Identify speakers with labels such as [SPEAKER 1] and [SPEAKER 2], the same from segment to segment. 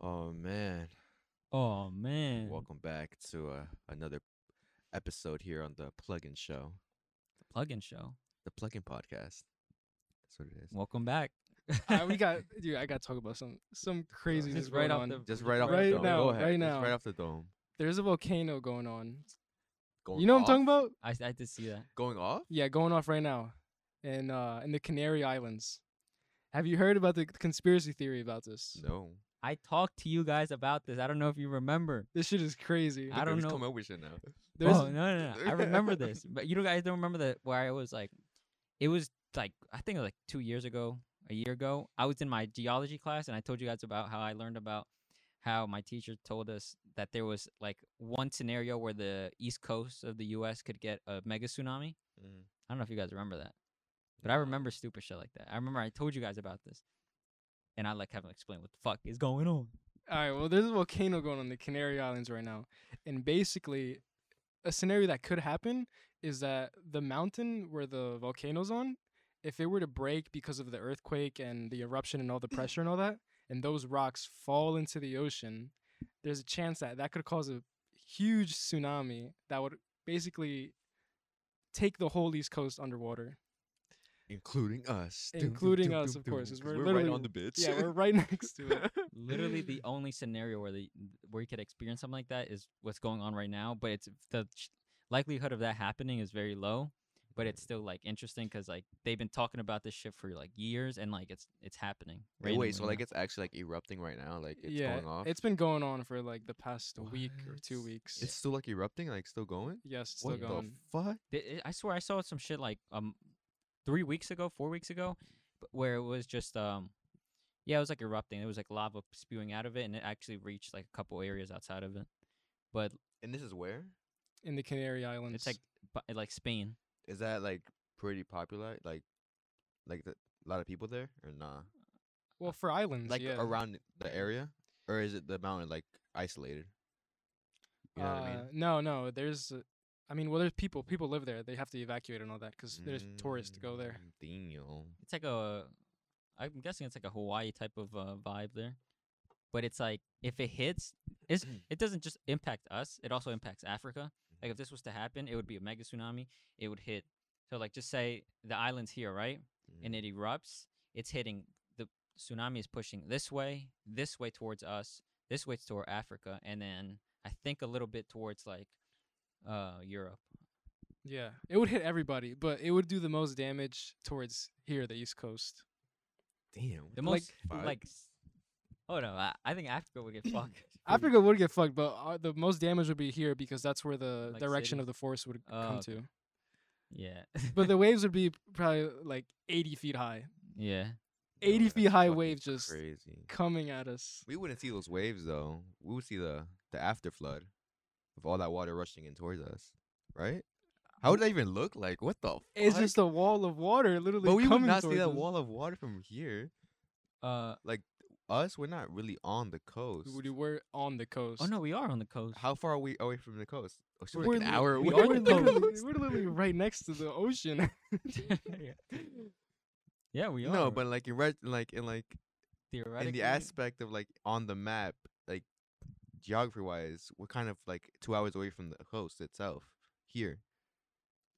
[SPEAKER 1] Oh man,
[SPEAKER 2] Oh man.
[SPEAKER 1] welcome back to uh, another episode here on the Plugin Show,
[SPEAKER 2] The plug-in show.
[SPEAKER 1] the Plugin Podcast. That's what it is.
[SPEAKER 2] Welcome back.
[SPEAKER 3] I, we got, dude. I got to talk about some some crazy.
[SPEAKER 2] Just right off
[SPEAKER 3] on.
[SPEAKER 2] the
[SPEAKER 1] just right off
[SPEAKER 3] right
[SPEAKER 1] the dome.
[SPEAKER 3] now,
[SPEAKER 1] Go ahead.
[SPEAKER 3] right
[SPEAKER 1] just
[SPEAKER 3] now.
[SPEAKER 1] right off the dome.
[SPEAKER 3] There's a volcano going on.
[SPEAKER 1] Going
[SPEAKER 3] you know what I'm talking
[SPEAKER 1] off?
[SPEAKER 3] about?
[SPEAKER 2] I, I did see that.
[SPEAKER 1] Going off?
[SPEAKER 3] Yeah, going off right now, in uh in the Canary Islands. Have you heard about the conspiracy theory about this?
[SPEAKER 1] No.
[SPEAKER 2] I talked to you guys about this. I don't know if you remember.
[SPEAKER 3] This shit is crazy.
[SPEAKER 2] I don't
[SPEAKER 1] Who's
[SPEAKER 2] know.
[SPEAKER 1] Come up with shit now.
[SPEAKER 3] There's
[SPEAKER 2] oh no, no, no! I remember this, but you guys don't remember that where I was like, it was like I think it was like two years ago, a year ago. I was in my geology class, and I told you guys about how I learned about how my teacher told us that there was like one scenario where the east coast of the U.S. could get a mega tsunami.
[SPEAKER 1] Mhm.
[SPEAKER 2] I don't know if you guys remember that, but I
[SPEAKER 1] No.
[SPEAKER 2] remember stupid shit like that. I remember I told you guys about this, and I like haven't explained what the fuck is going on.
[SPEAKER 3] All right, well, there's a volcano going on in the Canary Islands right now. And basically, a scenario that could happen is that the mountain where the volcano's on, if it were to break because of the earthquake and the eruption and all the pressure and all that, and those rocks fall into the ocean, there's a chance that that could cause a huge tsunami that would basically take the whole East Coast underwater.
[SPEAKER 1] Including us. Doom, doom,
[SPEAKER 3] Including
[SPEAKER 1] doom,
[SPEAKER 3] us,
[SPEAKER 1] doom,
[SPEAKER 3] of course,
[SPEAKER 1] doom,
[SPEAKER 3] 'cause
[SPEAKER 1] 'cause
[SPEAKER 3] we're
[SPEAKER 1] we're
[SPEAKER 3] literally-
[SPEAKER 1] right on the bitch.
[SPEAKER 3] Yeah, we're right next to it.
[SPEAKER 2] literally the only scenario where the where you could experience something like that is what's going on right now but it's the ch- likelihood of that happening is very low but it's still like interesting because like they've been talking about this shit for like years and like it's it's happening
[SPEAKER 1] Wait, wait, so
[SPEAKER 2] randomly
[SPEAKER 1] like
[SPEAKER 2] now.
[SPEAKER 1] it's actually like erupting right now? Like it's
[SPEAKER 3] yeah,
[SPEAKER 1] going off?
[SPEAKER 3] it's been going on for like the past week or two
[SPEAKER 1] What?
[SPEAKER 3] weeks.
[SPEAKER 1] It's still like erupting? Like still going?
[SPEAKER 3] Yes, it's
[SPEAKER 1] what
[SPEAKER 3] still going.
[SPEAKER 1] the fuck?
[SPEAKER 2] Th- eh, i swear i saw some shit like um three weeks ago four weeks ago b- where it was just um yeah it was like erupting it was like lava spewing out of it and it actually reached like a couple areas outside of it but
[SPEAKER 1] And this is where?
[SPEAKER 3] in the Canary Islands.
[SPEAKER 2] it's like bu- like spain
[SPEAKER 1] Is that like pretty popular? Like, like the, a lot of people there or nah?
[SPEAKER 3] well for islands,
[SPEAKER 1] uh, Like
[SPEAKER 3] Mm, yeah.
[SPEAKER 1] around the area, or is it the mountain like isolated? You know what I
[SPEAKER 3] Uh,
[SPEAKER 1] mean.
[SPEAKER 3] No, no, there's, uh, I mean, well, there's people. People live there. They have to evacuate and all that because there's tourists to go there.
[SPEAKER 1] Mm. Dino.
[SPEAKER 2] it's like a i'm guessing it's like a hawaii type of uh, vibe there but it's like if it hits it's, it doesn't just impact us it also impacts africa like if this was to happen it would be a mega tsunami it would hit so like just say the island's here right and it erupts it's hitting the tsunami is pushing this way this way towards us this way toward africa and then i think a little bit towards like uh europe
[SPEAKER 3] Yeah, it would hit everybody, but it would do the most damage towards here, the East Coast.
[SPEAKER 1] Damn.
[SPEAKER 2] the
[SPEAKER 3] Like-
[SPEAKER 2] most like, s- oh no I, I think africa would get fucked
[SPEAKER 3] Africa would get fucked, but uh, the most damage would be here because that's where the
[SPEAKER 2] Like
[SPEAKER 3] direction
[SPEAKER 2] cities?
[SPEAKER 3] of the force would
[SPEAKER 2] Oh,
[SPEAKER 3] come
[SPEAKER 2] okay.
[SPEAKER 3] to.
[SPEAKER 2] yeah
[SPEAKER 3] But the waves would be probably uh, like 80 feet high,
[SPEAKER 2] Yeah.
[SPEAKER 3] 80
[SPEAKER 1] that's
[SPEAKER 3] feet high
[SPEAKER 1] fucking
[SPEAKER 3] wave just-
[SPEAKER 1] crazy.
[SPEAKER 3] coming at us.
[SPEAKER 1] We wouldn't see those waves though. We would see the the after flood of all that water rushing in towards us, right? How would that even look like? What the?
[SPEAKER 3] It's
[SPEAKER 1] fuck?
[SPEAKER 3] just a wall of water, literally.
[SPEAKER 1] But we would
[SPEAKER 3] coming
[SPEAKER 1] not see
[SPEAKER 3] towards
[SPEAKER 1] that
[SPEAKER 3] us.
[SPEAKER 1] wall of water from here.
[SPEAKER 2] Uh
[SPEAKER 1] Us, we're not really on the coast.
[SPEAKER 3] We were on the coast.
[SPEAKER 2] oh no, we are on the coast.
[SPEAKER 1] How far are we away from the coast? Oh, so
[SPEAKER 3] We're
[SPEAKER 1] like an
[SPEAKER 3] li-
[SPEAKER 1] hour
[SPEAKER 3] we
[SPEAKER 1] away.
[SPEAKER 3] are
[SPEAKER 1] from the
[SPEAKER 3] literally,
[SPEAKER 1] coast.
[SPEAKER 3] we're literally right next to the ocean.
[SPEAKER 2] yeah, we are.
[SPEAKER 1] No, but like in re- like in like
[SPEAKER 2] theoretically,
[SPEAKER 1] in the aspect of like on the map, like geography wise, we're kind of like two hours away from the coast itself. Here,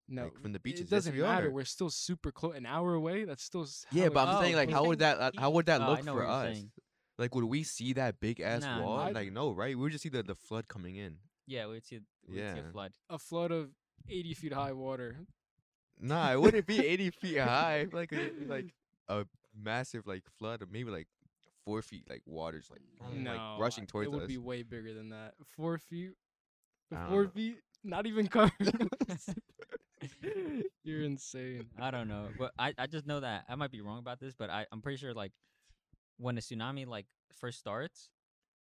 [SPEAKER 3] No,
[SPEAKER 1] like, from the beaches. yes,
[SPEAKER 3] It doesn't
[SPEAKER 1] we
[SPEAKER 3] matter.
[SPEAKER 1] are.
[SPEAKER 3] We're still super close. An hour away. That's still. s-
[SPEAKER 1] Yeah,
[SPEAKER 3] hella
[SPEAKER 1] but I'm
[SPEAKER 3] close.
[SPEAKER 1] saying like,
[SPEAKER 2] he's
[SPEAKER 1] how
[SPEAKER 2] saying
[SPEAKER 1] would that
[SPEAKER 2] he-
[SPEAKER 1] how would that
[SPEAKER 2] Oh, I
[SPEAKER 1] look
[SPEAKER 2] know what
[SPEAKER 1] for
[SPEAKER 2] you're
[SPEAKER 1] us?
[SPEAKER 2] saying.
[SPEAKER 1] Like, would we see that big ass
[SPEAKER 2] Nah,
[SPEAKER 1] wall?
[SPEAKER 3] I-
[SPEAKER 1] Like, no, right? We would just see the the flood coming in.
[SPEAKER 2] yeah, we'd see, we'd see
[SPEAKER 1] Yeah.
[SPEAKER 2] a flood.
[SPEAKER 3] a flood of eighty feet high water.
[SPEAKER 1] Nah, it wouldn't be 80 feet high. Like, it'd be like a massive like flood of maybe like four feet like waters like
[SPEAKER 3] No,
[SPEAKER 1] like rushing towards
[SPEAKER 3] it would
[SPEAKER 1] us.
[SPEAKER 3] be way bigger than that. Four feet. the
[SPEAKER 1] I don't
[SPEAKER 3] Four
[SPEAKER 1] know.
[SPEAKER 3] feet. Not even covered. You're insane.
[SPEAKER 2] I don't know, but I, I just know that I might be wrong about this, but I I'm pretty sure like when a tsunami like first starts,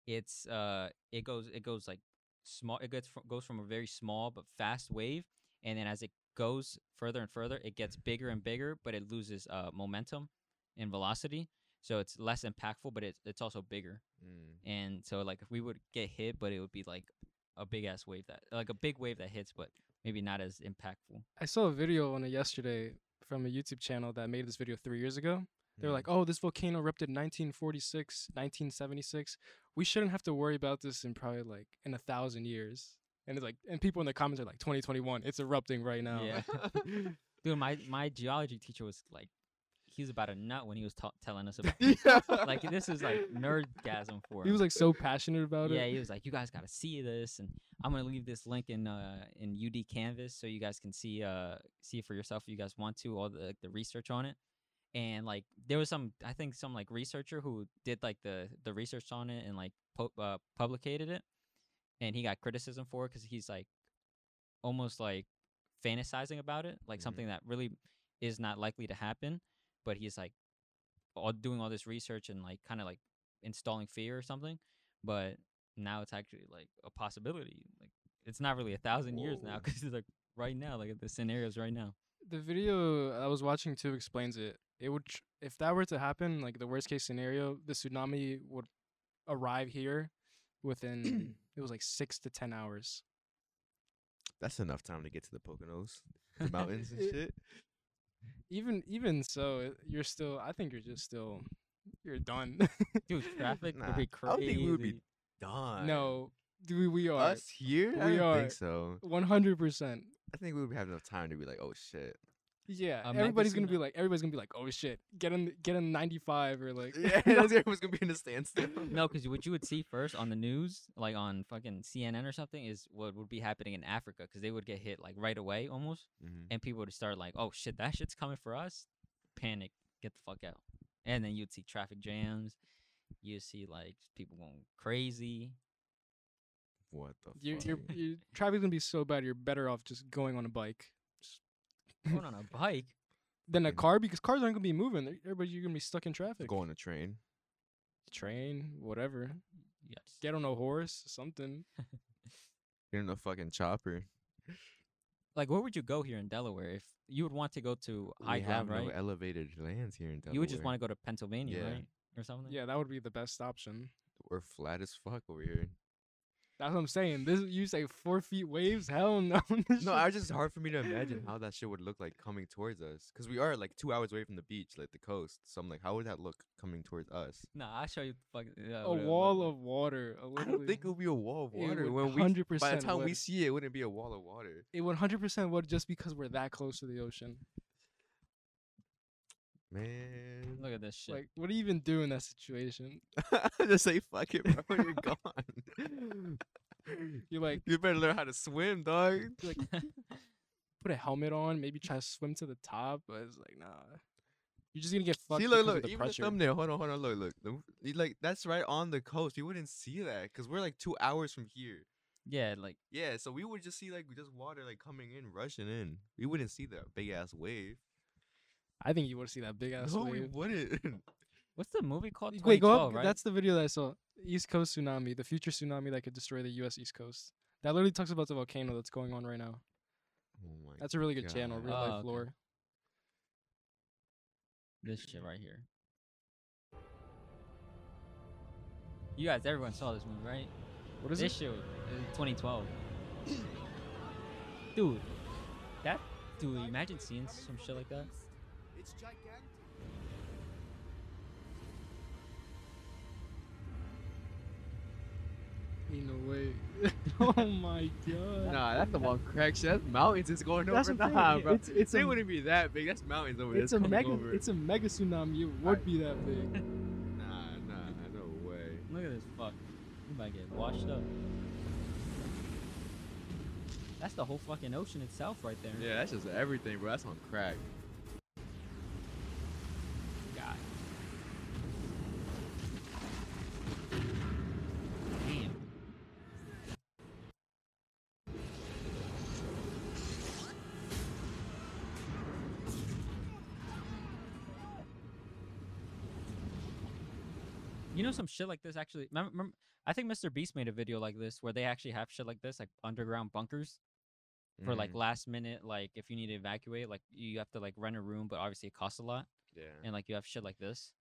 [SPEAKER 2] it's uh it goes it goes like small it gets from, goes from a very small but fast wave, and then as it goes further and further, it gets bigger and bigger, but it loses uh momentum and velocity, so it's less impactful, but it's it's also bigger.
[SPEAKER 1] Mm.
[SPEAKER 2] and so like if we would get hit but it would be like a big ass wave that like a big wave that hits but maybe not as impactful
[SPEAKER 3] I saw a video on it yesterday from a YouTube channel that made this
[SPEAKER 2] Mm-hmm.
[SPEAKER 3] video three years ago. They're
[SPEAKER 1] Mm.
[SPEAKER 3] like, oh, this volcano erupted 1946, 1976. we shouldn't have to worry about this in probably like in a thousand years. And it's like, and people in the comments are like, 2021, it's erupting right now.
[SPEAKER 2] Yeah. Dude, my my geology teacher was like, he was about a nut when he was ta- telling us about. this.
[SPEAKER 1] yeah.
[SPEAKER 2] like this is like nerdgasm for him.
[SPEAKER 3] He was like so passionate about
[SPEAKER 2] yeah,
[SPEAKER 3] it.
[SPEAKER 2] he was like, "You guys gotta see this," and I'm gonna leave this link in uh in UD Canvas so you guys can see uh see it for yourself if you guys want to all the like, the research on it. And like there was some I think some like researcher who did like the the research on it and like po- uh, publicated it, and he got criticism for it because he's like almost like fantasizing about it, like
[SPEAKER 3] Mm-hmm.
[SPEAKER 1] Mhm.
[SPEAKER 2] something that really is not likely to happen, but he's like all doing all this research and like kind of like installing fear or something. But now it's actually like a possibility. Like it's not really a thousand years now
[SPEAKER 1] Whoa.
[SPEAKER 2] because it's like right now, like the scenarios right now.
[SPEAKER 3] The video I was watching too explains it. It would, tr- if that were to happen, like the worst case scenario, the tsunami would arrive here within, it was like six to 10 hours.
[SPEAKER 1] That's enough time to get to the Poconos, the mountains and
[SPEAKER 3] It-
[SPEAKER 1] shit.
[SPEAKER 3] Even, even so, it- you're still, I think you're just still, you're done.
[SPEAKER 2] Dude, traffic
[SPEAKER 1] Nah,
[SPEAKER 2] would be
[SPEAKER 1] I don't
[SPEAKER 2] crazy.
[SPEAKER 1] think we would be Done.
[SPEAKER 3] no, we, we are.
[SPEAKER 1] Us here? I
[SPEAKER 3] We
[SPEAKER 1] don't
[SPEAKER 3] are.
[SPEAKER 1] think so.
[SPEAKER 3] 100%.
[SPEAKER 1] I think we would have enough time to be like, oh shit.
[SPEAKER 3] Yeah,
[SPEAKER 2] A mega
[SPEAKER 3] everybody's gonna be
[SPEAKER 2] tsunami.
[SPEAKER 3] like, everybody's gonna be like, oh shit, get in, get in 95 or like,
[SPEAKER 1] Yeah, everyone's gonna be in a standstill.
[SPEAKER 2] No, because what you would see first on the news, like on fucking CNN or something, is what would be happening in Africa because they would get hit like right away almost,
[SPEAKER 1] Mhm.
[SPEAKER 2] and people would start like, "Oh shit, that shit's coming for us!" Panic, get the fuck out, and then you'd see traffic jams, you'd see like people going crazy.
[SPEAKER 1] What the
[SPEAKER 3] your,
[SPEAKER 1] fuck?
[SPEAKER 3] your, your traffic's gonna be so bad, you're better off just going on a bike
[SPEAKER 2] Going on a bike,
[SPEAKER 3] than a
[SPEAKER 1] And-
[SPEAKER 3] car because cars aren't gonna be moving. They're- Everybody, you're gonna be stuck in traffic.
[SPEAKER 1] Go on a train.
[SPEAKER 3] train, whatever.
[SPEAKER 2] yes.
[SPEAKER 3] Get on a horse, something.
[SPEAKER 1] Get in a fucking chopper.
[SPEAKER 2] like where would you go here in Delaware if you would want to go to high
[SPEAKER 1] I have
[SPEAKER 2] ground,
[SPEAKER 1] no
[SPEAKER 2] right?
[SPEAKER 1] elevated lands here in Delaware.
[SPEAKER 2] you would just want to go to Pennsylvania,
[SPEAKER 1] Yeah.
[SPEAKER 2] right, or something.
[SPEAKER 3] Yeah, that would be the best option.
[SPEAKER 1] We're flat as fuck over here.
[SPEAKER 3] That's what I'm saying. This you say four feet waves? Hell no.
[SPEAKER 1] No, I was just hard for me to imagine how that shit would look like coming towards us, because we are like two hours away from the beach, like the coast. So I'm like, how would that look coming towards us?
[SPEAKER 2] No, I'll show you. Fucking, yeah,
[SPEAKER 3] a wall of water. a
[SPEAKER 1] I don't
[SPEAKER 3] literally-
[SPEAKER 1] think it would be a wall of
[SPEAKER 3] It
[SPEAKER 1] water when
[SPEAKER 3] would
[SPEAKER 1] we. By
[SPEAKER 3] 100%
[SPEAKER 1] the time we
[SPEAKER 3] would.
[SPEAKER 1] see it, it wouldn't be a wall of water.
[SPEAKER 3] it 100% would just because we're that close to the ocean.
[SPEAKER 1] Man,
[SPEAKER 2] Look at this shit.
[SPEAKER 3] Like, what do you even do in that situation?
[SPEAKER 1] just say fuck it, bro. You're gone.
[SPEAKER 3] You like
[SPEAKER 1] you better learn how to swim, dog.
[SPEAKER 3] like put a helmet on, maybe try to swim to the top, but it's like nah. You're just gonna get fucked
[SPEAKER 1] see,
[SPEAKER 3] because
[SPEAKER 1] look,
[SPEAKER 3] of
[SPEAKER 1] look,
[SPEAKER 3] the
[SPEAKER 1] even
[SPEAKER 3] pressure.
[SPEAKER 1] the thumbnail. Hold on, hold on, look, look. The, you, like that's right on the coast. You wouldn't see that because we're like two hours from here.
[SPEAKER 2] yeah, like
[SPEAKER 1] Yeah, so we would just see like just water like coming in, rushing in. We wouldn't see that big ass wave.
[SPEAKER 3] I think you would see that big ass
[SPEAKER 1] no, we
[SPEAKER 3] wave.
[SPEAKER 1] wouldn't. Oh
[SPEAKER 2] what's the movie called?
[SPEAKER 3] Wait,
[SPEAKER 2] 2012,
[SPEAKER 3] go up.
[SPEAKER 2] Right?
[SPEAKER 3] That's the video that I saw. East Coast tsunami, the future tsunami that could destroy the U.S. East Coast. That literally talks about the volcano that's going on right now.
[SPEAKER 1] Oh my
[SPEAKER 3] That's a really good channel,
[SPEAKER 1] God.
[SPEAKER 3] real
[SPEAKER 2] Oh,
[SPEAKER 3] life
[SPEAKER 2] okay.
[SPEAKER 3] lore.
[SPEAKER 2] this shit right here. You guys, everyone saw this movie, right?
[SPEAKER 3] What is
[SPEAKER 2] this
[SPEAKER 3] it?
[SPEAKER 2] shit was in 2012. dude, that dude. Imagine seeing some shit like that.
[SPEAKER 4] It's gigantic.
[SPEAKER 3] Ain't no way. oh my god.
[SPEAKER 1] Nah, that's the one crack shit. That's mountains is going
[SPEAKER 3] That's
[SPEAKER 1] over.
[SPEAKER 3] what I'm
[SPEAKER 1] Nah,
[SPEAKER 3] saying,
[SPEAKER 1] bro.
[SPEAKER 3] it's- it's
[SPEAKER 1] it
[SPEAKER 3] a-
[SPEAKER 1] wouldn't be that big. That's mountains over there.
[SPEAKER 3] It's a
[SPEAKER 1] coming
[SPEAKER 3] mega.
[SPEAKER 1] Over.
[SPEAKER 3] It's a mega tsunami. It would
[SPEAKER 1] Alright.
[SPEAKER 3] be that big.
[SPEAKER 1] nah, nah, no way.
[SPEAKER 2] Look at this fuck. You might get washed up. That's the whole fucking ocean itself right there.
[SPEAKER 1] Yeah, that's just everything, bro. That's on crack.
[SPEAKER 2] God. Damn. You know some shit like this actually. Remember, I think Mr. Beast made a video like this where they actually have shit like this, like underground bunkers
[SPEAKER 1] Mm,
[SPEAKER 2] for
[SPEAKER 3] Mm-hmm.
[SPEAKER 2] like last minute, like if you need to evacuate, like you have to like rent a room, but obviously it costs a lot
[SPEAKER 1] yeah.
[SPEAKER 2] and like you have shit like this.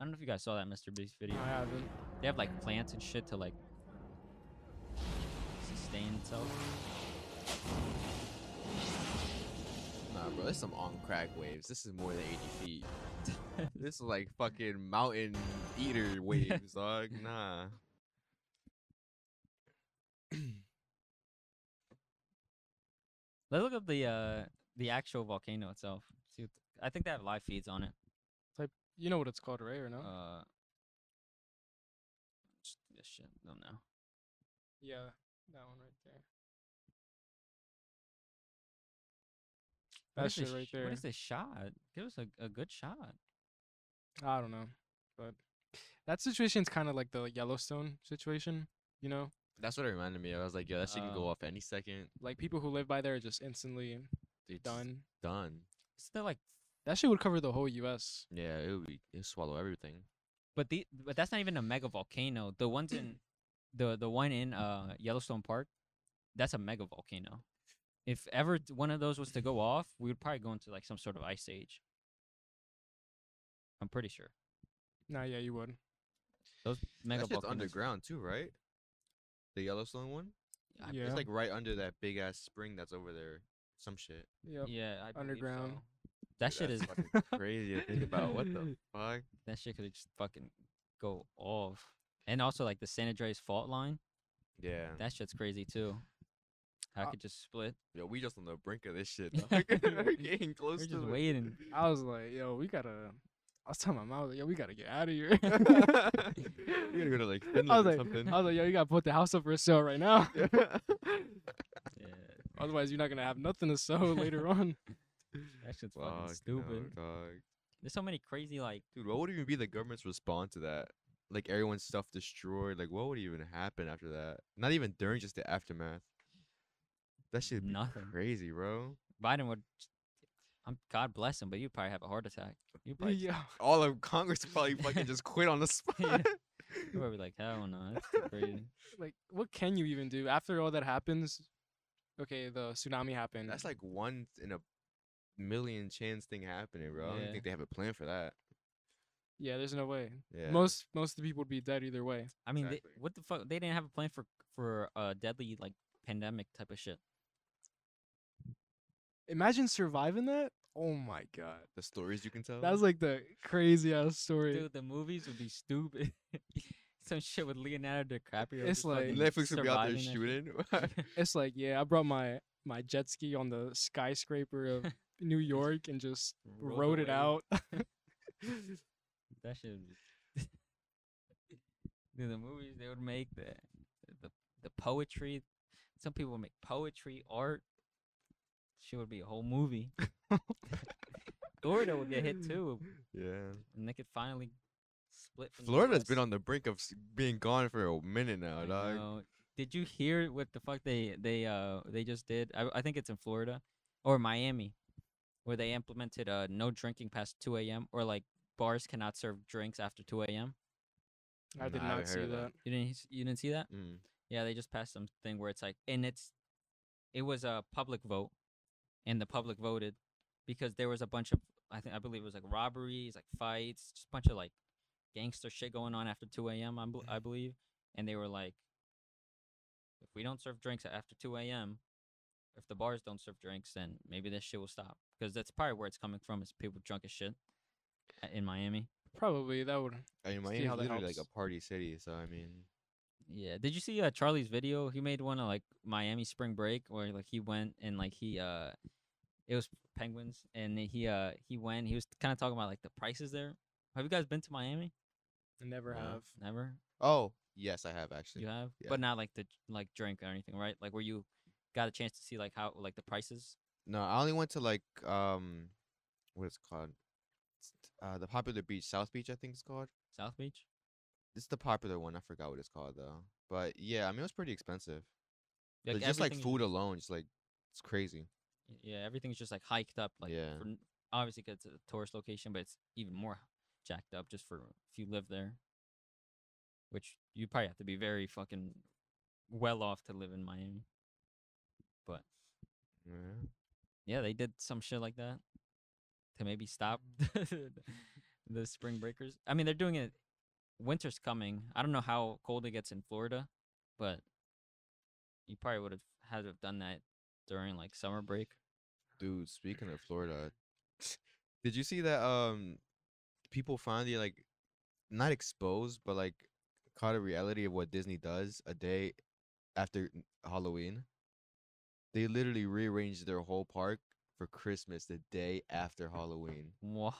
[SPEAKER 2] I don't know if you guys saw that Mr. Beast video.
[SPEAKER 3] I haven't.
[SPEAKER 2] They have like plants and shit to like sustain itself.
[SPEAKER 1] Nah, bro, this is some on crack waves. This is more than 80 feet. this is like fucking mountain eater waves, dog. Nah.
[SPEAKER 2] Let's look up the uh the actual volcano itself. See, what I think they have live feeds on it.
[SPEAKER 3] You know what it's called, right? Or no?
[SPEAKER 2] Uh, sh- yeah, shit, don't know.
[SPEAKER 3] yeah, that one right there.
[SPEAKER 2] What
[SPEAKER 3] That
[SPEAKER 2] is this
[SPEAKER 3] shit right
[SPEAKER 2] sh-
[SPEAKER 3] there.
[SPEAKER 2] What is this shot? Give us a, a good shot.
[SPEAKER 3] I don't know, but that situation's kind of like the Yellowstone situation. You know,
[SPEAKER 1] That's what it reminded me of. I was like, yo, that shit can go
[SPEAKER 2] Uh,
[SPEAKER 1] off any second.
[SPEAKER 3] like people who live by there are just instantly
[SPEAKER 1] It's
[SPEAKER 3] done.
[SPEAKER 1] Done.
[SPEAKER 2] It's still like,
[SPEAKER 3] That shit would cover the whole U.S.
[SPEAKER 1] Yeah, it would be, it'd swallow everything.
[SPEAKER 2] but the but that's not even a mega volcano. The ones in the the one in uh Yellowstone Park, that's a mega volcano. If ever t- one of those was to go off, we would probably go into like some sort of ice age. I'm pretty sure
[SPEAKER 3] Nah, yeah, you would.
[SPEAKER 2] those mega
[SPEAKER 1] that shit's
[SPEAKER 2] volcanoes.
[SPEAKER 1] underground too, right? The Yellowstone one?
[SPEAKER 2] I-
[SPEAKER 3] yeah.
[SPEAKER 1] It's like right under that big ass spring that's over there. Some shit.
[SPEAKER 3] Yep.
[SPEAKER 2] Yeah, I believe
[SPEAKER 3] Underground.
[SPEAKER 2] so. That shit is
[SPEAKER 1] That's fucking crazy to think about. What the fuck?
[SPEAKER 2] that shit could just fucking go off. And also like the San Andreas fault line,
[SPEAKER 1] Yeah.
[SPEAKER 2] that shit's crazy too. I
[SPEAKER 3] Uh,
[SPEAKER 2] could just split.
[SPEAKER 1] Yo, we just on the brink of this shit.
[SPEAKER 2] Yeah.
[SPEAKER 1] dog. We're getting
[SPEAKER 2] We're
[SPEAKER 1] close
[SPEAKER 2] just
[SPEAKER 1] to it.
[SPEAKER 2] waiting.
[SPEAKER 3] I was like, yo, we gotta. I was telling my mom, I was like, yo, we gotta get out of here.
[SPEAKER 1] you gotta go to like Finland
[SPEAKER 3] I was
[SPEAKER 1] or
[SPEAKER 3] like,
[SPEAKER 1] something.
[SPEAKER 3] I was like, yo, you gotta put the house up for sale right now.
[SPEAKER 2] Yeah,
[SPEAKER 3] Otherwise, you're not gonna have nothing to sell later on.
[SPEAKER 2] that shit's
[SPEAKER 1] Fuck no,
[SPEAKER 2] fucking stupid.
[SPEAKER 1] dog.
[SPEAKER 2] There's so many crazy like
[SPEAKER 1] Dude, what would even be the government's response to that? Like everyone's stuff destroyed. Like what would even happen after that? Not even during just the aftermath. That should be
[SPEAKER 2] Nothing.
[SPEAKER 1] crazy, bro.
[SPEAKER 2] Biden would. I'm God bless him, but you'd probably have a heart attack. You probably
[SPEAKER 3] yo,
[SPEAKER 1] All of Congress probably fucking just quit on the spot.
[SPEAKER 2] you probably be like hell no, that's too crazy.
[SPEAKER 3] like, what can you even do after all that happens? Okay, the tsunami happened.
[SPEAKER 1] That's like one in a million chance thing happening, bro. I don't
[SPEAKER 2] Yeah.
[SPEAKER 1] even think they have a plan for that.
[SPEAKER 3] yeah, there's no way.
[SPEAKER 1] Yeah.
[SPEAKER 3] Most most of the people would be dead either way.
[SPEAKER 2] I mean,
[SPEAKER 1] Exactly.
[SPEAKER 2] they, what the fuck? They didn't have a plan for for a deadly like pandemic type of shit.
[SPEAKER 3] Imagine surviving that. Oh my god,
[SPEAKER 1] the stories you can tell.
[SPEAKER 3] that's like the crazy ass story.
[SPEAKER 2] Dude, the movies would be stupid. Some shit with Leonardo DiCaprio. just
[SPEAKER 3] It's
[SPEAKER 2] fucking
[SPEAKER 3] like-
[SPEAKER 1] Netflix would be out there
[SPEAKER 2] surviving
[SPEAKER 1] shooting.
[SPEAKER 2] that shit.
[SPEAKER 3] It's like, yeah, I brought my my jet ski on the skyscraper of New York and just
[SPEAKER 2] Rolled
[SPEAKER 3] rode it
[SPEAKER 2] away.
[SPEAKER 3] out.
[SPEAKER 2] That shit. would be- Dude, the movies they would make the the the poetry. Some people would make poetry, art. Shit would be a whole movie. Florida would get hit too,
[SPEAKER 1] yeah.
[SPEAKER 2] and they could finally split. From the
[SPEAKER 1] Florida's been
[SPEAKER 2] US.
[SPEAKER 1] on the brink of s- being gone for a minute now,
[SPEAKER 2] I
[SPEAKER 1] dog.
[SPEAKER 2] know. Did you hear what the fuck they they uh they just did? I I think it's in Florida or Miami, where they implemented uh no drinking past two a.m. or like bars cannot serve drinks after two a.m.
[SPEAKER 3] I did
[SPEAKER 1] Nah, I
[SPEAKER 3] not
[SPEAKER 1] haven't
[SPEAKER 3] see
[SPEAKER 1] heard of
[SPEAKER 3] that.
[SPEAKER 1] that.
[SPEAKER 2] You didn't s- you didn't see that?
[SPEAKER 1] Mm.
[SPEAKER 2] Yeah, they just passed something where it's like, and it's, it was a public vote, and the public voted because there was a bunch of, I think I believe it was like robberies, like fights, just a bunch of like gangster shit going on after 2 a.m. I, bel I believe, and they were like, if we don't serve drinks after 2 a.m., if the bars don't serve drinks, then maybe this shit will stop because that's probably where it's coming from is people drunk as shit uh, in Miami.
[SPEAKER 3] Probably that would.
[SPEAKER 1] I mean,
[SPEAKER 3] See
[SPEAKER 1] Miami's
[SPEAKER 3] how that
[SPEAKER 1] literally like
[SPEAKER 3] helps.
[SPEAKER 1] a party city, so I mean,
[SPEAKER 2] Yeah. Did you see uh, Charlie's video? He made one of like Miami spring break where like he went and like he uh it was penguins and he uh he went he was kind of talking about like the prices there. Have you guys been to Miami?
[SPEAKER 3] Never
[SPEAKER 1] Nah.
[SPEAKER 3] have.
[SPEAKER 2] Never.
[SPEAKER 1] Oh, yes, I have actually.
[SPEAKER 2] You have,
[SPEAKER 1] yeah.
[SPEAKER 2] but not like the like drink or anything, right? Like where you got a chance to see like how like the prices.
[SPEAKER 1] No, I only went to like um, what it's called, It's t- uh, the popular beach, South Beach, I think it's called.
[SPEAKER 2] South Beach.
[SPEAKER 1] It's the popular one. I forgot what it's called though. But yeah, I mean, it was pretty expensive. But just like
[SPEAKER 2] everything is-
[SPEAKER 1] food alone, just like it's crazy.
[SPEAKER 2] Yeah, everything's just like hiked up. Like
[SPEAKER 1] Yeah.
[SPEAKER 2] for, n- obviously 'cause it's a tourist location, but it's even more jacked up just for if you live there. Which you probably have to be very fucking well off to live in Miami. But
[SPEAKER 1] Yeah.
[SPEAKER 2] yeah, they did some shit like that to maybe stop the spring breakers. I mean, they're doing it. Winter's coming. I don't know how cold it gets in Florida, but you probably would have had to have done that during like summer break.
[SPEAKER 1] Dude, speaking of Florida, did you see that um, people finally like, not exposed, but like, caught a reality of what Disney does a day after n- Halloween, they literally rearranged their whole park for Christmas the day after Halloween.
[SPEAKER 2] What?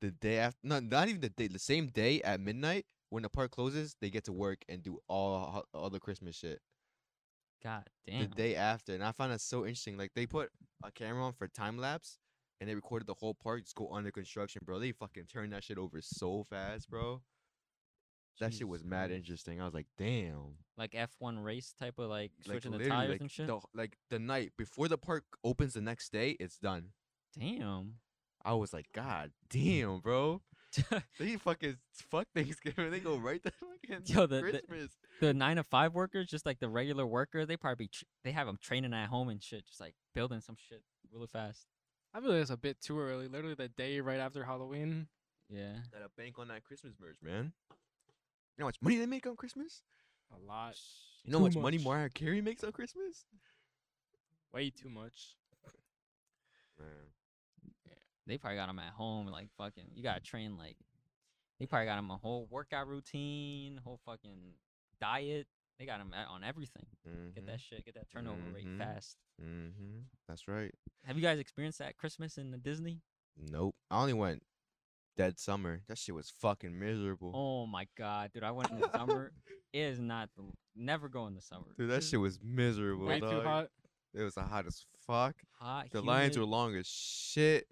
[SPEAKER 1] The day after, no, not even the day. The same day at midnight when the park closes, they get to work and do all ho- all the Christmas shit.
[SPEAKER 2] God damn.
[SPEAKER 1] the day after, and I found that so interesting. Like they put a camera on for time lapse, and they recorded the whole park just go under construction, bro. They fucking turned that shit over so fast, bro. That shit
[SPEAKER 2] Jesus
[SPEAKER 1] was mad
[SPEAKER 2] Christ.
[SPEAKER 1] interesting. I was like, damn.
[SPEAKER 2] Like F1 race type of like
[SPEAKER 1] Like
[SPEAKER 2] switching the
[SPEAKER 1] literally,
[SPEAKER 2] tires
[SPEAKER 1] like,
[SPEAKER 2] and shit.
[SPEAKER 1] The, like the night before the park opens the next day, it's done.
[SPEAKER 2] Damn.
[SPEAKER 1] I was like, God damn, bro. They fucking fuck Thanksgiving. They go right to fucking
[SPEAKER 2] Yo, the- the-
[SPEAKER 1] Christmas.
[SPEAKER 2] the nine to five workers, just like the regular worker, they probably tr- they have them training at home and shit, just like building some shit really fast.
[SPEAKER 3] I feel like it's a bit too early. Literally the day right after Halloween.
[SPEAKER 2] Yeah.
[SPEAKER 1] Gotta bank on that Christmas merch, man. You know how much money they make on Christmas?
[SPEAKER 3] A lot.
[SPEAKER 1] You know
[SPEAKER 3] Too
[SPEAKER 1] how much, money
[SPEAKER 3] much.
[SPEAKER 1] Mariah Carey makes on Christmas?
[SPEAKER 3] Way too much.
[SPEAKER 1] Man.
[SPEAKER 2] they probably got them at home. Like fucking, you gotta train. Like they probably got them a whole workout routine, whole fucking diet. They got them on everything. Get that
[SPEAKER 1] Mm-hmm.
[SPEAKER 2] shit. Get that turnover rate
[SPEAKER 1] Mhm.
[SPEAKER 2] fast.
[SPEAKER 1] Mm-hmm. That's right.
[SPEAKER 2] Have you guys experienced that Christmas in the Disney?
[SPEAKER 1] Nope. I only went dead summer. That shit was fucking miserable.
[SPEAKER 2] Oh my god, dude! I went in the summer. It is not. The, never go in the summer.
[SPEAKER 1] Dude, that shit was miserable.
[SPEAKER 3] Way too
[SPEAKER 1] dog.
[SPEAKER 3] hot.
[SPEAKER 1] It was hot as fuck.
[SPEAKER 2] Hot.
[SPEAKER 1] The lines were
[SPEAKER 2] humid,
[SPEAKER 1] long as shit,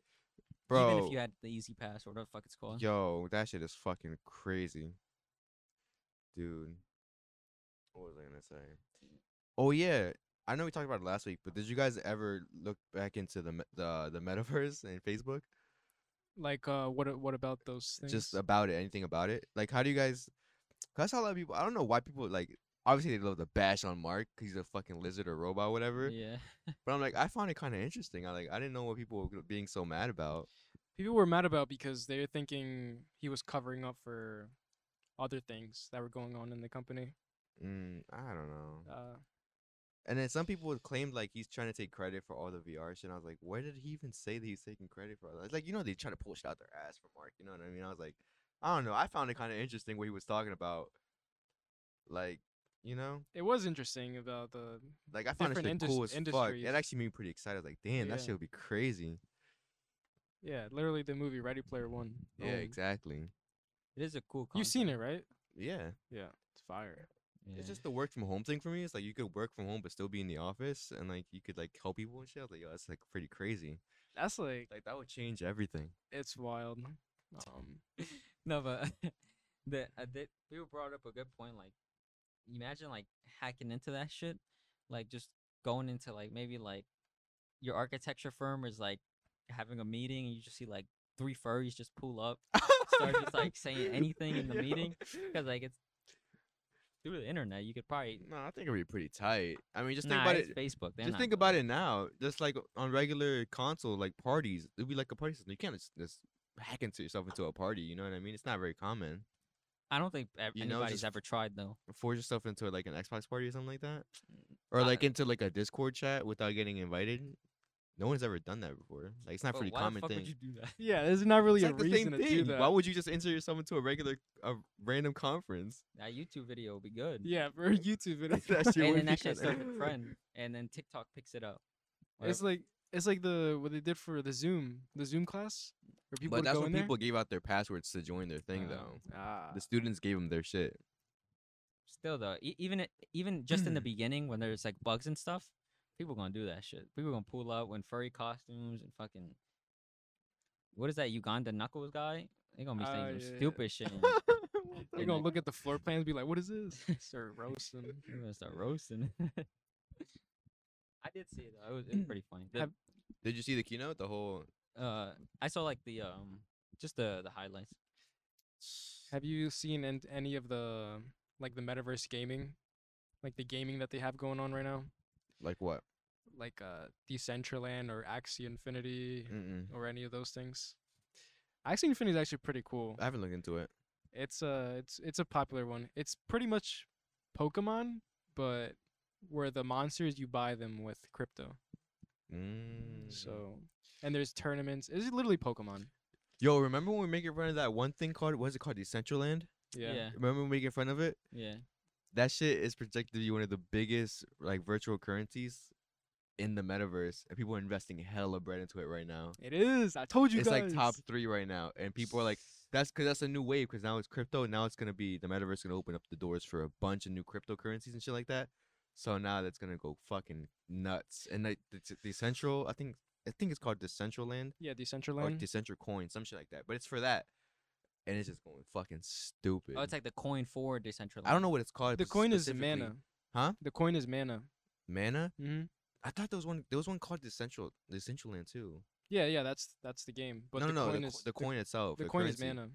[SPEAKER 1] bro.
[SPEAKER 2] Even if you had the easy pass or whatever the fuck it's called.
[SPEAKER 1] Yo, that shit is fucking crazy. Dude. What was I gonna say? Oh yeah. I know we talked about it last week, but did you guys ever look back into the me- the, the metaverse and Facebook?
[SPEAKER 3] Like uh what a- what about those things?
[SPEAKER 1] Just about it, anything about it? Like how do you guys Cause I saw a lot of people I don't know why people like obviously they love to bash on Mark 'cause he's a fucking lizard or robot or whatever.
[SPEAKER 2] Yeah.
[SPEAKER 1] But I'm like I found it kinda interesting. I like I didn't know what people were being so mad about.
[SPEAKER 3] people were mad about because they were thinking he was covering up for other things that were going on in the company.
[SPEAKER 1] Mm, I don't know.
[SPEAKER 3] Uh,
[SPEAKER 1] And then some people would claim like he's trying to take credit for all the VR shit. And I was like, where did he even say that he's taking credit for? All that? Like, you know, they try to pull shit out their ass for Mark. You know what I mean? I was like, I don't know. I found it kind of interesting what he was talking about. Like, you know,
[SPEAKER 3] it was interesting about the
[SPEAKER 1] like I found it
[SPEAKER 3] Different
[SPEAKER 1] cool as
[SPEAKER 3] indus-
[SPEAKER 1] fuck.
[SPEAKER 3] industries.
[SPEAKER 1] It actually made me pretty excited. I was like, damn, that
[SPEAKER 3] Yeah.
[SPEAKER 1] shit would be crazy.
[SPEAKER 3] yeah, literally the movie Ready Player One.
[SPEAKER 2] Oh.
[SPEAKER 1] Yeah,
[SPEAKER 3] Um,
[SPEAKER 1] exactly.
[SPEAKER 2] It is a cool. Concept.
[SPEAKER 3] You've seen it, right?
[SPEAKER 1] Yeah.
[SPEAKER 3] Yeah, it's fire.
[SPEAKER 2] Yeah.
[SPEAKER 1] it's just the work from home thing for me. It's like you could work from home but still be in the office, and like you could like help people and shit. I was like, yo, that's like pretty crazy.
[SPEAKER 3] That's like
[SPEAKER 1] Like that would change everything.
[SPEAKER 3] it's wild. Um,
[SPEAKER 2] no, but the uh, they, people brought up a good point. Like, imagine like hacking into that shit, like just going into like maybe like your architecture firm is like having a meeting and you just see like three furries just pull up, start just like saying anything in the
[SPEAKER 1] Yo.
[SPEAKER 2] meeting because like it's through the internet. You could probably
[SPEAKER 1] No, I think it'd be pretty tight. I mean, just think
[SPEAKER 2] nah,
[SPEAKER 1] about
[SPEAKER 2] it's
[SPEAKER 1] it.
[SPEAKER 2] Facebook. They're
[SPEAKER 1] Just
[SPEAKER 2] not
[SPEAKER 1] think
[SPEAKER 2] doing
[SPEAKER 1] about
[SPEAKER 2] that.
[SPEAKER 1] it now. Just like on regular console, like parties, it'd be like a party system. You can't just, just hack into yourself into a party. You know what I mean? It's not very common.
[SPEAKER 2] I don't think ev-
[SPEAKER 1] You know,
[SPEAKER 2] anybody's
[SPEAKER 1] just-
[SPEAKER 2] ever tried though.
[SPEAKER 1] Force yourself into like an Xbox party or something like that, or
[SPEAKER 2] I-
[SPEAKER 1] like into like a Discord chat without getting invited. No one's ever done that before. Like it's not
[SPEAKER 2] But
[SPEAKER 1] pretty
[SPEAKER 2] why the
[SPEAKER 1] common
[SPEAKER 2] fuck
[SPEAKER 1] thing.
[SPEAKER 2] would you do that?
[SPEAKER 3] yeah, there's not really
[SPEAKER 1] it's
[SPEAKER 3] a
[SPEAKER 1] like the same
[SPEAKER 3] reason to do
[SPEAKER 1] thing.
[SPEAKER 3] that.
[SPEAKER 1] Why would you just insert yourself into a regular, a random conference?
[SPEAKER 2] That YouTube video would be good.
[SPEAKER 3] yeah, for a YouTube video.
[SPEAKER 1] That shit
[SPEAKER 2] and
[SPEAKER 1] would
[SPEAKER 2] then
[SPEAKER 1] be
[SPEAKER 2] that shit
[SPEAKER 1] kinda-
[SPEAKER 2] starts with friend, and then TikTok picks it up.
[SPEAKER 3] It's
[SPEAKER 2] Whatever.
[SPEAKER 3] like it's like the what they did for the Zoom, the Zoom class, where
[SPEAKER 1] But
[SPEAKER 3] people would
[SPEAKER 1] that's
[SPEAKER 3] go
[SPEAKER 1] when
[SPEAKER 3] in there.
[SPEAKER 1] people gave out their passwords to join their thing,
[SPEAKER 2] Oh.
[SPEAKER 1] though.
[SPEAKER 3] Ah,
[SPEAKER 1] The students gave them their shit.
[SPEAKER 2] Still though, e- even it- even just in the beginning when there's like bugs and stuff, people gonna do that shit. People gonna pull out in furry costumes and fucking. What is that Uganda knuckles guy? They gonna be saying
[SPEAKER 3] Ah,
[SPEAKER 1] Oh,
[SPEAKER 2] some
[SPEAKER 3] yeah.
[SPEAKER 2] stupid shit. and
[SPEAKER 3] they're
[SPEAKER 2] and
[SPEAKER 3] gonna
[SPEAKER 2] it-
[SPEAKER 3] look at the floor plan and be like, "What is this?" Start roasting.
[SPEAKER 2] They're gonna start roasting. I did see it though. It was, it was pretty funny. The-
[SPEAKER 3] Have-
[SPEAKER 1] Did you see the keynote? The whole
[SPEAKER 2] uh, I saw like the um, just the the highlights.
[SPEAKER 3] Have you seen an- any of the like the metaverse gaming, like the gaming that they have going on right now,
[SPEAKER 1] like what?
[SPEAKER 3] like uh Decentraland or Axie Infinity
[SPEAKER 1] Mm-mm.
[SPEAKER 3] or any of those things? Axie Infinity is actually pretty cool.
[SPEAKER 1] I haven't looked into it.
[SPEAKER 3] It's a it's it's a popular one. It's pretty much Pokemon, but where the monsters you buy them with crypto.
[SPEAKER 1] Mm.
[SPEAKER 3] So and there's tournaments. It's literally Pokemon.
[SPEAKER 1] yo, remember when we were making fun of that one thing called? What is it called? Decentraland.
[SPEAKER 3] Yeah.
[SPEAKER 2] yeah,
[SPEAKER 1] Remember when we making fun of it?
[SPEAKER 2] yeah.
[SPEAKER 1] that shit is projected to be one of the biggest like virtual currencies in the metaverse, and people are investing hella bread into it right now.
[SPEAKER 3] It is. I told you
[SPEAKER 1] it's
[SPEAKER 3] guys.
[SPEAKER 1] like top three right now, and people are like, "That's because that's a new wave. Because now it's crypto. Now it's gonna be the metaverse gonna open up the doors for a bunch of new cryptocurrencies and shit like that. So now that's gonna go fucking nuts. And like the, the, central, I think, I think it's called Decentraland
[SPEAKER 3] Yeah,
[SPEAKER 1] or
[SPEAKER 3] Decentraland.
[SPEAKER 1] Decentral Coin, some shit like that. But it's for that, and it's just going fucking stupid.
[SPEAKER 2] Oh, it's like the coin for decentralized.
[SPEAKER 1] I don't know what it's called.
[SPEAKER 3] The
[SPEAKER 1] but
[SPEAKER 3] coin is
[SPEAKER 1] specifically-
[SPEAKER 3] mana.
[SPEAKER 1] Huh?
[SPEAKER 3] The coin is mana.
[SPEAKER 1] Mana.
[SPEAKER 3] hmm
[SPEAKER 1] I thought there was one. There was one called Decentral Decentraland too.
[SPEAKER 3] Yeah, yeah. That's that's the game. But
[SPEAKER 1] no,
[SPEAKER 3] the
[SPEAKER 1] no, no.
[SPEAKER 3] coin
[SPEAKER 1] the,
[SPEAKER 3] is
[SPEAKER 1] co- the coin itself.
[SPEAKER 3] The, coin is
[SPEAKER 1] currency.
[SPEAKER 3] mana.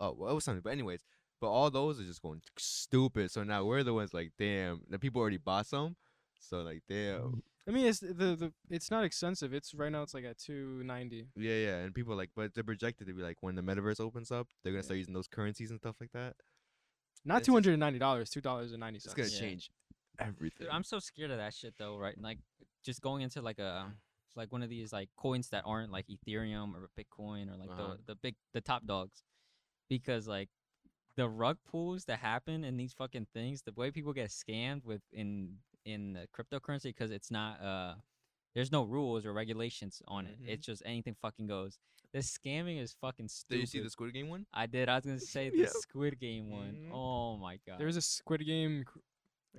[SPEAKER 1] oh well, it was something. But anyways, but all those are just going stupid. So now we're the ones like, damn, the people already bought some. So like,
[SPEAKER 2] Mm-hmm.
[SPEAKER 1] damn,
[SPEAKER 3] I mean, it's the, the it's not expensive. It's right now. It's like at two ninety.
[SPEAKER 1] yeah, yeah. And people are like, but they're projected to be like, when the metaverse opens up, they're gonna
[SPEAKER 3] Yeah.
[SPEAKER 1] start using those currencies and stuff like that.
[SPEAKER 3] Not
[SPEAKER 1] It's just-
[SPEAKER 3] two hundred and ninety dollars. Two dollars and ninety
[SPEAKER 1] It's
[SPEAKER 3] cents.
[SPEAKER 1] gonna
[SPEAKER 2] Yeah.
[SPEAKER 1] change everything.
[SPEAKER 2] Dude, I'm so scared of that shit though, right? Like just going into like a like one of these like coins that aren't like Ethereum or Bitcoin or like
[SPEAKER 1] Uh-huh.
[SPEAKER 2] the the big the top dogs. Because like the rug pulls that happen in these fucking things, the way people get scammed with in in the cryptocurrency because it's not uh there's no rules or regulations on it.
[SPEAKER 1] Mhm.
[SPEAKER 2] It's just anything fucking goes. This scamming is fucking stupid.
[SPEAKER 1] Did you see the Squid Game one?
[SPEAKER 2] I did. I was gonna say the
[SPEAKER 1] Yeah.
[SPEAKER 2] Squid Game one.
[SPEAKER 1] Mhm.
[SPEAKER 2] Oh my god.
[SPEAKER 3] There was a Squid Game cr-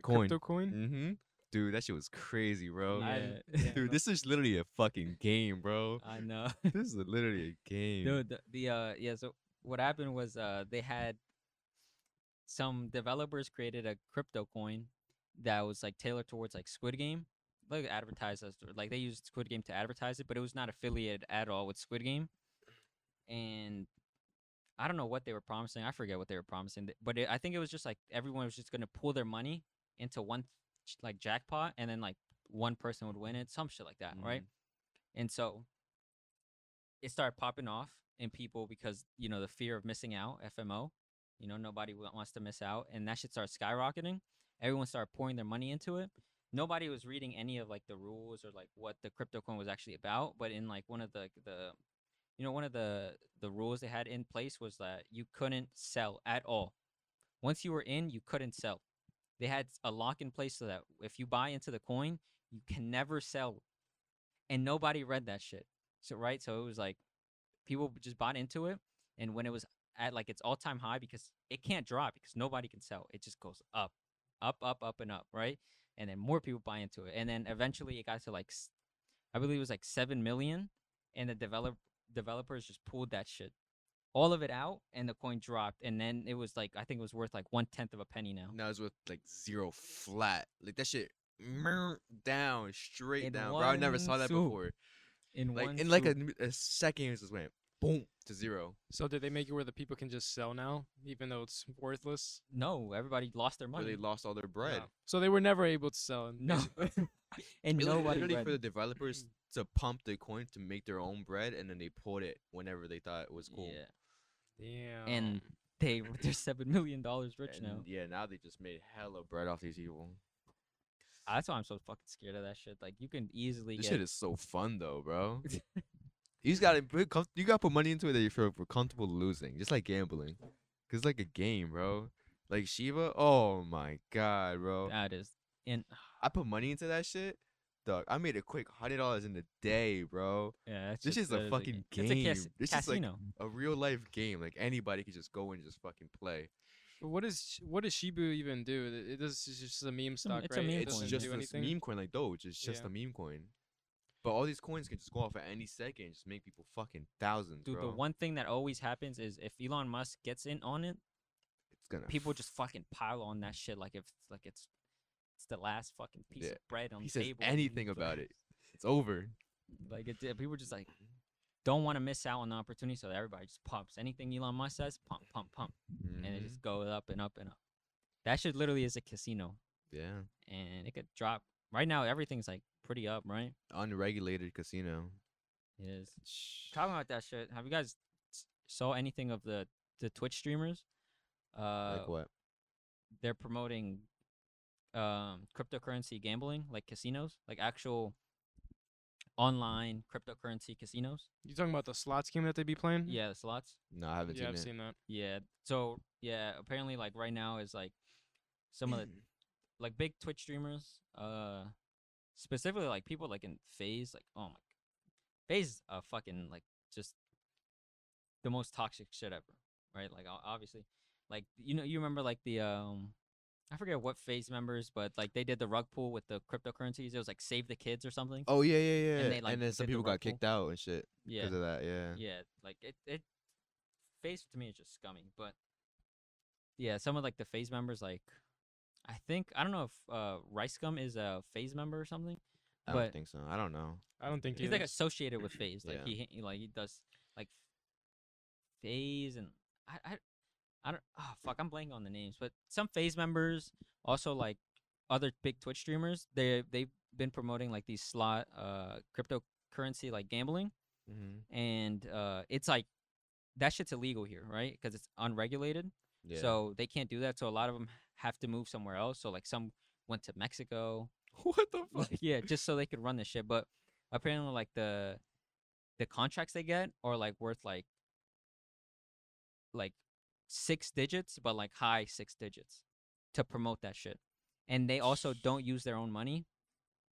[SPEAKER 1] Coin.
[SPEAKER 3] crypto coin.
[SPEAKER 1] Mm-hmm. Dude, that shit was crazy, bro.
[SPEAKER 2] I-
[SPEAKER 3] Yeah.
[SPEAKER 2] yeah,
[SPEAKER 1] Dude, this is literally a fucking game, bro.
[SPEAKER 2] I know.
[SPEAKER 1] this is literally a game.
[SPEAKER 2] No, the, the uh yeah, so what happened was uh they had some developers created a crypto coin that was like tailored towards like Squid Game. Like advertised as like they used Squid Game to advertise it, but it was not affiliated at all with Squid Game. And I don't know what they were promising. I forget what they were promising, th- but it, I think it was just like everyone was just going to pull their money into one ch- like jackpot and then like one person would win it, some shit like that, right? And so it started popping off in people because you know the fear of missing out fmo you know nobody wa- wants to miss out and that shit started skyrocketing everyone started pouring their money into it nobody was reading any of like the rules or like what the crypto coin was actually about but in like one of the the you know one of the the rules they had in place was that you couldn't sell at all once you were in you couldn't sell they had s- a lock in place so that if you buy into the coin you can never sell and nobody read that shit so right, so it was like people just bought into it, and when it was at like its all time high, because it can't drop because nobody can sell, it just goes up, up, up, up, and up, right? And then more people buy into it, and then eventually it got to like, s- I believe it was like seven million, and the develop developers just pulled that shit, all of it out, and the coin dropped, and then it was like I think it was worth like one tenth of a penny now.
[SPEAKER 1] Now it's with like zero flat. Like that shit mer- down, straight
[SPEAKER 2] In
[SPEAKER 1] down, bro. I never saw
[SPEAKER 2] one
[SPEAKER 1] that
[SPEAKER 2] swoop.
[SPEAKER 1] before.
[SPEAKER 2] In
[SPEAKER 1] Like
[SPEAKER 2] one
[SPEAKER 1] in like a,
[SPEAKER 2] swoop.
[SPEAKER 1] m- a second, it just went boom to zero.
[SPEAKER 3] So did they make it where the people can just sell now, even though it's worthless?
[SPEAKER 2] no, everybody lost their
[SPEAKER 1] Where
[SPEAKER 2] money.
[SPEAKER 1] they lost all their bread.
[SPEAKER 3] No. So they were never able to sell.
[SPEAKER 2] no, and
[SPEAKER 1] It was
[SPEAKER 2] nobody
[SPEAKER 1] literally
[SPEAKER 2] read.
[SPEAKER 1] for the developers to pump the coin to make their own bread, and then they poured it whenever they thought it was cool.
[SPEAKER 2] Yeah.
[SPEAKER 3] Damn.
[SPEAKER 2] And they they're seven million dollars rich
[SPEAKER 1] Um, And
[SPEAKER 2] now.
[SPEAKER 1] yeah, now they just made hella bread off these people.
[SPEAKER 2] Ah, That's why I'm so fucking scared of that shit. Like you can easily
[SPEAKER 1] This
[SPEAKER 2] get
[SPEAKER 1] shit is so fun though, bro. you just gotta put com- you gotta put money into it that you feel comfortable losing, just like gambling, cause it's like a game, bro. Like Shiva, oh my god, bro.
[SPEAKER 2] that is ah, and
[SPEAKER 1] I put money into that shit, dog. I made a quick hundred dollars in a day, bro.
[SPEAKER 2] yeah, that's
[SPEAKER 1] This
[SPEAKER 2] just-
[SPEAKER 1] is a
[SPEAKER 2] that
[SPEAKER 1] fucking
[SPEAKER 2] ga- It's a cas-
[SPEAKER 1] game. This is like-
[SPEAKER 2] casino.
[SPEAKER 1] A real life game, like anybody could just go and just fucking play.
[SPEAKER 3] But what is sh- what does Shibu even do? Th- It does. It's just a meme stock,
[SPEAKER 2] it's a
[SPEAKER 3] right?
[SPEAKER 2] meme
[SPEAKER 3] it
[SPEAKER 1] It's
[SPEAKER 2] coin.
[SPEAKER 3] doesn't
[SPEAKER 1] just
[SPEAKER 3] do
[SPEAKER 1] a
[SPEAKER 3] anything.
[SPEAKER 1] meme coin, like Doge. It's just
[SPEAKER 3] Yeah.
[SPEAKER 1] a meme coin. But all these coins can just go off at any second, just make people fucking thousands,
[SPEAKER 2] Dude,
[SPEAKER 1] bro.
[SPEAKER 2] the one thing that always happens is if Elon Musk gets in on it,
[SPEAKER 1] it's gonna
[SPEAKER 2] people just fucking pile on that shit like if like it's it's the last fucking piece
[SPEAKER 1] Yeah.
[SPEAKER 2] of bread on
[SPEAKER 1] he
[SPEAKER 2] the
[SPEAKER 1] says
[SPEAKER 2] table.
[SPEAKER 1] anything about it. It's over.
[SPEAKER 2] Like it, did- people just like don't want to miss out on the opportunity, so everybody just pumps anything Elon Musk says, pump, pump, pump, and it
[SPEAKER 1] Mhm.
[SPEAKER 2] just goes up and up and up. That shit literally is a casino.
[SPEAKER 1] Mm-hmm. yeah,
[SPEAKER 2] and it could drop. Right now, everything's like pretty up, right?
[SPEAKER 1] unregulated casino.
[SPEAKER 2] It is. Talking about that shit, have you guys s- saw anything of the the Twitch streamers? Uh,
[SPEAKER 1] like what?
[SPEAKER 2] they're promoting um cryptocurrency gambling, like casinos, like actual online cryptocurrency casinos.
[SPEAKER 3] You talking about the slots game that they be playing?
[SPEAKER 2] Yeah, the slots.
[SPEAKER 1] No, I haven't
[SPEAKER 3] Yeah, I've
[SPEAKER 1] seen it.
[SPEAKER 3] seen that.
[SPEAKER 2] Yeah. So yeah, apparently, like right now is like some of the like big Twitch streamers, uh, specifically like people like in Phase, like oh my, Phase is a fucking like just the most toxic shit ever, right? Like o- obviously, like you know you remember like the um, I forget what Phase members, but like they did the rug pull with the cryptocurrencies. It was like save the kids or something.
[SPEAKER 1] Oh yeah, yeah, yeah.
[SPEAKER 2] And
[SPEAKER 1] And,
[SPEAKER 2] they, like,
[SPEAKER 1] then some
[SPEAKER 2] did the
[SPEAKER 1] people got
[SPEAKER 2] rug pull.
[SPEAKER 1] kicked out and shit
[SPEAKER 2] yeah,
[SPEAKER 1] because of that. Yeah.
[SPEAKER 2] yeah, like it, it phase to me is just scummy, but yeah, some of like the phase members, like I think I don't know if uh Rice Gum is a phase member or something.
[SPEAKER 1] I
[SPEAKER 2] but-
[SPEAKER 1] don't think so. I don't know.
[SPEAKER 3] I don't think
[SPEAKER 2] He's
[SPEAKER 3] he
[SPEAKER 2] like
[SPEAKER 3] is.
[SPEAKER 2] associated with phase, like
[SPEAKER 1] Yeah.
[SPEAKER 2] he, he like he does like phase and I I I don't oh fuck I'm blanking on the names, but some phase members also like other big Twitch streamers they they've been promoting like these slot uh cryptocurrency like gambling
[SPEAKER 1] Mm-hmm.
[SPEAKER 2] and uh, it's like that shit's illegal here, right? Because it's unregulated,
[SPEAKER 1] Yeah.
[SPEAKER 2] so they can't do that. So a lot of them have to move somewhere else. So like some went to Mexico,
[SPEAKER 3] what the fuck?
[SPEAKER 2] like, yeah, just so they could run this shit. But apparently, like the the contracts they get are like worth like like six digits, but like high six digits to promote that shit. And they also don't use their own money.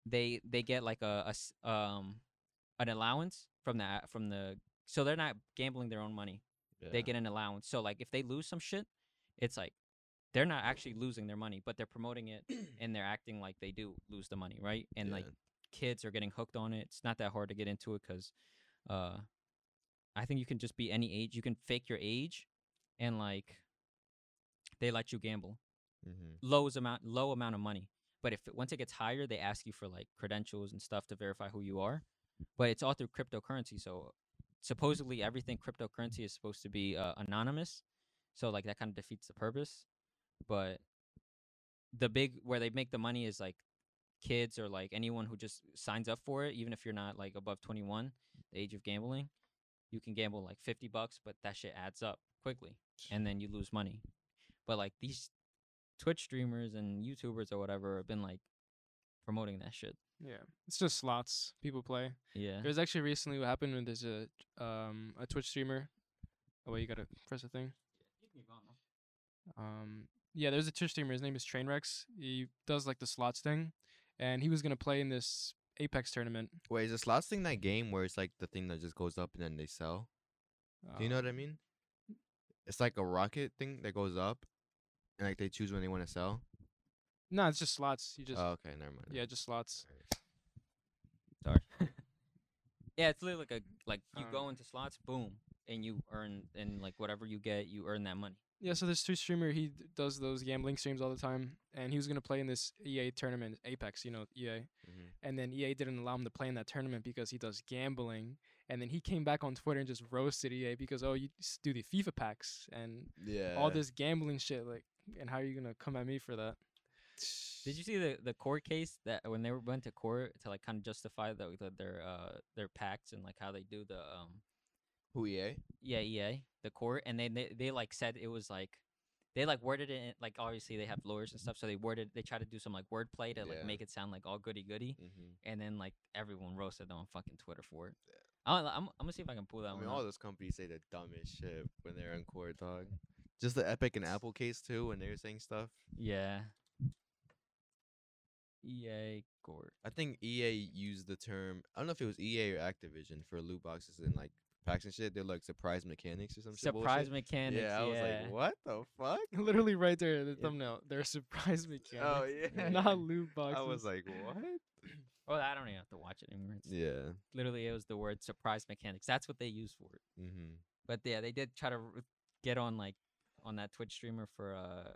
[SPEAKER 2] They they get like a, a s- um an allowance from the from the so they're not gambling their own money. They
[SPEAKER 1] yeah.
[SPEAKER 2] get an allowance. So like if they lose some shit, it's like they're not actually losing their money, but they're promoting it and they're acting like they do lose the money, right? And
[SPEAKER 1] Yeah.
[SPEAKER 2] like kids are getting hooked on it. It's not that hard to get into it because uh, I think you can just be any age. You can fake your age, and like they let you gamble
[SPEAKER 1] Mhm.
[SPEAKER 2] low amount low amount of money. But if it, once it gets higher, they ask you for like credentials and stuff to verify who you are. But it's all through cryptocurrency. So supposedly everything cryptocurrency is supposed to be uh, anonymous. So like that kind of defeats the purpose. But the big where they make the money is like kids or like anyone who just signs up for it, even if you're not like above 21, the age of gambling. You can gamble like 50 bucks, but that shit adds up quickly and then you lose money. But like these Twitch streamers and YouTubers or whatever have been like promoting that shit.
[SPEAKER 3] Yeah, it's just slots people play.
[SPEAKER 2] Yeah.
[SPEAKER 3] There's actually recently what happened when there's a um a Twitch streamer. Oh wait, you gotta press the thing. Um, yeah, there's a Twitch streamer. His name is Trainwrecks. He does like the slots thing, and he was gonna play in this Apex tournament.
[SPEAKER 1] Wait, is the slots thing that game where it's like the thing that just goes up and then they sell? Do you know
[SPEAKER 3] Uh,
[SPEAKER 2] Uh-huh.
[SPEAKER 1] what I mean? It's like a rocket thing that goes up, and like they choose when they want to sell.
[SPEAKER 3] No, it's just slots. You just
[SPEAKER 1] oh, okay, never mind.
[SPEAKER 3] yeah, just slots.
[SPEAKER 2] Sorry. yeah, it's literally like a like you
[SPEAKER 3] Um,
[SPEAKER 2] go into slots, boom, and you earn and like whatever you get, you earn that money.
[SPEAKER 3] Yeah, so this Twitch streamer he d- does those gambling streams all the time, and he was gonna play in this EA tournament, Apex. You know, EA.
[SPEAKER 1] Mhm.
[SPEAKER 3] and then EA didn't allow him to play in that tournament because he does gambling. And then he came back on Twitter and just roasted EA because oh, you s- do the FIFA packs and
[SPEAKER 1] Mm-hmm. Yeah.
[SPEAKER 3] all this gambling shit. Like, and how are you gonna come at me for that?
[SPEAKER 2] Did you see the the court case that when they were- went to court to like kind of justify the, the their uh their pacts and like how they do the um
[SPEAKER 1] Who E EA?
[SPEAKER 2] yeah EA the court and then they, they like said it was like they like worded it in, like obviously they have lawyers and stuff so they worded they try to do some like wordplay to like
[SPEAKER 1] Yeah.
[SPEAKER 2] make it sound like all goody goody
[SPEAKER 1] Mm-hmm.
[SPEAKER 2] and then like everyone roasted them on fucking Twitter for it. I'll, I'm I'm gonna see if I can pull that
[SPEAKER 1] I
[SPEAKER 2] one.
[SPEAKER 1] mean,
[SPEAKER 2] up.
[SPEAKER 1] all those companies say the dumbest shit when they're in court, dog. Just the Epic and Apple case too, when they were saying stuff.
[SPEAKER 2] Yeah. E EA Gort.
[SPEAKER 1] I think EA used the term. I don't know if it was EA or Activision for loot boxes and like packs and shit. They're like surprise mechanics or some shit
[SPEAKER 2] Surprise
[SPEAKER 1] bullshit.
[SPEAKER 2] mechanics. Yeah,
[SPEAKER 1] Yeah, I was like, what the fuck?
[SPEAKER 3] Literally right there, in the
[SPEAKER 1] Yeah.
[SPEAKER 3] thumbnail. They're surprised me.
[SPEAKER 1] Oh
[SPEAKER 3] mechanics.
[SPEAKER 1] yeah.
[SPEAKER 3] Not loot boxes.
[SPEAKER 1] I was like, what?
[SPEAKER 2] well, I don't even have to watch it anymore. It's,
[SPEAKER 1] Yeah.
[SPEAKER 2] Literally, it was the word surprise mechanics. That's what they use for it.
[SPEAKER 1] Mm-hmm.
[SPEAKER 2] But yeah, they did try to r- get on like on that Twitch streamer for uh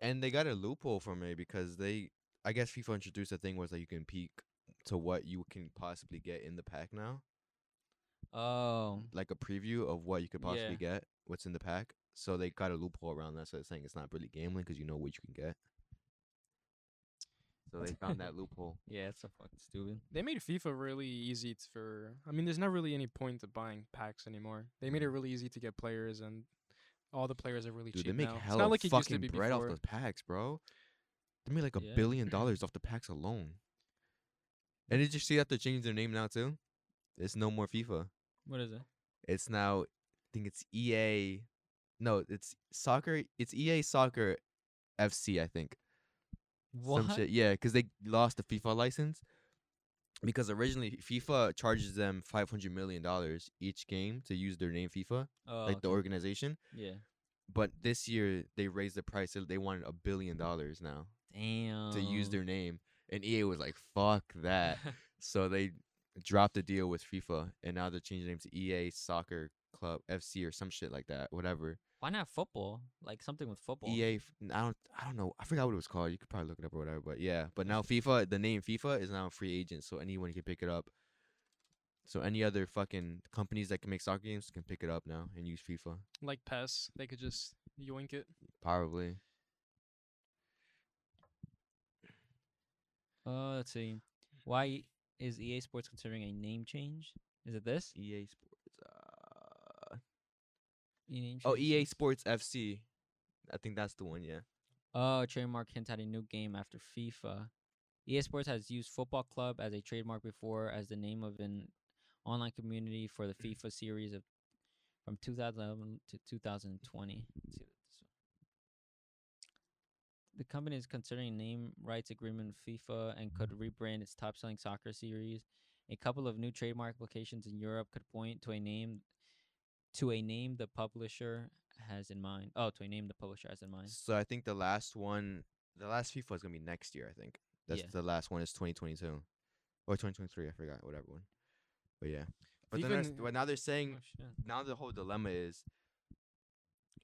[SPEAKER 1] And they got a loophole from it because they, I guess FIFA introduced a thing where it's like you can peek to what you can possibly get in the pack now,
[SPEAKER 2] oh
[SPEAKER 1] like a preview of what you could possibly
[SPEAKER 2] Yeah.
[SPEAKER 1] get, what's in the pack. So they got a loophole around that. So they're saying it's not really gambling because you know what you can get. So they found that loophole.
[SPEAKER 2] yeah, it's so fucking stupid.
[SPEAKER 3] they made FIFA really easy t- for. I mean, there's not really any point to buying packs anymore. They made it really easy to get players, and all the players are really
[SPEAKER 1] Mm-hmm. Dude,
[SPEAKER 3] cheap
[SPEAKER 1] they make
[SPEAKER 3] now. E it's
[SPEAKER 1] hella
[SPEAKER 3] not like it used to
[SPEAKER 1] fucking
[SPEAKER 3] be
[SPEAKER 1] bread off
[SPEAKER 3] before.
[SPEAKER 1] those packs, bro. They made like a
[SPEAKER 2] Yeah.
[SPEAKER 1] billion dollars off the packs alone. And did you see that they changed their name now too? It's no more FIFA.
[SPEAKER 2] What is it?
[SPEAKER 1] It's E now, I think it's EA. No, it's E soccer. It's EA Soccer FC, I think.
[SPEAKER 2] What?
[SPEAKER 1] Some shit. Yeah, because they lost the FIFA license. Because originally FIFA charges them five hundred million dollars each game to use their name FIFA,
[SPEAKER 2] Oh,
[SPEAKER 1] like the
[SPEAKER 2] okay.
[SPEAKER 1] organization.
[SPEAKER 2] yeah.
[SPEAKER 1] But this year they raised the price. so They wanted a billion dollars now
[SPEAKER 2] Damn.
[SPEAKER 1] to use
[SPEAKER 2] Oh.
[SPEAKER 1] their name, and EA was like, "Fuck that!" so they dropped the deal with FIFA, and now they're changing the name to EA Soccer Club FC or some shit like that, whatever.
[SPEAKER 2] Why not football? Like something with football.
[SPEAKER 1] EA. f- n- I don't. I don't know. I forgot what it was called. You could probably look it up or whatever. But yeah. But now FIFA, the name FIFA is now a free agent, so anyone can pick it up. So any other fucking companies that can make soccer games can pick it up now and use FIFA.
[SPEAKER 3] Like PES, they could just yoink it.
[SPEAKER 1] Probably.
[SPEAKER 2] Uh, let's see. Why is EA Sports considering a name change? Is it this?
[SPEAKER 1] EA Sports. Uh,
[SPEAKER 2] E- name
[SPEAKER 1] oh,
[SPEAKER 2] change?
[SPEAKER 1] EA Sports FC. I think that's the one. Yeah.
[SPEAKER 2] Oh, trademark hint at a new game after FIFA. EA Sports has used Football Club as a trademark before as the name of an online community for the FIFA series of from 2011 to 2020. Let's see what this one- The company is considering name rights agreement with FIFA and could rebrand its top-selling soccer series. A couple of new trademark applications in Europe could point to a name to a name the publisher has in mind. Oh, to a name the publisher has in mind.
[SPEAKER 1] So I think the last one, the last FIFA is gonna be next year. I think that's
[SPEAKER 2] Yeah.
[SPEAKER 1] the last one. Is 2022 or 2023? I forgot whatever one. But yeah. But then there's-
[SPEAKER 3] Even-
[SPEAKER 1] well, now they're
[SPEAKER 2] Oh,
[SPEAKER 1] saying
[SPEAKER 2] shit.
[SPEAKER 1] now the whole dilemma is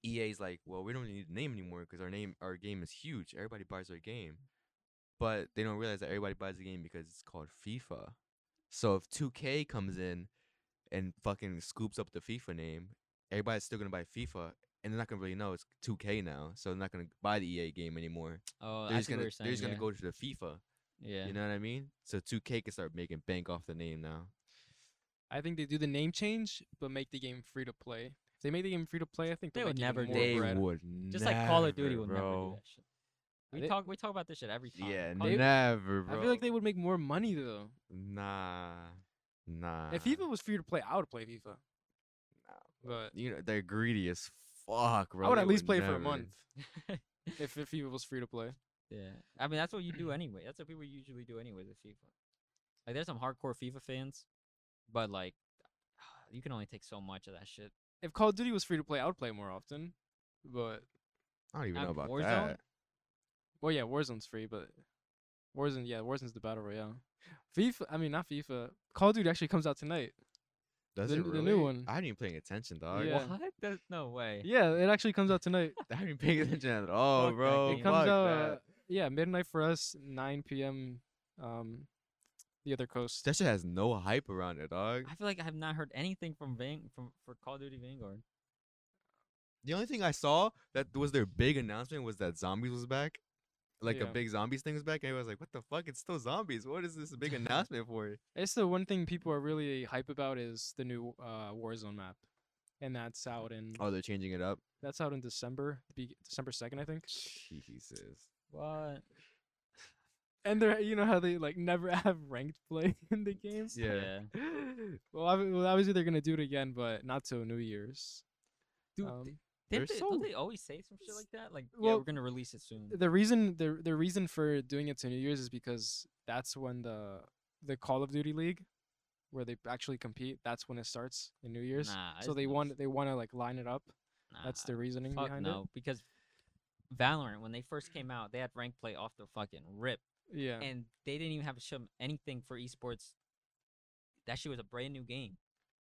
[SPEAKER 1] EA's like, well, we don't need a name anymore because our name, our game is huge. Everybody buys our game, but they don't realize that everybody buys the game because it's called FIFA. So if 2K comes in and fucking scoops up the FIFA name, everybody's still gonna buy FIFA, and they're not gonna really know it's 2K now, so they're not gonna buy the EA game anymore.
[SPEAKER 2] Oh,
[SPEAKER 1] they're
[SPEAKER 2] I
[SPEAKER 1] just
[SPEAKER 2] see
[SPEAKER 1] gonna
[SPEAKER 2] what you're
[SPEAKER 1] they're
[SPEAKER 2] saying,
[SPEAKER 1] just gonna
[SPEAKER 2] yeah.
[SPEAKER 1] go to the FIFA.
[SPEAKER 2] Yeah.
[SPEAKER 1] You know what I mean? So 2K can start making bank off the name now.
[SPEAKER 3] I think they do the name change, but make the game free to play. If they make the game free to play, I think
[SPEAKER 2] They
[SPEAKER 3] they'll
[SPEAKER 2] would
[SPEAKER 3] make even
[SPEAKER 2] never do
[SPEAKER 3] more
[SPEAKER 2] that. They
[SPEAKER 3] bread.
[SPEAKER 1] would
[SPEAKER 2] Just like Call of Duty
[SPEAKER 1] never,
[SPEAKER 2] will never do
[SPEAKER 1] bro.
[SPEAKER 2] that shit. We
[SPEAKER 3] They-
[SPEAKER 2] talk we talk about this shit every time.
[SPEAKER 1] Yeah,
[SPEAKER 2] Call of-
[SPEAKER 3] Duty-
[SPEAKER 1] never,
[SPEAKER 3] I
[SPEAKER 1] bro.
[SPEAKER 3] feel like they would make more money though.
[SPEAKER 1] Nah, nah.
[SPEAKER 3] If FIFA was free to play, I would play FIFA. But
[SPEAKER 1] you know, they're greedy as fuck, bro.
[SPEAKER 3] I would
[SPEAKER 1] They
[SPEAKER 3] at least play for a
[SPEAKER 1] never.
[SPEAKER 3] month if, if FIFA was free to play.
[SPEAKER 2] yeah. I mean that's what you do anyway. That's what people usually do anyway with FIFA. Like there's some hardcore FIFA fans, but like you can only take so much of that shit.
[SPEAKER 3] If Call of Duty was free to play, I would play more often. But
[SPEAKER 1] I don't even
[SPEAKER 2] Um,
[SPEAKER 1] know about
[SPEAKER 2] Warzone?
[SPEAKER 1] that.
[SPEAKER 3] well, yeah, Warzone's free, but Warzone, yeah, Warzone's the battle royale. FIFA, I mean not FIFA. Call of Duty actually comes out tonight.
[SPEAKER 1] Does
[SPEAKER 3] The-
[SPEAKER 1] it
[SPEAKER 3] the
[SPEAKER 1] really?
[SPEAKER 3] new one.
[SPEAKER 1] I haven't even paying attention, dog.
[SPEAKER 3] Yeah.
[SPEAKER 2] What? There's no way.
[SPEAKER 3] Yeah, it actually comes out tonight.
[SPEAKER 1] I haven't been paying attention at all,
[SPEAKER 2] Fuck that
[SPEAKER 1] bro.
[SPEAKER 2] game.
[SPEAKER 3] it comes
[SPEAKER 1] Oh, fuck
[SPEAKER 3] out
[SPEAKER 1] that.
[SPEAKER 3] uh, yeah midnight for us 9 p.m um the other coast
[SPEAKER 1] that shit has no hype around it, dog.
[SPEAKER 2] I feel like I have not heard anything from Vang from for Call of Duty Vanguard.
[SPEAKER 1] The only thing I saw that was their big announcement was that zombies was back. Like a
[SPEAKER 3] Yeah.
[SPEAKER 1] big zombies thing was back, and I was like, "What the fuck? It's still zombies. What is this big announcement for?"
[SPEAKER 3] it's the one thing people are really hype about is the new uh warzone map and that's out in
[SPEAKER 1] Oh, they're changing it up.
[SPEAKER 3] that's out in december the be- december 2nd i think
[SPEAKER 1] Jesus.
[SPEAKER 2] What?
[SPEAKER 3] and they're you know how they like never have ranked play in the games
[SPEAKER 1] Yeah.
[SPEAKER 3] well, ob- well obviously they're gonna do it again but not till new year's
[SPEAKER 2] Dude,
[SPEAKER 3] um,
[SPEAKER 2] they,
[SPEAKER 1] They're
[SPEAKER 2] they,
[SPEAKER 1] so-
[SPEAKER 2] don't they always say some shit like that? Like, yeah,
[SPEAKER 3] Well,
[SPEAKER 2] we're gonna release it soon.
[SPEAKER 3] the reason the the reason for doing it to New Year's is because that's when the the Call of Duty League, where they actually compete, that's when it starts in New Year's.
[SPEAKER 2] Nah,
[SPEAKER 3] so
[SPEAKER 2] it's
[SPEAKER 3] they
[SPEAKER 2] not
[SPEAKER 3] want
[SPEAKER 2] s-
[SPEAKER 3] they want to like line it up. That's
[SPEAKER 2] Nah.
[SPEAKER 3] the reasoning
[SPEAKER 2] Ah, Fuck
[SPEAKER 3] behind
[SPEAKER 2] no, because Valorant when they first came out, they had rank play off the fucking rip,
[SPEAKER 3] it. Yeah.
[SPEAKER 2] and they didn't even have to show anything for esports. That shit was a brand new game.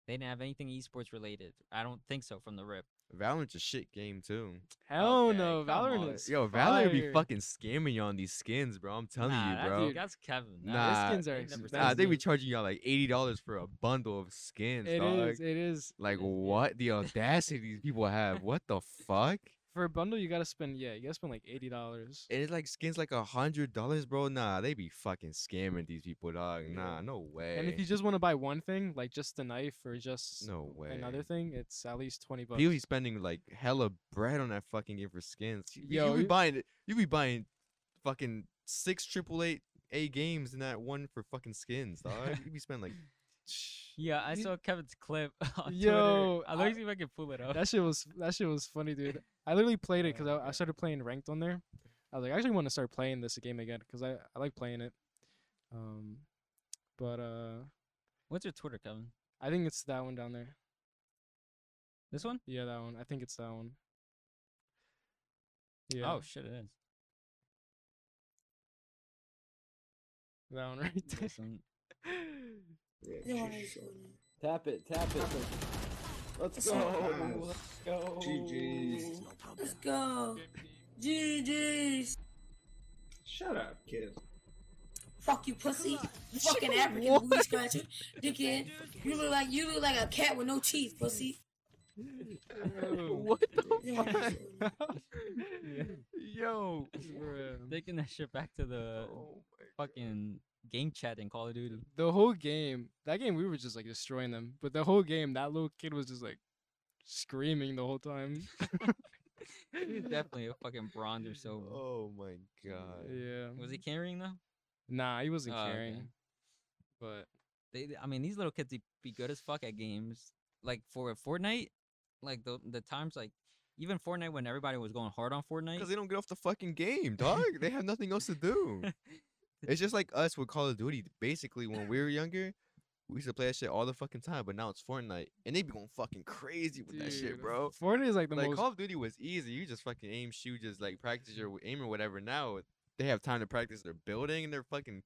[SPEAKER 2] They didn't have anything esports related. I don't think so from the rip.
[SPEAKER 1] Valorant's a shit game too.
[SPEAKER 3] Hell
[SPEAKER 2] okay,
[SPEAKER 3] no,
[SPEAKER 2] come on.
[SPEAKER 3] Valorant is
[SPEAKER 1] Yo, Valorant be
[SPEAKER 3] fire.
[SPEAKER 1] fucking scamming you on these skins, bro. I'm telling
[SPEAKER 2] nah,
[SPEAKER 1] you,
[SPEAKER 2] that's,
[SPEAKER 1] bro.
[SPEAKER 2] That's Kevin.
[SPEAKER 3] The
[SPEAKER 1] Nah,
[SPEAKER 3] skins are
[SPEAKER 2] they never
[SPEAKER 3] expensive.
[SPEAKER 2] said
[SPEAKER 1] Nah, they be
[SPEAKER 3] dude.
[SPEAKER 1] charging y'all like eighty dollars for a bundle of skins,
[SPEAKER 3] It
[SPEAKER 1] dog.
[SPEAKER 3] is. It is
[SPEAKER 1] Like
[SPEAKER 2] Yeah.
[SPEAKER 1] what the audacity these people have? What the fuck?
[SPEAKER 3] for a bundle. You gotta spend yeah. You gotta spend like eighty dollars.
[SPEAKER 1] And it's like skins like a hundred dollars, bro. Nah, they be fucking scamming these people, dog. Nah, no way.
[SPEAKER 3] And if you just want to buy one thing, like just the knife or just
[SPEAKER 1] no way.
[SPEAKER 3] another thing, it's at least twenty bucks.
[SPEAKER 1] People be spending like hella bread on that fucking game for skins. You, you
[SPEAKER 3] Yo,
[SPEAKER 1] be
[SPEAKER 3] you-
[SPEAKER 1] buying it. You be buying fucking six triple eight A games and that one for fucking skins, dog. you be spending like.
[SPEAKER 2] Yeah, I
[SPEAKER 3] You-
[SPEAKER 2] saw Kevin's clip on
[SPEAKER 3] Yo,
[SPEAKER 2] Twitter. I'll
[SPEAKER 3] I-
[SPEAKER 2] see if I can pull it up.
[SPEAKER 3] that shit was that shit was funny, dude. I literally played it because
[SPEAKER 2] Oh,
[SPEAKER 3] I, I started playing ranked on there, I was like, I actually want to start playing this game again because I, I like playing it. Um, but uh,
[SPEAKER 2] What's your Twitter, Kevin?
[SPEAKER 3] I think it's that one down there.
[SPEAKER 2] This one?
[SPEAKER 3] Yeah, that one. I think it's that one. Yeah,
[SPEAKER 2] Oh shit, it is.
[SPEAKER 3] that one right there.
[SPEAKER 2] This one.
[SPEAKER 5] Tap it, tap it. Let's go. Let's go.
[SPEAKER 6] GG's.
[SPEAKER 7] Let's go. GG's.
[SPEAKER 6] Shut up, kid.
[SPEAKER 7] Fuck you, pussy. You fucking African booty scratcher. Dickhead. You look like you look like a cat with no teeth, pussy.
[SPEAKER 3] what the fuck?
[SPEAKER 2] Yo,
[SPEAKER 3] Bruh.
[SPEAKER 2] taking that shit back to the fucking game chat in Call of Duty.
[SPEAKER 3] the whole game, that game we were just like destroying them, but the whole game that little kid was just like screaming the whole time.
[SPEAKER 2] He was definitely a fucking bronze or so.
[SPEAKER 1] Oh my god.
[SPEAKER 3] yeah.
[SPEAKER 2] Was he carrying though?
[SPEAKER 3] Nah, he wasn't
[SPEAKER 2] Oh, okay.
[SPEAKER 3] carrying. But
[SPEAKER 2] They, they- I mean, these little kids they be good as fuck at games. Like for Fortnite, like the the times like even Fortnite when everybody was going hard on Fortnite.
[SPEAKER 1] Because they don't get off the fucking game, dog. they have nothing else to do. It's just like us with Call of Duty. Basically, when we were younger, we used to play that shit all the fucking time, but now it's Fortnite. And they be going fucking crazy with that shit,
[SPEAKER 3] dude,
[SPEAKER 1] bro.
[SPEAKER 3] Fortnite is like the
[SPEAKER 1] like
[SPEAKER 3] most. Mm.
[SPEAKER 1] Call of Duty was easy. You just fucking aim, shoot, just like practice your w- aim or whatever. Now they have time to practice their building and they're fucking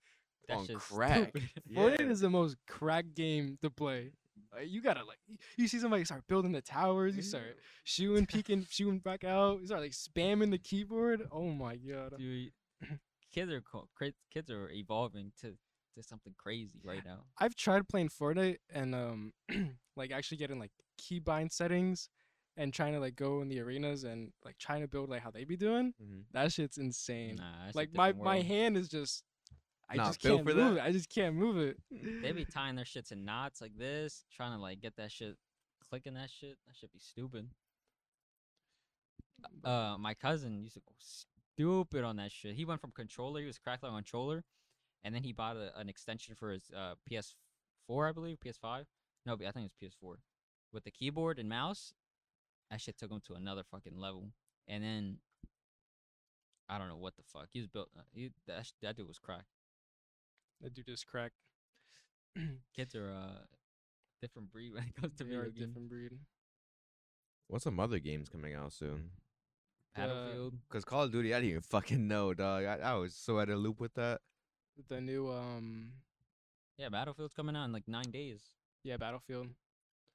[SPEAKER 2] That
[SPEAKER 1] on
[SPEAKER 2] shit's
[SPEAKER 1] crack.
[SPEAKER 2] stupid.
[SPEAKER 1] Yeah.
[SPEAKER 3] Fortnite is the most crack game to play. Like, you gotta like, y- you see somebody start building the towers, you start shooting, peeking, shooting back out, you start like spamming the keyboard. Oh my god!
[SPEAKER 2] Dude, kids are co- cra- kids are evolving to to something crazy right now.
[SPEAKER 3] I've tried playing Fortnite and um like actually getting like keybind settings and trying to like go in the arenas and like trying to build like how they be doing.
[SPEAKER 1] Mhm.
[SPEAKER 3] That shit's insane.
[SPEAKER 2] Nah, it's a
[SPEAKER 3] like my
[SPEAKER 2] different
[SPEAKER 3] my
[SPEAKER 2] world.
[SPEAKER 3] hand is just I
[SPEAKER 1] Nah,
[SPEAKER 3] just
[SPEAKER 1] built
[SPEAKER 3] can't
[SPEAKER 1] for
[SPEAKER 3] move
[SPEAKER 1] that.
[SPEAKER 3] it. I just can't move it.
[SPEAKER 2] They be tying their shit to knots like this, trying to like get that shit clicking that shit. That should be stupid. Uh, my cousin used to go stupid on that shit. He went from controller, he was cracked on controller, and then he bought a, an extension for his uh PS4, I believe, PS5. No, but I think it was PS4 with the keyboard and mouse. That shit took him to another fucking level. And then I don't know what the fuck he was built. Uh, he, that sh- that dude was cracked.
[SPEAKER 3] That dude just crack.
[SPEAKER 2] Kids are a different breed when it comes to
[SPEAKER 3] They
[SPEAKER 2] video
[SPEAKER 3] are a
[SPEAKER 2] games.
[SPEAKER 3] different breed.
[SPEAKER 1] What's some other games coming out soon?
[SPEAKER 2] Battlefield.
[SPEAKER 1] Because Call of Duty, I didn't even fucking know, dog. I, I was so out of loop with that.
[SPEAKER 3] The new um
[SPEAKER 2] yeah, Battlefield's coming out in like nine days.
[SPEAKER 3] yeah Battlefield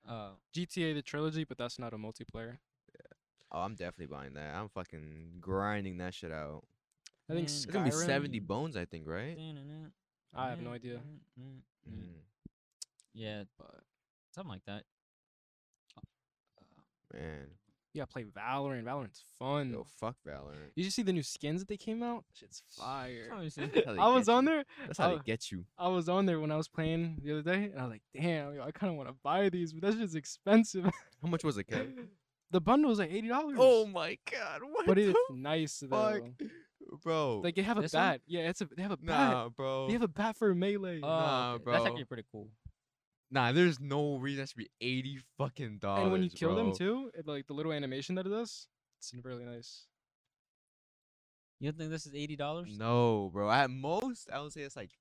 [SPEAKER 2] Uh,
[SPEAKER 3] GTA the trilogy, but that's not a multiplayer.
[SPEAKER 1] Oh, I'm definitely buying that. I'm fucking grinding that shit out.
[SPEAKER 3] I think
[SPEAKER 2] Mm.
[SPEAKER 1] It's gonna be
[SPEAKER 3] Skyrim-
[SPEAKER 1] 70 bones, I think, right?
[SPEAKER 3] Mm. I have no idea.
[SPEAKER 1] Mm.
[SPEAKER 2] Yeah,
[SPEAKER 3] But
[SPEAKER 2] something like that.
[SPEAKER 1] Man,
[SPEAKER 3] yeah, play Valorant. Valorant's fun.
[SPEAKER 1] yo, fuck Valorant.
[SPEAKER 3] Did Mm. you see the new skins that they came out? Shit's fire.
[SPEAKER 2] Something
[SPEAKER 1] That's
[SPEAKER 2] simple.
[SPEAKER 1] how they
[SPEAKER 3] I was
[SPEAKER 1] get
[SPEAKER 3] on
[SPEAKER 1] you.
[SPEAKER 3] there. Oh.
[SPEAKER 1] That's how
[SPEAKER 3] I-
[SPEAKER 1] they get you.
[SPEAKER 3] I was on there when I was playing the other day, and I was like, "Damn, yo, I kind of want to buy these, but that's just expensive."
[SPEAKER 1] How much was it, Kev?
[SPEAKER 3] the bundle is like eighty dollars.
[SPEAKER 1] my god, what
[SPEAKER 3] but it's nice though.
[SPEAKER 1] bro?
[SPEAKER 3] Like they have a
[SPEAKER 2] This one?
[SPEAKER 3] bat. Yeah, it's a they have a bat.
[SPEAKER 1] nah, bro.
[SPEAKER 3] They have a bat for melee.
[SPEAKER 2] Oh,
[SPEAKER 1] Nah,
[SPEAKER 2] okay, That's actually
[SPEAKER 1] bro.
[SPEAKER 2] pretty cool.
[SPEAKER 1] nah, there's no reason that should be 80 fucking dollars.
[SPEAKER 3] and when you kill them
[SPEAKER 1] bro.
[SPEAKER 3] too, it, like the little animation that it does, it's really nice.
[SPEAKER 2] You don't think this is eighty dollars?
[SPEAKER 1] No, bro. At most, I would say it's like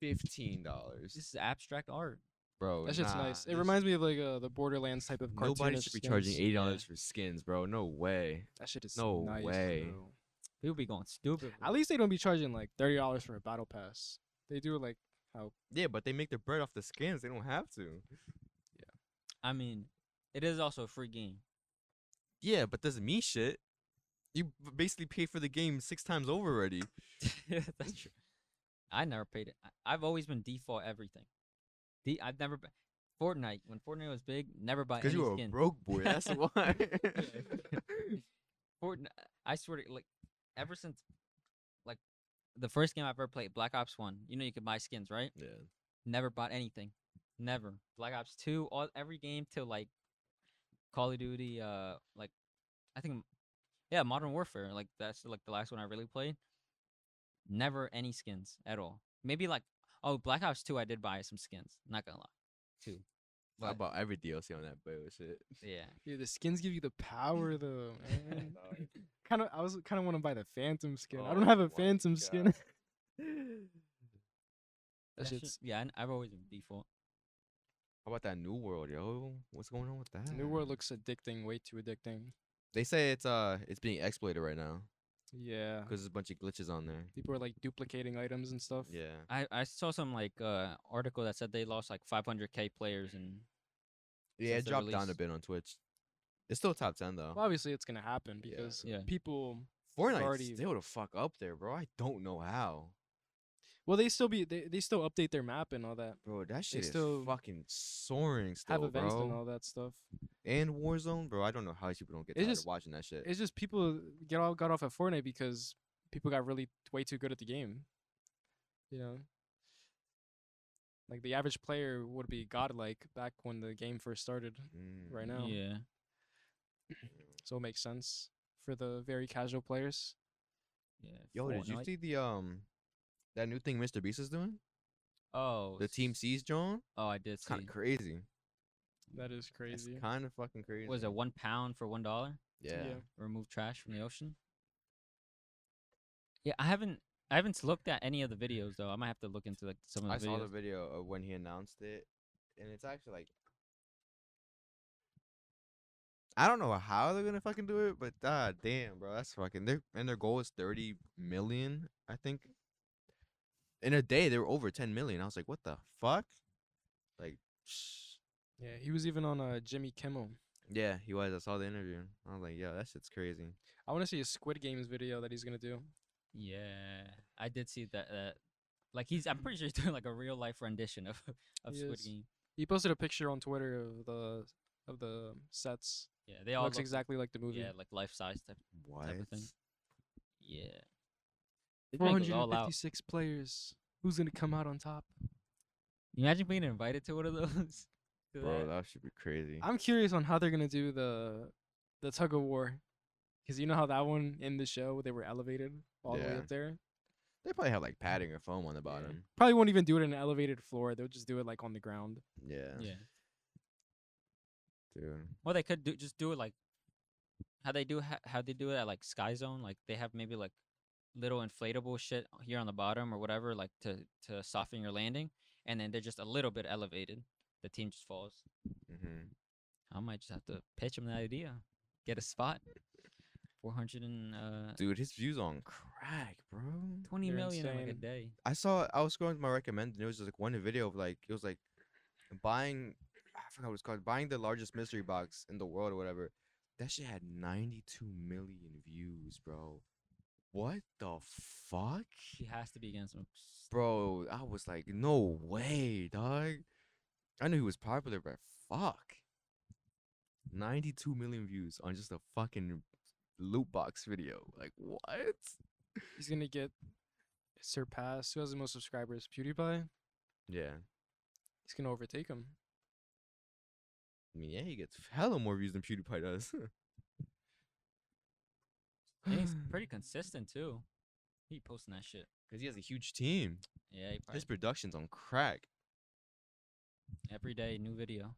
[SPEAKER 1] fifteen dollars,
[SPEAKER 2] This is abstract art.
[SPEAKER 1] bro.
[SPEAKER 3] That shit's
[SPEAKER 1] Oh, nah,
[SPEAKER 3] nice. It
[SPEAKER 1] there's-
[SPEAKER 3] reminds me of like uh, the Borderlands type of cartoon.
[SPEAKER 1] Nobody should be charging
[SPEAKER 3] skins.
[SPEAKER 1] eighty dollars for skins, bro. No way.
[SPEAKER 3] That shit is
[SPEAKER 1] No
[SPEAKER 3] nice,
[SPEAKER 1] way.
[SPEAKER 3] bro.
[SPEAKER 2] People be going stupid.
[SPEAKER 3] At least they don't be charging like thirty dollars for a battle pass. They do like
[SPEAKER 1] Yeah, but they make their bread off the skins. They don't have to.
[SPEAKER 2] I mean, it is also a free game.
[SPEAKER 1] Yeah, but doesn't mean shit. You b- basically pay for the game six times over already.
[SPEAKER 2] That's true. I never paid it. I- I've always been default everything. De- I've never been Fortnite. When Fortnite was big, never buy any
[SPEAKER 1] Because you were a
[SPEAKER 2] skin.
[SPEAKER 1] broke boy. That's why.
[SPEAKER 2] Fortnite. I swear to like, ever since, like, the first game I ever played, Black Ops One. You know you could buy skins, right?
[SPEAKER 1] yeah.
[SPEAKER 2] Never bought anything. Never. Black Ops Two. All every game till like, Call of Duty. Uh, like, I think, yeah, Modern Warfare. Like that's like the last one I really played. Never any skins at all. Maybe like, oh, Black Ops Two. I did buy some skins. Not gonna lie. Two.
[SPEAKER 1] I
[SPEAKER 2] But,
[SPEAKER 1] bought every DLC on that bullshit.
[SPEAKER 2] yeah.
[SPEAKER 3] yeah, the skins give you the power though. man. kind of I was kind of want to buy the Phantom skin. I
[SPEAKER 1] Oh
[SPEAKER 3] don't have
[SPEAKER 1] my
[SPEAKER 3] a Phantom skin.
[SPEAKER 1] God.
[SPEAKER 3] that
[SPEAKER 2] That shit-
[SPEAKER 3] shit's
[SPEAKER 2] yeah, and I've always been default.
[SPEAKER 1] How about that New World, yo? What's going on with that?
[SPEAKER 3] New World looks addicting, way too addicting.
[SPEAKER 1] They say it's uh it's being exploited right now
[SPEAKER 3] Yeah,
[SPEAKER 1] because there's a bunch of glitches on there.
[SPEAKER 3] people are like duplicating items and stuff.
[SPEAKER 1] Yeah.
[SPEAKER 2] I, I saw some like uh article that said they lost like 500k players and
[SPEAKER 1] Yeah, it
[SPEAKER 2] Since the
[SPEAKER 1] dropped down a
[SPEAKER 2] release.
[SPEAKER 1] bit on Twitch. It's still top ten though.
[SPEAKER 3] Well, obviously it's gonna happen
[SPEAKER 1] Yeah.
[SPEAKER 3] because
[SPEAKER 2] Yeah.
[SPEAKER 3] people.
[SPEAKER 1] Fortnite's
[SPEAKER 3] already-
[SPEAKER 1] still the fuck up there, bro. I don't know how,
[SPEAKER 3] Well, they still be they, they still update their map and all that.
[SPEAKER 1] bro. That shit
[SPEAKER 3] still
[SPEAKER 1] is fucking soaring
[SPEAKER 3] Have
[SPEAKER 1] still,
[SPEAKER 3] events
[SPEAKER 1] bro.
[SPEAKER 3] and all that stuff.
[SPEAKER 1] and Warzone, bro. I don't know how these people don't get
[SPEAKER 3] It's
[SPEAKER 1] tired
[SPEAKER 3] just-
[SPEAKER 1] of watching that shit.
[SPEAKER 3] It's just people get all got off at Fortnite because people got really way too good at the game. You know, like the average player would be godlike back when the game first started.
[SPEAKER 1] Mm,
[SPEAKER 3] Right now,
[SPEAKER 2] yeah.
[SPEAKER 3] so it makes sense for the very casual players.
[SPEAKER 2] Yeah.
[SPEAKER 1] Yo, did you
[SPEAKER 2] Fortnite.
[SPEAKER 1] see the um that new thing Mr. Beast is doing?
[SPEAKER 2] Oh,
[SPEAKER 1] The Team
[SPEAKER 2] s-
[SPEAKER 1] C's John?
[SPEAKER 2] Oh, I did
[SPEAKER 1] It's
[SPEAKER 2] see.
[SPEAKER 1] kind of crazy.
[SPEAKER 3] That is crazy.
[SPEAKER 1] It's kind of fucking crazy.
[SPEAKER 2] Was it one pound for one dollar?
[SPEAKER 1] Yeah.
[SPEAKER 3] yeah.
[SPEAKER 2] remove trash from the ocean. Yeah, I haven't I haven't s- looked at any of the videos though. I might have to look into like some
[SPEAKER 1] I
[SPEAKER 2] of the
[SPEAKER 1] saw
[SPEAKER 2] videos.
[SPEAKER 1] the video of when he announced it, and it's actually like. I don't know how they're gonna fucking do it, but ah, damn, bro, that's fucking. Their and their goal is thirty million, I think. In a day, they were over ten million. I was like, what the fuck? Like,
[SPEAKER 3] Yeah, he was even on uh, Jimmy Kimmel.
[SPEAKER 1] yeah, he was. I saw the interview. I was like, yo, that shit's crazy.
[SPEAKER 3] I want to see a Squid Games video that he's gonna do.
[SPEAKER 2] yeah, I did see that. Uh, like he's, I'm pretty sure he's doing like a real life rendition of of Squid
[SPEAKER 3] Yes.
[SPEAKER 2] Game.
[SPEAKER 3] He posted a picture on Twitter of the of the sets.
[SPEAKER 2] Yeah, they all
[SPEAKER 3] looks
[SPEAKER 2] look,
[SPEAKER 3] exactly like the movie.
[SPEAKER 2] yeah like life size type.
[SPEAKER 1] What?
[SPEAKER 2] of thing. Yeah, They
[SPEAKER 3] Four
[SPEAKER 2] make
[SPEAKER 3] hundred
[SPEAKER 2] it all
[SPEAKER 3] and
[SPEAKER 2] out.
[SPEAKER 3] fifty-six players. Who's gonna come out on top?
[SPEAKER 2] Imagine being invited to one of those. to
[SPEAKER 1] Bro,
[SPEAKER 2] that.
[SPEAKER 1] that should be crazy.
[SPEAKER 3] I'm curious on how they're gonna do the the tug of war, because you know how that one in the show they were elevated all the way
[SPEAKER 1] Yeah.
[SPEAKER 3] up there.
[SPEAKER 1] They probably have like padding or foam on the bottom.
[SPEAKER 3] Probably won't even do it in an elevated floor. They'll just do it like on the ground.
[SPEAKER 1] Yeah,
[SPEAKER 2] yeah.
[SPEAKER 1] dude.
[SPEAKER 2] Well, they could do just do it like how they do ha- how they do it at like Sky Zone. Like they have maybe like little inflatable shit here on the bottom or whatever, like to to soften your landing, and then they're just a little bit elevated. The team just falls.
[SPEAKER 1] hmm
[SPEAKER 2] I might just have to pitch him that idea, get a spot. Four hundred and uh,
[SPEAKER 1] Dude, his views on crack, bro.
[SPEAKER 2] twenty
[SPEAKER 3] They're
[SPEAKER 2] million in like a
[SPEAKER 3] insane.
[SPEAKER 2] day.
[SPEAKER 1] I saw I was scrolling through my recommend and it was just like one video of like it was like buying I forgot what it's called, buying the largest mystery box in the world or whatever. That shit had 92 million views, bro. What the fuck?
[SPEAKER 2] He has to be against him.
[SPEAKER 1] Bro, I was like, no way, dog. I knew he was popular, but fuck. 92 million views on just a fucking loot box video. Like, what?
[SPEAKER 3] He's gonna get surpassed. Who has the most subscribers? PewDiePie.
[SPEAKER 1] Yeah.
[SPEAKER 3] He's gonna overtake him.
[SPEAKER 1] I mean, yeah, he gets hella more views than PewDiePie does.
[SPEAKER 2] And he's pretty consistent too. He posting that shit.
[SPEAKER 1] Because he has a huge team.
[SPEAKER 2] Yeah, he
[SPEAKER 1] His
[SPEAKER 2] probably,
[SPEAKER 1] production's on crack.
[SPEAKER 2] every day new video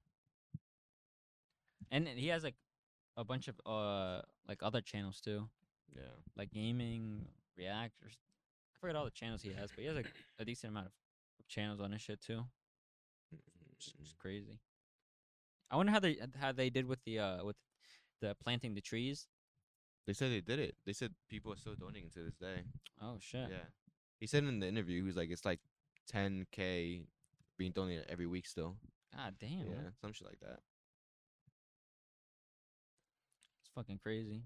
[SPEAKER 2] and then he has like a bunch of uh like other channels too
[SPEAKER 1] Yeah.
[SPEAKER 2] like gaming react or s- i forget all the channels he has but he has like a decent amount of channels on his shit too which
[SPEAKER 1] Mm-hmm.
[SPEAKER 2] is crazy i wonder how they how they did with the uh with the planting the trees
[SPEAKER 1] They said they did it. They said people are still donating to this day.
[SPEAKER 2] oh
[SPEAKER 1] Yeah.
[SPEAKER 2] shit
[SPEAKER 1] He said in the interview, he was like, it's like 10K being donated every week still.
[SPEAKER 2] god damn
[SPEAKER 1] Yeah.
[SPEAKER 2] man.
[SPEAKER 1] Some shit like that.
[SPEAKER 2] it's fucking crazy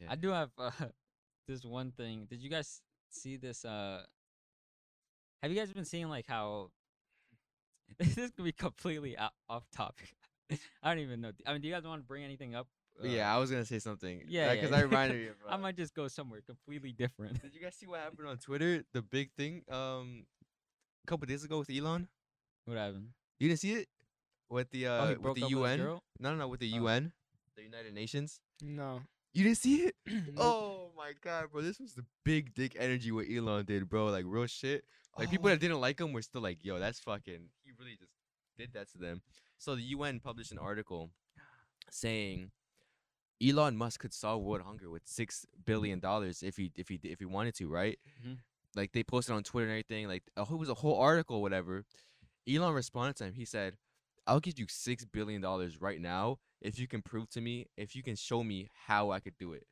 [SPEAKER 1] Yeah.
[SPEAKER 2] I do have uh, this one thing. Did you guys see this? Uh, have you guys been seeing like how this could be completely out, off topic? I don't even know. I mean, do you guys want to bring anything up?
[SPEAKER 1] But yeah, I was going to say something.
[SPEAKER 2] uh yeah, yeah,
[SPEAKER 1] Because
[SPEAKER 2] yeah.
[SPEAKER 1] I reminded me of.
[SPEAKER 2] I
[SPEAKER 1] uh,
[SPEAKER 2] might just go somewhere completely different.
[SPEAKER 1] Did you guys see what happened on Twitter? The big thing um, a couple days ago with Elon?
[SPEAKER 2] what happened?
[SPEAKER 1] You didn't see it? With the, uh,
[SPEAKER 2] Oh, he
[SPEAKER 1] with
[SPEAKER 2] broke
[SPEAKER 1] the
[SPEAKER 2] up with his
[SPEAKER 1] UN?
[SPEAKER 2] girl?
[SPEAKER 1] No, no, no, with the
[SPEAKER 2] Oh.
[SPEAKER 1] UN, the United Nations.
[SPEAKER 3] No.
[SPEAKER 1] You didn't see it?
[SPEAKER 3] Nope.
[SPEAKER 1] Oh my god, bro! This was the big dick energy what Elon did, bro. Like real shit. Like people that didn't like him were still like, "Yo, that's fucking." He really just did that to them. So the UN published an article saying Elon Musk could solve world hunger with six billion dollars if he if he if he wanted to, right?
[SPEAKER 2] Mhm.
[SPEAKER 1] Like they posted on Twitter and everything. Like a whole- it was a whole article, whatever. Elon responded to him. He said, "I'll give you six billion dollars right now if you can prove to me, if you can show me how I could do it."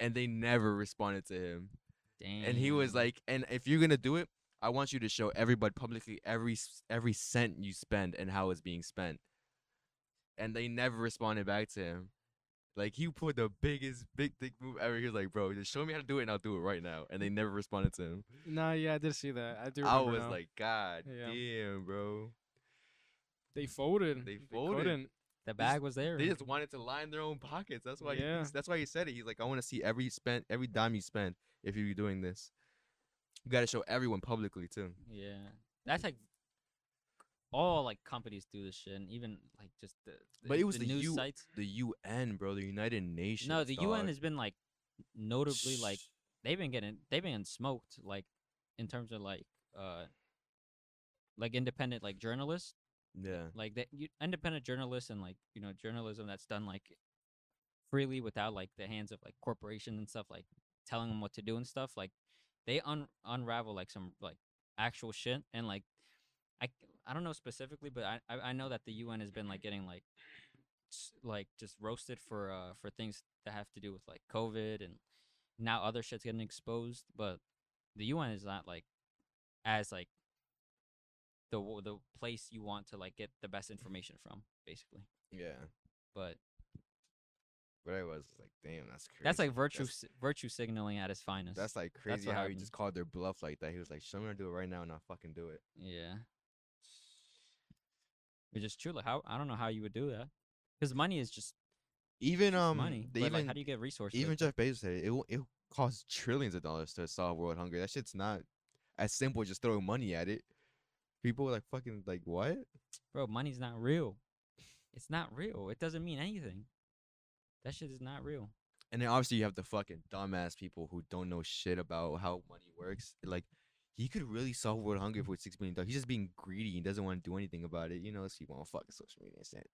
[SPEAKER 1] And they never responded to him.
[SPEAKER 2] Damn.
[SPEAKER 1] And he
[SPEAKER 3] Mm.
[SPEAKER 1] was like, "And if you're gonna do it, I want you to show everybody publicly every s- every cent you spend and how it's being spent." And they never responded back to him. Like he put the biggest big dick move ever. He was like, "Bro, just show me how to do it, and I'll do it right now." And they never responded to him.
[SPEAKER 3] Nah, yeah, I did see that. I do.
[SPEAKER 1] I
[SPEAKER 3] remember
[SPEAKER 1] was
[SPEAKER 3] now.
[SPEAKER 1] like, "God
[SPEAKER 3] Yeah.
[SPEAKER 1] damn, bro."
[SPEAKER 3] they folded.
[SPEAKER 1] they folded.
[SPEAKER 3] couldn't.
[SPEAKER 2] the bag was there.
[SPEAKER 1] They just wanted to line their own pockets. That's why.
[SPEAKER 3] Yeah.
[SPEAKER 1] He, that's why he said it. He's like, "I want to see every spent every dime you spend if you're doing this. You got to show everyone publicly too."
[SPEAKER 2] Yeah, that's like all like companies do this shit, and even like just the, the
[SPEAKER 1] But it was the
[SPEAKER 2] news
[SPEAKER 1] U-
[SPEAKER 2] sites.
[SPEAKER 1] The UN, bro, the United Nations.
[SPEAKER 2] No, the
[SPEAKER 1] dog.
[SPEAKER 2] UN has been like notably like they've been getting they've been smoked like in terms of like uh like independent like journalists
[SPEAKER 1] Yeah.
[SPEAKER 2] like that you, independent journalists and like you know journalism that's done like freely without like the hands of like corporations and stuff like telling them what to do and stuff like they un- unravel like some like actual shit and like i i don't know specifically but i i, I know that the un has been like getting like s- like just roasted for uh for things that have to do with like covid and now other shit's getting exposed but the un is not like as like the w- the place you want to like get the best information from basically
[SPEAKER 1] Yeah.
[SPEAKER 2] but
[SPEAKER 1] But I was like, damn, that's crazy.
[SPEAKER 2] that's like virtue
[SPEAKER 1] That's,
[SPEAKER 2] si- virtue signaling at its finest
[SPEAKER 1] that's, like crazy
[SPEAKER 2] what
[SPEAKER 1] how he
[SPEAKER 2] happened.
[SPEAKER 1] just called their bluff like that. He was like, "Show me how to do it right now, and I'll fucking do it."
[SPEAKER 2] yeah which is true like how i don't know how you would do that because money is just
[SPEAKER 1] Even um,
[SPEAKER 2] money
[SPEAKER 1] they
[SPEAKER 2] but,
[SPEAKER 1] even
[SPEAKER 2] like, how do you get resources
[SPEAKER 1] even
[SPEAKER 2] like
[SPEAKER 1] Jeff
[SPEAKER 2] that?
[SPEAKER 1] Bezos said it. It, won't- it costs trillions of dollars to solve world hunger. That shit's not as simple as just throwing money at it. People were like fucking like what?
[SPEAKER 2] bro money's not real it's not real it doesn't mean anything that shit is not real
[SPEAKER 1] And then obviously you have the fucking dumbass people who don't know shit about how money works. Like he could really solve world hunger for six million dollars. He's just being greedy. He doesn't want to do anything about it. You know, so he won't fucking social media and shit.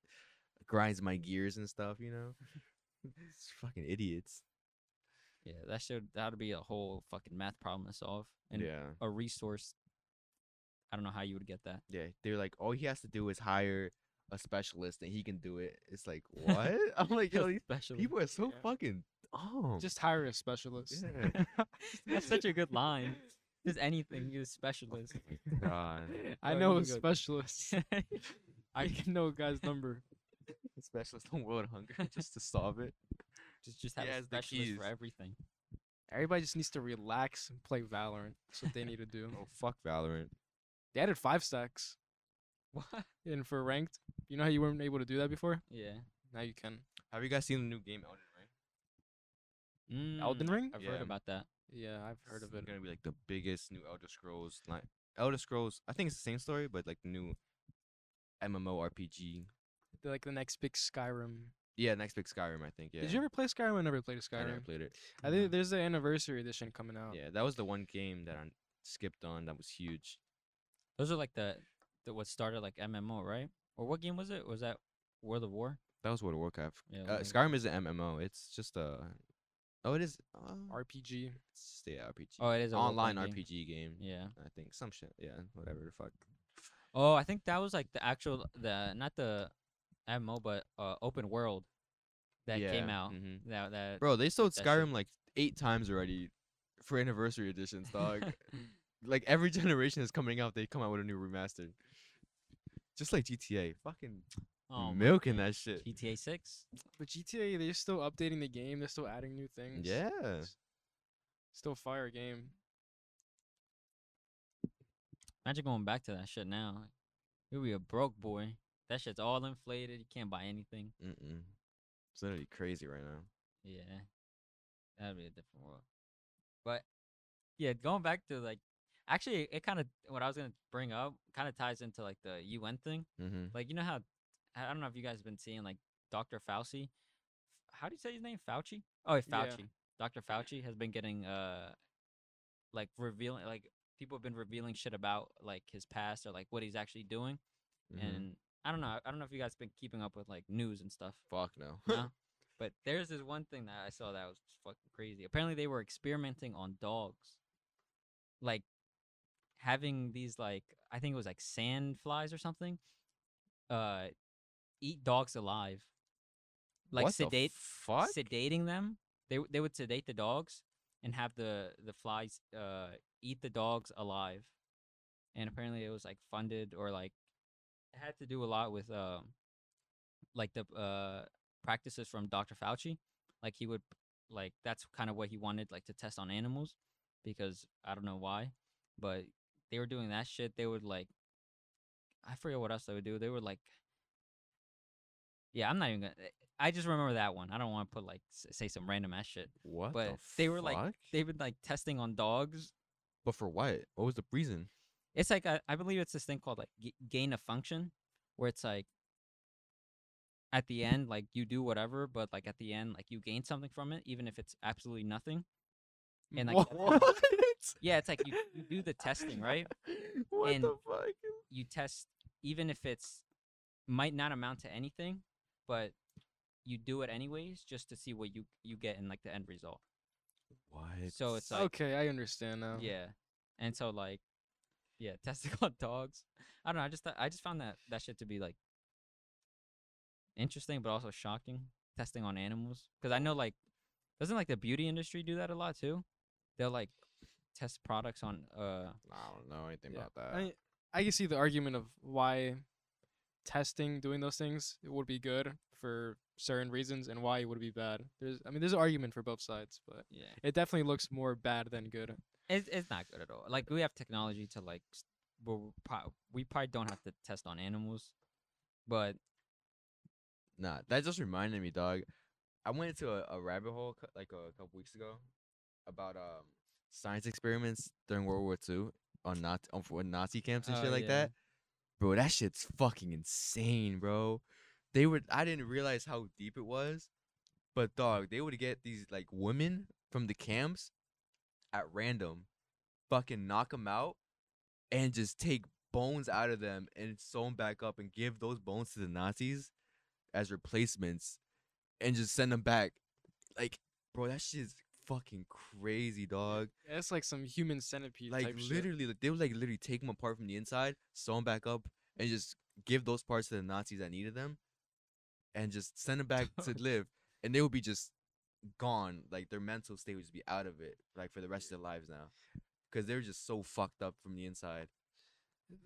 [SPEAKER 1] Grinds my gears and stuff, you know? it's fucking idiots.
[SPEAKER 2] yeah that should that'd be a whole fucking math problem to solve and
[SPEAKER 1] yeah.
[SPEAKER 2] a resource i don't know how you would get that
[SPEAKER 1] Yeah. They're like, all he has to do is hire a specialist and he can do it. It's like, what? I'm like, yo, these
[SPEAKER 2] Especially-
[SPEAKER 1] people are so
[SPEAKER 3] Yeah.
[SPEAKER 1] fucking dumb.
[SPEAKER 3] Just hire a specialist.
[SPEAKER 1] Oh. yeah.
[SPEAKER 2] That's such a good line. Just anything, you specialist.
[SPEAKER 1] God.
[SPEAKER 3] I
[SPEAKER 2] Bro,
[SPEAKER 3] know
[SPEAKER 2] you
[SPEAKER 3] a
[SPEAKER 2] look good.
[SPEAKER 3] specialist. I can know a guy's number.
[SPEAKER 1] Specialist on world hunger just to solve it.
[SPEAKER 2] just just have
[SPEAKER 1] He
[SPEAKER 2] a
[SPEAKER 1] has the
[SPEAKER 2] specialist
[SPEAKER 1] keys.
[SPEAKER 2] for everything.
[SPEAKER 3] Everybody just needs to relax and play Valorant. That's what they need to do.
[SPEAKER 1] Oh fuck Valorant.
[SPEAKER 3] They added five stacks
[SPEAKER 2] What?
[SPEAKER 3] in for ranked. You know how you weren't able to do that before?
[SPEAKER 2] Yeah.
[SPEAKER 3] Now you can.
[SPEAKER 1] Have you guys seen the new game Elden Ring?
[SPEAKER 2] Mm,
[SPEAKER 3] Elden Ring?
[SPEAKER 2] I've
[SPEAKER 1] Yeah.
[SPEAKER 2] heard about that.
[SPEAKER 3] Yeah, I've heard of
[SPEAKER 1] It's
[SPEAKER 3] it.
[SPEAKER 1] gonna be like the biggest new Elder Scrolls like Elder Scrolls. I think it's the same story, but like the new MMORPG.
[SPEAKER 3] They're like the next big Skyrim.
[SPEAKER 1] Yeah, next big Skyrim, I think. Yeah.
[SPEAKER 3] Did you ever play Skyrim? I never played a
[SPEAKER 1] I never
[SPEAKER 3] Skyrim.
[SPEAKER 1] played it.
[SPEAKER 3] I think there's the anniversary edition coming out.
[SPEAKER 1] Yeah, that was the one game that I skipped on. That was huge.
[SPEAKER 2] Those are like the, the what started like MMO, right? Or what game was it? Was that World of War?
[SPEAKER 1] That was World of Warcraft.
[SPEAKER 2] Yeah.
[SPEAKER 1] Uh,
[SPEAKER 2] World of War.
[SPEAKER 1] Skyrim is an MMO. It's just a. Oh, it is. Uh,
[SPEAKER 3] RPG.
[SPEAKER 1] it's just, yeah, RPG.
[SPEAKER 2] Oh, it is a
[SPEAKER 1] Online
[SPEAKER 2] role-playing game.
[SPEAKER 1] RPG game.
[SPEAKER 2] Yeah.
[SPEAKER 1] I think some shit. Yeah, whatever the fuck.
[SPEAKER 2] Oh, I think that was like the actual the not the MMO but uh, open world that came
[SPEAKER 1] Yeah,
[SPEAKER 2] out.
[SPEAKER 1] mhm.
[SPEAKER 2] That that
[SPEAKER 1] Bro, they sold
[SPEAKER 2] that shit.
[SPEAKER 1] Skyrim like eight times already for anniversary editions, dog. like every generation is coming out, they come out with a new remaster. Just like GTA, fucking
[SPEAKER 2] oh, my
[SPEAKER 1] milking
[SPEAKER 2] God.
[SPEAKER 1] that shit.
[SPEAKER 2] GTA Six.
[SPEAKER 3] But GTA, they're still updating the game. They're still adding new things.
[SPEAKER 1] Yeah,
[SPEAKER 3] It's Still fire game.
[SPEAKER 2] Imagine going back to that shit now. You'll be a broke boy. That shit's all inflated. You can't buy anything.
[SPEAKER 1] Mm-mm. it's literally crazy right now.
[SPEAKER 2] Yeah. That'd be a different world. But yeah, going back to like actually it kind of what I was gonna bring up kind of ties into like the UN thing.
[SPEAKER 1] Mm-hmm.
[SPEAKER 2] Like you know how I don't know if you guys have been seeing like Dr. Fauci. How do you say his name? Fauci? Oh, yeah,
[SPEAKER 3] Yeah.
[SPEAKER 2] Fauci. Dr. Fauci has been getting uh like revealing like people have been revealing shit about like his past or like what he's actually doing.
[SPEAKER 1] mm-hmm.
[SPEAKER 2] And I don't know. I don't know if you guys been keeping up with like news and stuff.
[SPEAKER 1] Fuck no.
[SPEAKER 2] No? But there's this one thing that I saw that was fucking crazy. Apparently, they were experimenting on dogs, like having these like I think it was like sand flies or something, uh, eat dogs alive, like
[SPEAKER 1] What the
[SPEAKER 2] sedate
[SPEAKER 1] fuck?
[SPEAKER 2] sedating them. They w- they would sedate the dogs and have the the flies uh eat the dogs alive, and apparently it was like funded or like it had to do a lot with um like the uh practices from Dr. Fauci. Like he would like that's kind of what he wanted like to test on animals because I don't know why, but they were doing that shit. They would like I forget what else they would do. They would like Yeah, I'm not even gonna I just remember that one. I don't want to put like s- say some random ass shit.
[SPEAKER 1] What?
[SPEAKER 2] but
[SPEAKER 1] the
[SPEAKER 2] they were like
[SPEAKER 1] fuck?
[SPEAKER 2] they've been like testing on dogs.
[SPEAKER 1] But for what? What was the reason?
[SPEAKER 2] It's like I, I believe it's this thing called like g- gain of function where it's like at the end like you do whatever but like at the end like you gain something from it even if it's absolutely nothing. And like yeah, it's like you, you do the testing, right?
[SPEAKER 1] what
[SPEAKER 2] And-
[SPEAKER 1] the fuck?
[SPEAKER 2] you test even if it's might not amount to anything, but you do it anyways just to see what you you get in like the end result.
[SPEAKER 1] What?
[SPEAKER 2] So it's like
[SPEAKER 3] okay, I understand now.
[SPEAKER 2] yeah, and so like yeah, testing on dogs. I don't know. I just thought, I just found that that shit to be like interesting, but also shocking. Testing on animals because I know like doesn't like the beauty industry do that a lot too? They'll like test products on uh
[SPEAKER 1] I don't know anything
[SPEAKER 3] Yeah,
[SPEAKER 1] about that.
[SPEAKER 3] I I can see the argument of why testing doing those things it would be good for certain reasons and why it would be bad. There's I mean there's an argument for both sides, but
[SPEAKER 2] yeah
[SPEAKER 3] it definitely looks more bad than good.
[SPEAKER 2] It's, it's not good at all. Like we have technology to like, s- well, we prob- we probably don't have to test on animals, but
[SPEAKER 1] Nah, that just reminded me, dog. I went into a, a rabbit hole cou- like a couple weeks ago about um science experiments during World War II on Nazi on for Nazi camps and
[SPEAKER 2] Oh,
[SPEAKER 1] shit like
[SPEAKER 2] yeah.
[SPEAKER 1] that. Bro, that shit's fucking insane, bro. They would I didn't realize how deep it was, but dog, they would get these like women from the camps at random, fucking knock them out, and just take bones out of them and sew them back up and give those bones to the Nazis as replacements and just send them back. Like, bro, that shit's fucking crazy, dog.
[SPEAKER 3] Yeah, it's like some human centipede
[SPEAKER 1] Like
[SPEAKER 3] type shit.
[SPEAKER 1] literally, like they would like literally take them apart from the inside, sew them back up, and just give those parts to the Nazis that needed them, and just send them back to live. And they would be just gone. Like their mental state would just be out of it, like for the rest of their lives now, because they were just so fucked up from the inside.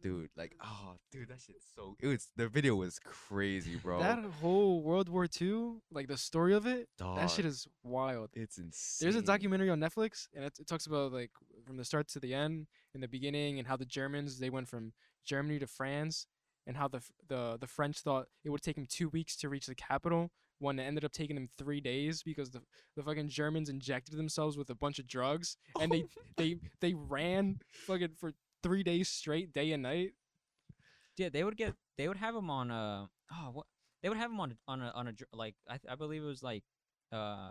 [SPEAKER 1] Dude,
[SPEAKER 3] Mm.
[SPEAKER 1] like, oh, dude, that shit's so. It was the video was crazy, bro.
[SPEAKER 3] That whole World War II, like the story of it, that shit
[SPEAKER 1] Dog.
[SPEAKER 3] is wild.
[SPEAKER 1] It's insane.
[SPEAKER 3] There's a documentary on Netflix, and it, it talks about like from the start to the end, in the beginning, and how the Germans they went from Germany to France, and how the F- the the French thought it would take them two weeks to reach the capital. When it ended up taking them three days because the the fucking Germans injected themselves with a bunch of drugs, and they they they ran fucking for three days straight, day and night.
[SPEAKER 2] yeah, they would get they would have them on uh oh what they would have them on a, on a on a dr- like I th- I believe it was like uh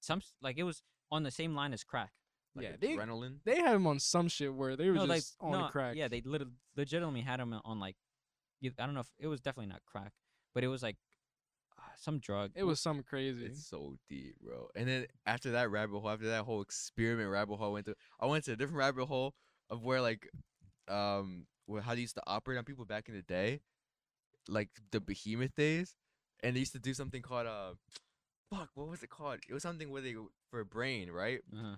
[SPEAKER 2] some s- like it was on the same line as crack.
[SPEAKER 1] Like
[SPEAKER 3] yeah, they
[SPEAKER 1] adrenaline.
[SPEAKER 3] they had them on some shit where they were
[SPEAKER 2] no,
[SPEAKER 3] just
[SPEAKER 2] like
[SPEAKER 3] on
[SPEAKER 2] no,
[SPEAKER 3] crack.
[SPEAKER 2] Yeah, they lit- legitimately had them on like eith- I don't know if it was definitely not crack, but it was like uh, some drug.
[SPEAKER 3] it was some crazy.
[SPEAKER 1] It's so deep, bro. And then after that rabbit hole, after that whole experiment rabbit hole I went through, I went to a different rabbit hole of where like, um, where how they used to operate on people back in the day, like the behemoth days, and they used to do something called uh, fuck, what was it called? It was something where they for a brain, right?
[SPEAKER 2] uh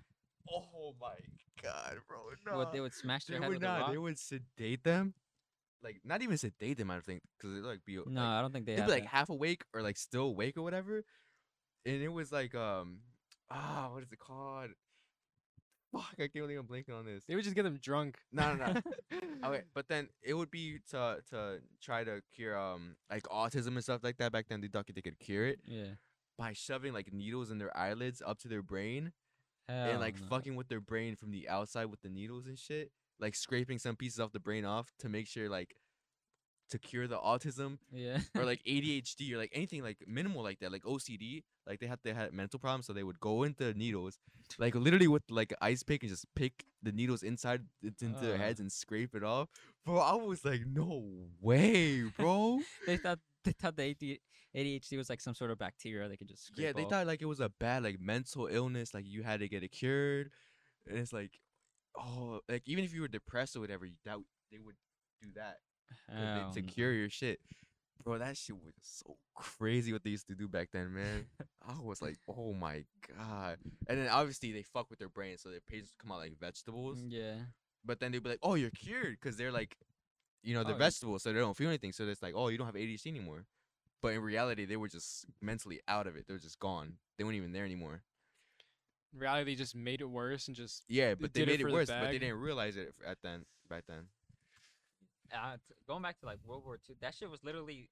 [SPEAKER 1] Oh my god, bro! No,
[SPEAKER 2] What they would smash their
[SPEAKER 1] they
[SPEAKER 2] head
[SPEAKER 1] would
[SPEAKER 2] with a
[SPEAKER 1] not.
[SPEAKER 2] rock?
[SPEAKER 1] They would sedate them, like not even sedate them. I don't think because they like be like,
[SPEAKER 2] no, I don't think they.
[SPEAKER 1] they'd
[SPEAKER 2] have
[SPEAKER 1] be like
[SPEAKER 2] that.
[SPEAKER 1] half awake or like still awake or whatever. And it was like um ah what is it called? Fuck, I can't believe I'm blanking on this.
[SPEAKER 3] They would just get them drunk.
[SPEAKER 1] No, no, no. okay, but then it would be to to try to cure um like autism and stuff like that. Back then, they thought they could cure it
[SPEAKER 2] Yeah.
[SPEAKER 1] by shoving like needles in their eyelids up to their brain
[SPEAKER 2] Hell
[SPEAKER 1] and like
[SPEAKER 2] Oh, no.
[SPEAKER 1] fucking with their brain from the outside with the needles and shit, like scraping some pieces off the brain off to make sure like to cure the autism
[SPEAKER 2] Yeah.
[SPEAKER 1] or like ADHD or like anything like minimal like that, like OCD, like they had they had mental problems, so they would go into needles, like literally with like an ice pick and just pick the needles inside it's into their
[SPEAKER 2] Uh.
[SPEAKER 1] heads and scrape it off. Bro, I was like, no way, bro.
[SPEAKER 2] they thought they thought the ADHD was like some sort of bacteria they could just scrape
[SPEAKER 1] Yeah, they
[SPEAKER 2] off.
[SPEAKER 1] thought like it was a bad like mental illness, like you had to get it cured, and it's like, oh, like even if you were depressed or whatever, you- that they would do that 'cause
[SPEAKER 3] Um,
[SPEAKER 2] Hell
[SPEAKER 1] they, to
[SPEAKER 2] no.
[SPEAKER 1] cure your shit. Bro, that shit was so crazy what they used to do back then, man. I was like, oh my god. And then obviously they fuck with their brain, so their patients come out like vegetables.
[SPEAKER 3] Mm,
[SPEAKER 2] Yeah.
[SPEAKER 1] But then they'd be like, oh, you're cured, because they're like, you know, they're
[SPEAKER 2] Oh, yeah.
[SPEAKER 1] vegetables, so they don't feel anything. So it's like, oh, you don't have ADHD anymore. But in reality, they were just mentally out of it. They were just gone. They weren't even there anymore.
[SPEAKER 3] In reality, they just made it worse and just
[SPEAKER 1] Yeah,
[SPEAKER 3] They
[SPEAKER 1] but they
[SPEAKER 3] did it
[SPEAKER 1] made it,
[SPEAKER 3] for the
[SPEAKER 1] worse. but they
[SPEAKER 3] bag.
[SPEAKER 1] didn't realize it at then. Back then,
[SPEAKER 2] uh, t- going back to like World War II, that shit was literally.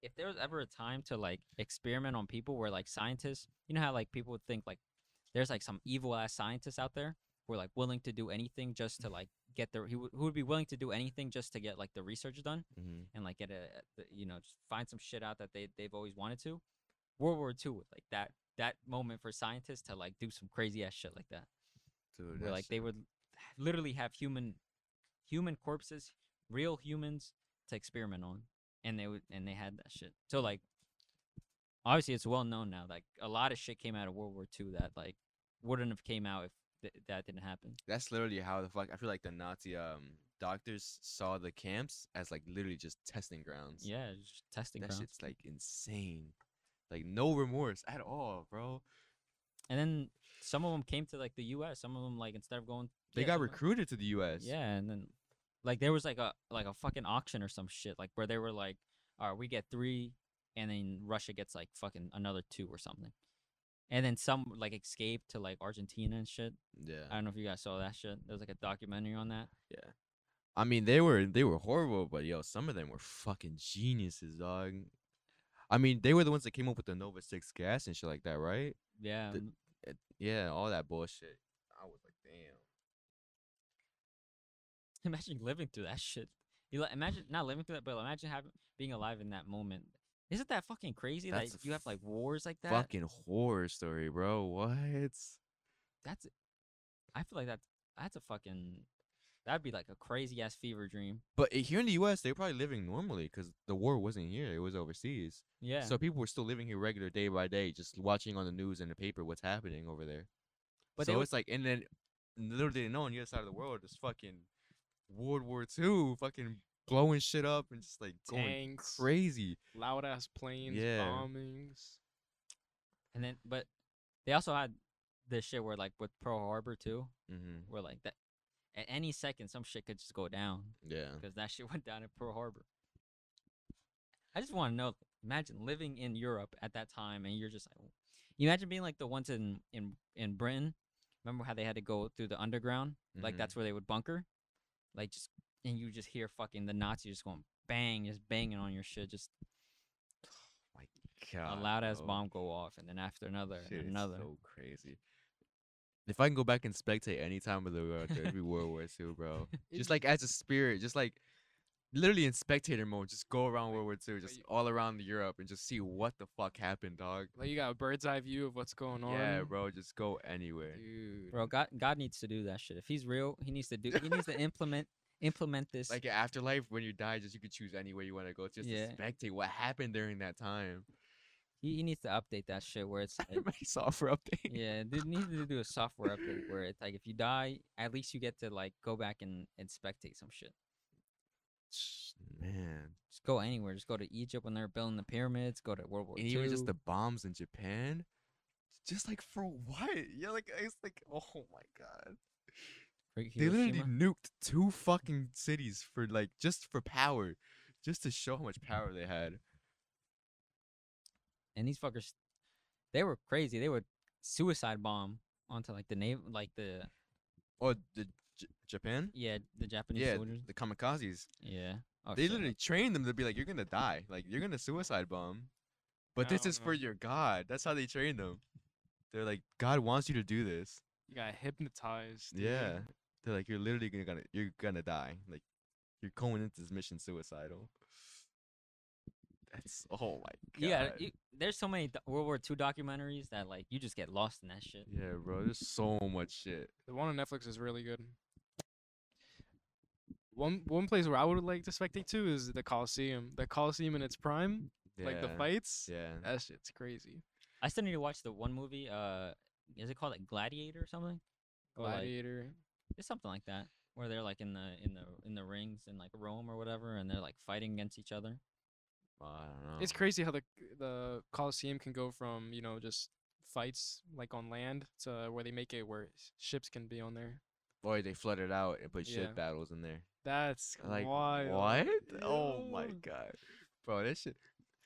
[SPEAKER 2] If there was ever a time to like experiment on people, where like scientists, you know how like people would think like there's like some evil ass scientists out there who are like willing to do anything just to like get their who, who would be willing to do anything just to get like the research done
[SPEAKER 1] mm-hmm.
[SPEAKER 2] and like get a a- you know just find some shit out that they they've always wanted to. World War II was like that that moment for scientists to like do some crazy ass shit like that
[SPEAKER 1] Dude,
[SPEAKER 2] where like they would literally have human human corpses, real humans to experiment on, and they would and they had that shit. So like, obviously it's well known now. Like a lot of shit came out of World War II that like wouldn't have came out if th- that didn't happen.
[SPEAKER 1] that's literally how the fuck I feel like the Nazi um doctors saw the camps as like literally just testing grounds.
[SPEAKER 2] Yeah, it's just testing
[SPEAKER 1] that
[SPEAKER 2] grounds.
[SPEAKER 1] shit's like insane. Like no remorse at all, bro.
[SPEAKER 2] And then some of them came to like the U.S. Some of them like instead of going,
[SPEAKER 1] They
[SPEAKER 2] yeah,
[SPEAKER 1] got
[SPEAKER 2] some of 'em-
[SPEAKER 1] recruited to the U.S.
[SPEAKER 2] Yeah, and then like there was like a like a fucking auction or some shit like where they were like, all right, we get three, and then Russia gets like fucking another two or something, and then some like escaped to like Argentina and shit.
[SPEAKER 1] yeah.
[SPEAKER 2] I don't know if you guys saw that shit. There was like a documentary on that.
[SPEAKER 1] I mean, they were they were horrible, but yo, some of them were fucking geniuses, dog. I mean, they were the ones that came up with the Nova Six gas and shit like that, right?
[SPEAKER 2] Yeah,
[SPEAKER 1] The-
[SPEAKER 2] m-
[SPEAKER 1] It- yeah, all that bullshit. I was like, damn.
[SPEAKER 2] imagine living through that shit. You like, imagine not living through that, but imagine having being alive in that moment. Isn't that fucking crazy
[SPEAKER 1] That's
[SPEAKER 2] that you have like wars like that?
[SPEAKER 1] Fucking horror story, bro. What?
[SPEAKER 2] That's, I feel like that's that's a fucking that'd be like a crazy ass fever dream.
[SPEAKER 1] But i- here in the U.S., they were probably living normally because the war wasn't here; it was overseas.
[SPEAKER 2] Yeah.
[SPEAKER 1] So people were still living here regular day by day, just watching on the news and the paper what's happening over there.
[SPEAKER 2] But they
[SPEAKER 1] so
[SPEAKER 2] would-
[SPEAKER 1] it's like, and then little did they know on the other side of the world is fucking World War Two, fucking blowing shit up and just like going
[SPEAKER 3] tanks,
[SPEAKER 1] crazy.
[SPEAKER 3] loud ass planes,
[SPEAKER 1] Yeah.
[SPEAKER 3] bombings.
[SPEAKER 2] And then, but they also had this shit where, like, with Pearl Harbor too,
[SPEAKER 1] Mm-hmm.
[SPEAKER 2] where like that at any second some shit could just go down
[SPEAKER 1] Yeah.
[SPEAKER 2] because that shit went down at Pearl Harbor. I just want to know. Imagine living in Europe at that time, and you're just like, you imagine being like the ones in in in Britain. Remember how they had to go through the underground? Like
[SPEAKER 1] Mhm.
[SPEAKER 2] that's where they would bunker, like just and you just hear fucking the Nazis just going bang, just banging on your shit, just
[SPEAKER 1] My God.
[SPEAKER 2] a loud ass
[SPEAKER 1] bro.
[SPEAKER 2] bomb go off, and then after another,
[SPEAKER 1] Ah, oh. Shit,
[SPEAKER 2] and
[SPEAKER 1] it's
[SPEAKER 2] another.
[SPEAKER 1] So crazy. If I can go back and spectate any time of the world, dude, it'd be World War Two, bro. Just like as a spirit, just like literally in spectator mode, just go around World War Two, just
[SPEAKER 3] you-
[SPEAKER 1] all around Europe, and just see what the fuck happened, dog.
[SPEAKER 3] Like you got a bird's eye view of what's going on.
[SPEAKER 1] Yeah, bro, just go anywhere.
[SPEAKER 3] Dude.
[SPEAKER 2] Bro, God, God needs to do that shit. If he's real, he needs to do. He needs to implement implement this.
[SPEAKER 1] Like an afterlife, when you die, just you could choose anywhere you want to go, just
[SPEAKER 2] Yeah.
[SPEAKER 1] to spectate what happened during that time.
[SPEAKER 2] he, he needs to update that shit where it's like,
[SPEAKER 1] My software update.
[SPEAKER 2] yeah, dude needs to do a software update where it's like if you die, at least you get to like go back and and spectate some shit.
[SPEAKER 1] Man,
[SPEAKER 2] Just go anywhere. Just go to Egypt when they're building the pyramids. Go to World War
[SPEAKER 1] and even just the
[SPEAKER 2] II.
[SPEAKER 1] bombs in Japan, just like for what? Yeah, like it's like, oh my god.
[SPEAKER 2] Or
[SPEAKER 1] They literally
[SPEAKER 2] Hiroshima.
[SPEAKER 1] nuked two fucking cities for like just for power, just to show how much power they had.
[SPEAKER 2] and these fuckers, they were crazy. They would suicide bomb onto like the naval, like the
[SPEAKER 1] Or Oh, the J- Japan,
[SPEAKER 2] yeah the Japanese
[SPEAKER 1] yeah,
[SPEAKER 2] soldiers.
[SPEAKER 1] the kamikazes.
[SPEAKER 2] Yeah. Oh,
[SPEAKER 1] they
[SPEAKER 2] shit.
[SPEAKER 1] literally trained them to be like, you're gonna die, like you're gonna suicide bomb, but
[SPEAKER 3] I
[SPEAKER 1] this
[SPEAKER 3] don't
[SPEAKER 1] is for
[SPEAKER 3] know.
[SPEAKER 1] your God. That's how they trained them. They're like, God wants you to do this.
[SPEAKER 3] You got hypnotized. dude.
[SPEAKER 1] Yeah. They're like, you're literally gonna gonna you're gonna die. Like you're going into this mission suicidal. That's oh my god.
[SPEAKER 2] Yeah,
[SPEAKER 3] e
[SPEAKER 2] you, there's so many do- World War II documentaries that like you just get lost in that shit.
[SPEAKER 1] Yeah, bro. There's so much shit.
[SPEAKER 3] The one on Netflix is really good. One one place where I would like to spectate to is the Coliseum. The Coliseum in its prime like the
[SPEAKER 1] Yeah,
[SPEAKER 3] fights.
[SPEAKER 1] Yeah.
[SPEAKER 3] That shit's crazy.
[SPEAKER 2] I still need to watch the one movie. Uh, is it called like Gladiator or something? Or, like,
[SPEAKER 3] Gladiator.
[SPEAKER 2] it's something like that, where they're like in the in the in the rings in like Rome or whatever, and they're like fighting against each other.
[SPEAKER 1] Well, I don't know.
[SPEAKER 3] It's crazy how the the Colosseum can go from you know just fights like on land to where they make it where s- ships can be on there.
[SPEAKER 1] Boy, they flooded out and put
[SPEAKER 3] Yeah.
[SPEAKER 1] shit battles in there.
[SPEAKER 3] That's
[SPEAKER 1] Like
[SPEAKER 3] wild.
[SPEAKER 1] what? Oh my
[SPEAKER 3] Yeah.
[SPEAKER 1] god, bro, this shit.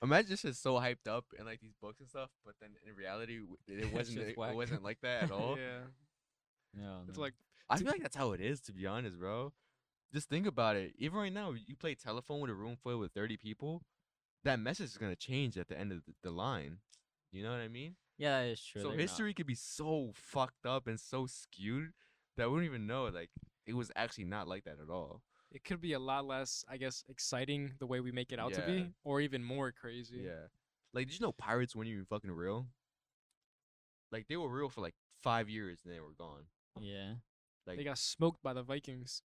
[SPEAKER 1] Imagine this shit's so hyped up in like these books and stuff, but then in reality, w- it wasn't.
[SPEAKER 2] just
[SPEAKER 1] it,
[SPEAKER 2] whack.
[SPEAKER 1] wasn't like that at all.
[SPEAKER 3] Yeah,
[SPEAKER 2] No,
[SPEAKER 3] it's
[SPEAKER 2] no.
[SPEAKER 3] like
[SPEAKER 1] I feel like that's how it is, to be honest, bro. Just think about it. Even right now, you play telephone with a room filled with thirty people. That message is gonna change at the end of the, the line. You know what I mean?
[SPEAKER 2] yeah, that is true.
[SPEAKER 1] so
[SPEAKER 2] they're not-
[SPEAKER 1] history could be so fucked up and so skewed that we don't even know. Like it was actually not like that at all.
[SPEAKER 3] it could be a lot less, I guess, exciting the way we make it out to
[SPEAKER 1] Yeah.
[SPEAKER 3] be, or even more crazy.
[SPEAKER 1] Yeah. Like, did you know pirates weren't even fucking real? Like, they were real for like five years and they were gone.
[SPEAKER 2] yeah,
[SPEAKER 1] Like,
[SPEAKER 3] they got smoked by the Vikings.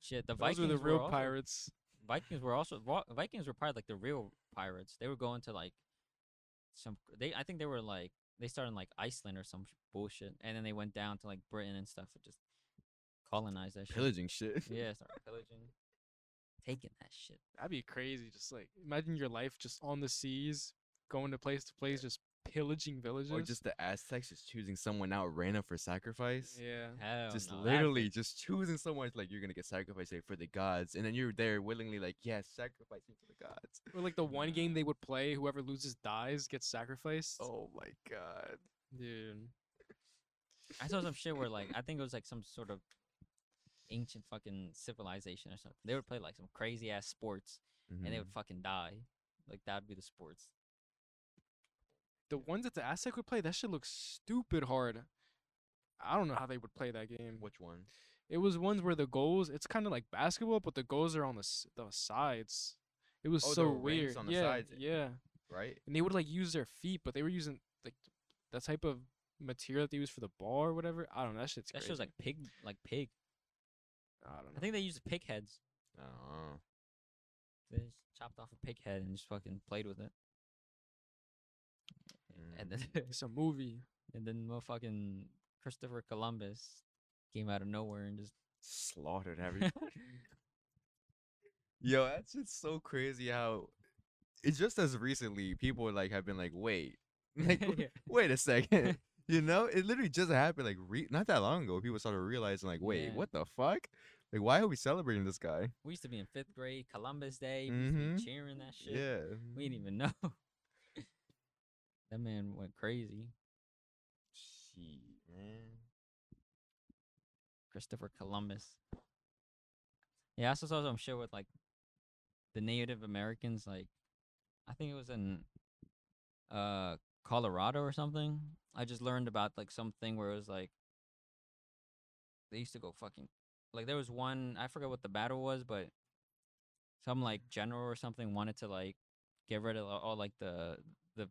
[SPEAKER 2] shit. The
[SPEAKER 3] Those
[SPEAKER 2] Vikings
[SPEAKER 3] were the real
[SPEAKER 2] also-
[SPEAKER 3] pirates.
[SPEAKER 2] Vikings were also Vo- Vikings were probably like the real pirates. They were going to like some. They I think they were like they started in like Iceland or some sh- bullshit, and then they went down to like Britain and stuff and just colonized that shit.
[SPEAKER 1] pillaging shit.
[SPEAKER 2] Yeah, started pillaging, taking that shit.
[SPEAKER 3] That'd be crazy. Just like imagine your life just on the seas, going to place to place, just pillaging villages.
[SPEAKER 1] or just the Aztecs just choosing someone out random for sacrifice.
[SPEAKER 3] yeah.
[SPEAKER 2] Hell
[SPEAKER 1] Just
[SPEAKER 2] no, that'd
[SPEAKER 1] literally
[SPEAKER 2] be-
[SPEAKER 1] just choosing someone it's like you're gonna get sacrificed like, for the gods, and then you're there willingly like yes, sacrificing for the gods.
[SPEAKER 3] Or like the one game they would play, whoever loses dies, gets sacrificed.
[SPEAKER 1] Oh my god,
[SPEAKER 3] dude.
[SPEAKER 2] I saw some shit where like I think it was like some sort of ancient fucking civilization or something. They would play like some crazy ass sports, and they
[SPEAKER 1] Mm-hmm. Hmm.
[SPEAKER 2] would fucking die. Like that would be the sports.
[SPEAKER 3] The ones that the Aztec would play, that shit looks stupid hard. I don't know how they would play that game.
[SPEAKER 1] which one?
[SPEAKER 3] It was ones where the goals, it's kind of like basketball, but the goals are on the s- the sides. It was
[SPEAKER 1] Oh, the
[SPEAKER 3] so
[SPEAKER 1] rings
[SPEAKER 3] weird.
[SPEAKER 1] on the
[SPEAKER 3] yeah,
[SPEAKER 1] sides.
[SPEAKER 3] yeah.
[SPEAKER 1] Right?
[SPEAKER 3] And they would like use their feet, but they were using like that type of material that they use for the ball or whatever. I don't know. That shit's
[SPEAKER 2] That
[SPEAKER 3] crazy.
[SPEAKER 2] shit was like pig, like pig.
[SPEAKER 3] I don't know.
[SPEAKER 2] I think they used pig heads.
[SPEAKER 1] Oh,
[SPEAKER 2] They just chopped off a pig head and just fucking played with it.
[SPEAKER 1] mm-hmm.
[SPEAKER 2] And then
[SPEAKER 1] Mm.
[SPEAKER 3] it's a movie.
[SPEAKER 2] and then motherfucking Christopher Columbus came out of nowhere and just
[SPEAKER 1] slaughtered every Yo, that's just so crazy how it's just as recently people like have been like, wait, like w-
[SPEAKER 2] Yeah.
[SPEAKER 1] wait a second. You know, it literally just happened like re- not that long ago. People started realizing like, wait,
[SPEAKER 2] Yeah.
[SPEAKER 1] what the fuck? Like, why are we celebrating this guy?
[SPEAKER 2] we used to be in fifth grade, Columbus Day, we used to
[SPEAKER 1] Mhm.
[SPEAKER 2] be cheering that shit.
[SPEAKER 1] Yeah,
[SPEAKER 2] We didn't even know. that man went crazy.
[SPEAKER 1] Shit, man.
[SPEAKER 2] Christopher Columbus. Yeah, I also saw some shit with like the Native Americans. Like, I think it was in uh Colorado or something. I just learned about like something where it was like they used to go fucking like there was one I forgot what the battle was, but some like general or something wanted to like get rid of all- all like the the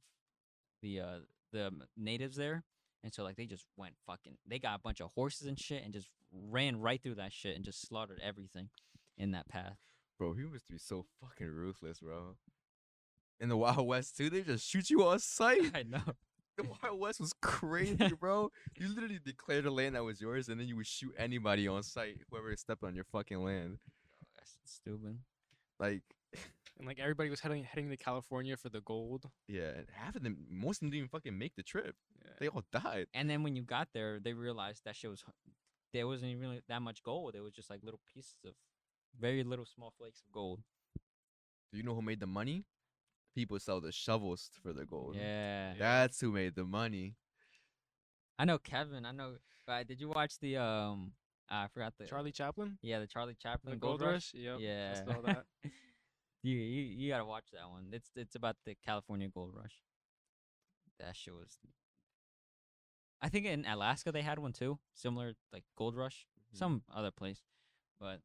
[SPEAKER 2] the uh the m- natives there. And so like they just went fucking they got a bunch of horses and shit and just ran right through that shit and just slaughtered everything in that path.
[SPEAKER 1] Bro, he must be so fucking ruthless, bro. In the Wild West too, they just shoot you on sight.
[SPEAKER 2] I know.
[SPEAKER 1] The Wild West was crazy, bro. You literally declared a land that was yours, and then you would shoot anybody on sight, whoever stepped on your fucking land.
[SPEAKER 2] That's stupid.
[SPEAKER 1] Like,
[SPEAKER 3] And like everybody was heading heading to California for the gold.
[SPEAKER 1] yeah, and half of them, most of them didn't even fucking make the trip.
[SPEAKER 3] Yeah.
[SPEAKER 1] They all died.
[SPEAKER 2] And then when you got there, they realized that shit was h- there wasn't even really that much gold. It was just like little pieces of very little small flakes of gold.
[SPEAKER 1] Do you know who made the money? People sell the shovels for the gold.
[SPEAKER 2] Yeah.
[SPEAKER 1] That's who made the money.
[SPEAKER 2] I know Kevin, I know but did you watch the um I forgot the
[SPEAKER 3] Charlie Chaplin,
[SPEAKER 2] Yeah, the Charlie
[SPEAKER 3] the
[SPEAKER 2] Chaplin
[SPEAKER 3] Gold, Rush. Yep,
[SPEAKER 2] Yeah.
[SPEAKER 3] I saw that.
[SPEAKER 2] you, you you gotta watch that one. It's it's about the California Gold Rush. That shit was. I think in Alaska they had one too, similar like Gold Rush,
[SPEAKER 1] Mhm.
[SPEAKER 2] some other place, but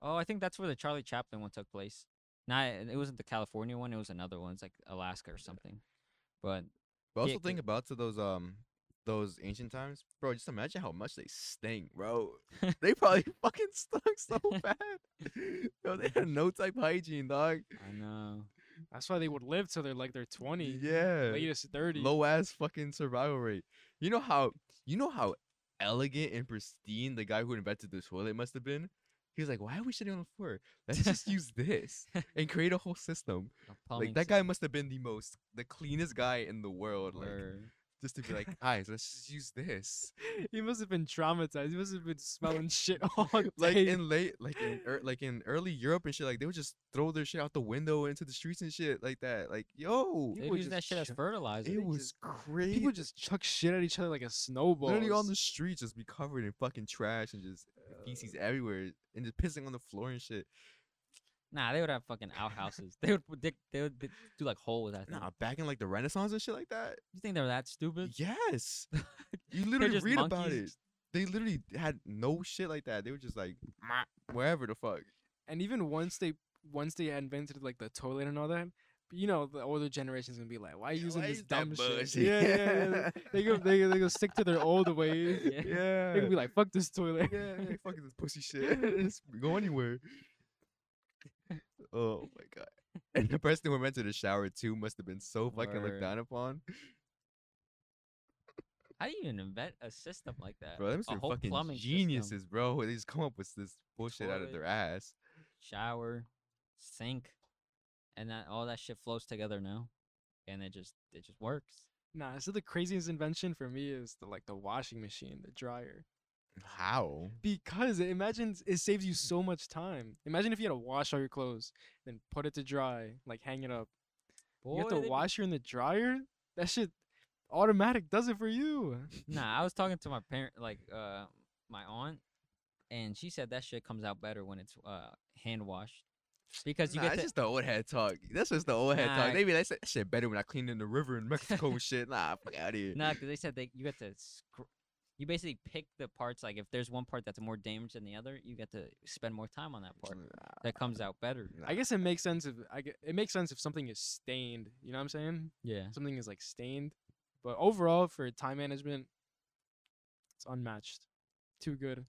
[SPEAKER 2] oh, I think that's where the Charlie Chaplin one took place. Not it wasn't the California one; it was another one. It's like Alaska or something. But
[SPEAKER 1] But also
[SPEAKER 2] Yeah,
[SPEAKER 1] think
[SPEAKER 2] 'cause-
[SPEAKER 1] about to those um those ancient times, bro. Just imagine how much they stink, bro. They probably fucking stunk so bad. Yo, they had no type hygiene, dog.
[SPEAKER 2] I know.
[SPEAKER 3] That's why they would live till they're like they're 20,
[SPEAKER 1] Yeah,
[SPEAKER 3] latest 30.
[SPEAKER 1] low ass fucking survival rate. You know how you know how elegant and pristine the guy who invented the toilet must have been. He was like, "Why are we shitting on the floor? Let's just use this and create a whole system."
[SPEAKER 2] A plumbing
[SPEAKER 1] like that
[SPEAKER 2] system.
[SPEAKER 1] guy must have been the most, the cleanest guy in the world. Like
[SPEAKER 2] Word.
[SPEAKER 1] just to be like, "Guys, let's just use this."
[SPEAKER 3] He must have been traumatized. He must have been smelling shit all day.
[SPEAKER 1] Like in late, like in ear like in early Europe and shit, like they would just throw their shit out the window into the streets and shit like that. Like yo,
[SPEAKER 2] They use that shit as
[SPEAKER 1] chuck-
[SPEAKER 2] fertilizer.
[SPEAKER 1] It
[SPEAKER 2] They
[SPEAKER 1] was
[SPEAKER 2] just-
[SPEAKER 1] crazy.
[SPEAKER 3] people just chuck shit at each other like a snowball.
[SPEAKER 1] literally on the street just be covered in fucking trash and just
[SPEAKER 3] Uh.
[SPEAKER 1] feces everywhere and just pissing on the floor and shit.
[SPEAKER 2] nah, they would have fucking outhouses. they would predict. They would be- do like holes. I think.
[SPEAKER 1] Nah, back in like the Renaissance and shit like that.
[SPEAKER 2] You think they were that stupid?
[SPEAKER 1] Yes, you
[SPEAKER 2] They're
[SPEAKER 1] literally
[SPEAKER 2] just
[SPEAKER 1] read about it.
[SPEAKER 2] monkeys.
[SPEAKER 1] They literally had no shit like that. They were just like "Mwah," wherever the fuck.
[SPEAKER 3] and even once they once they invented like the toilet and all that, you know the older generation's gonna be like, "Why are you
[SPEAKER 1] Yeah,
[SPEAKER 3] using
[SPEAKER 1] why
[SPEAKER 3] this
[SPEAKER 1] is that
[SPEAKER 3] dumb shit?"
[SPEAKER 1] bullshit?
[SPEAKER 3] Yeah, yeah, yeah. They go, they go, they go stick to their old ways.
[SPEAKER 2] Yeah.
[SPEAKER 1] Yeah,
[SPEAKER 3] They gonna be like, "Fuck this toilet."
[SPEAKER 1] yeah, yeah, fucking this pussy shit. it's go anywhere. Oh my god. And the person who went to the shower too must have been so fucking
[SPEAKER 2] Word.
[SPEAKER 1] looked down upon.
[SPEAKER 2] How do you even invent a system like that?
[SPEAKER 1] Bro, them
[SPEAKER 2] Uh, a
[SPEAKER 1] some
[SPEAKER 2] whole
[SPEAKER 1] fucking
[SPEAKER 2] plumbing
[SPEAKER 1] geniuses,
[SPEAKER 2] system,
[SPEAKER 1] bro. They just come up with this bullshit out of
[SPEAKER 2] Toilet.
[SPEAKER 1] their ass.
[SPEAKER 2] shower, sink, and that all that shit flows together now, and it just it just works.
[SPEAKER 3] Nah, so the craziest invention for me is the like the washing machine, the dryer,
[SPEAKER 1] How?
[SPEAKER 3] because it imagines it saves you so much time. Imagine if you had to wash all your clothes, then put it to dry, like hang it up. you have
[SPEAKER 2] Boy,
[SPEAKER 3] to
[SPEAKER 2] they be-
[SPEAKER 3] wash her in the dryer. That shit automatic does it for you.
[SPEAKER 2] Nah, I was talking to my parent, like uh, my aunt, and she said that shit comes out better when it's uh hand washed, because you
[SPEAKER 1] nah,
[SPEAKER 2] get
[SPEAKER 1] it's
[SPEAKER 2] the,
[SPEAKER 1] just the old head talk. That's just the old head
[SPEAKER 2] Nah.
[SPEAKER 1] talk. They be like, that shit better when I cleaned in the river in Mexico and shit. Nah, fuck out of here.
[SPEAKER 2] Nah, because they said they you get to scr- you basically pick the parts. Like if there's one part that's more damaged than the other, you get to spend more time on that part. That comes out better.
[SPEAKER 3] I guess it makes sense if I gue- it makes sense if something is stained. You know what I'm saying?
[SPEAKER 2] Yeah.
[SPEAKER 1] Mm.
[SPEAKER 3] Something is like stained, but overall for time management, it's unmatched. Too good.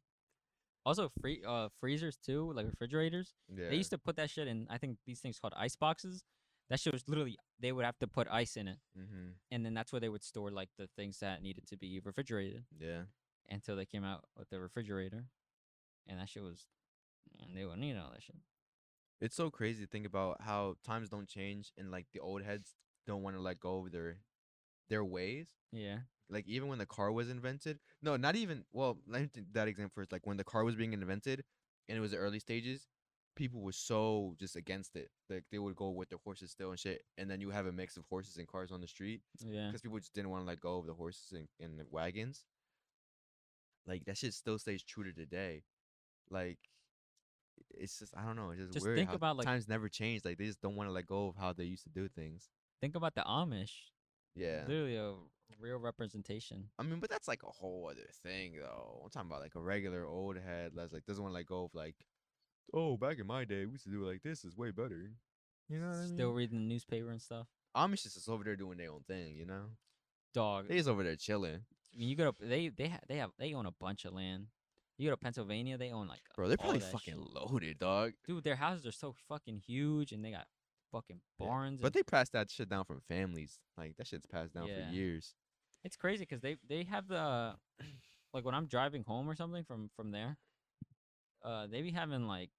[SPEAKER 2] Also, free uh freezers too, like refrigerators.
[SPEAKER 1] Yeah.
[SPEAKER 2] They used to put that shit in. I think these things called ice boxes. That shit was literally they would have to put ice in it,
[SPEAKER 1] mm-hmm.
[SPEAKER 2] and then that's where they would store like the things that needed to be refrigerated
[SPEAKER 1] Yeah.
[SPEAKER 2] until they came out with the refrigerator, and that shit was. And they would need all that shit.
[SPEAKER 1] It's so crazy to think about how times don't change and like the old heads don't want to let go of their their ways.
[SPEAKER 2] Yeah.
[SPEAKER 1] like even when the car was invented no not even well let me take that example first like when the car was being invented and it was the early stages people were so just against it like they would go with their horses still and shit and then you have a mix of horses and cars on the street
[SPEAKER 2] Yeah.
[SPEAKER 1] because people just didn't want to let go of the horses and, and the wagons like that shit still stays true to today like it's just i don't know it's just,
[SPEAKER 2] Just
[SPEAKER 1] weird
[SPEAKER 2] think
[SPEAKER 1] how
[SPEAKER 2] about, like-
[SPEAKER 1] times never change like they just don't want to let go of how they used to do things
[SPEAKER 2] Think about the Amish.
[SPEAKER 1] yeah
[SPEAKER 2] Literally a real representation.
[SPEAKER 1] I mean, but that's like a whole other thing, though. I'm talking about like a regular old head that's like doesn't want to like go of like, oh, back in my day, we used to do it like this is way better. You know what I
[SPEAKER 2] Still
[SPEAKER 1] mean?
[SPEAKER 2] reading the newspaper and stuff.
[SPEAKER 1] Amish is just over there doing their own thing, you know.
[SPEAKER 2] Dog.
[SPEAKER 1] They just over there chilling,
[SPEAKER 2] I mean, you go to they they ha- they have they own a bunch of land. You go to Pennsylvania, they own like
[SPEAKER 1] bro. They're
[SPEAKER 2] all
[SPEAKER 1] probably
[SPEAKER 2] that
[SPEAKER 1] fucking
[SPEAKER 2] shit.
[SPEAKER 1] loaded, dog.
[SPEAKER 2] dude. Their houses are so fucking huge, and they got fucking
[SPEAKER 1] Yeah,
[SPEAKER 2] barns.
[SPEAKER 1] But
[SPEAKER 2] and-
[SPEAKER 1] they passed that shit down from families. Like that shit's passed down
[SPEAKER 2] Yeah.
[SPEAKER 1] for years.
[SPEAKER 2] it's crazy because they they have the like when I'm driving home or something from from there, uh, they be having like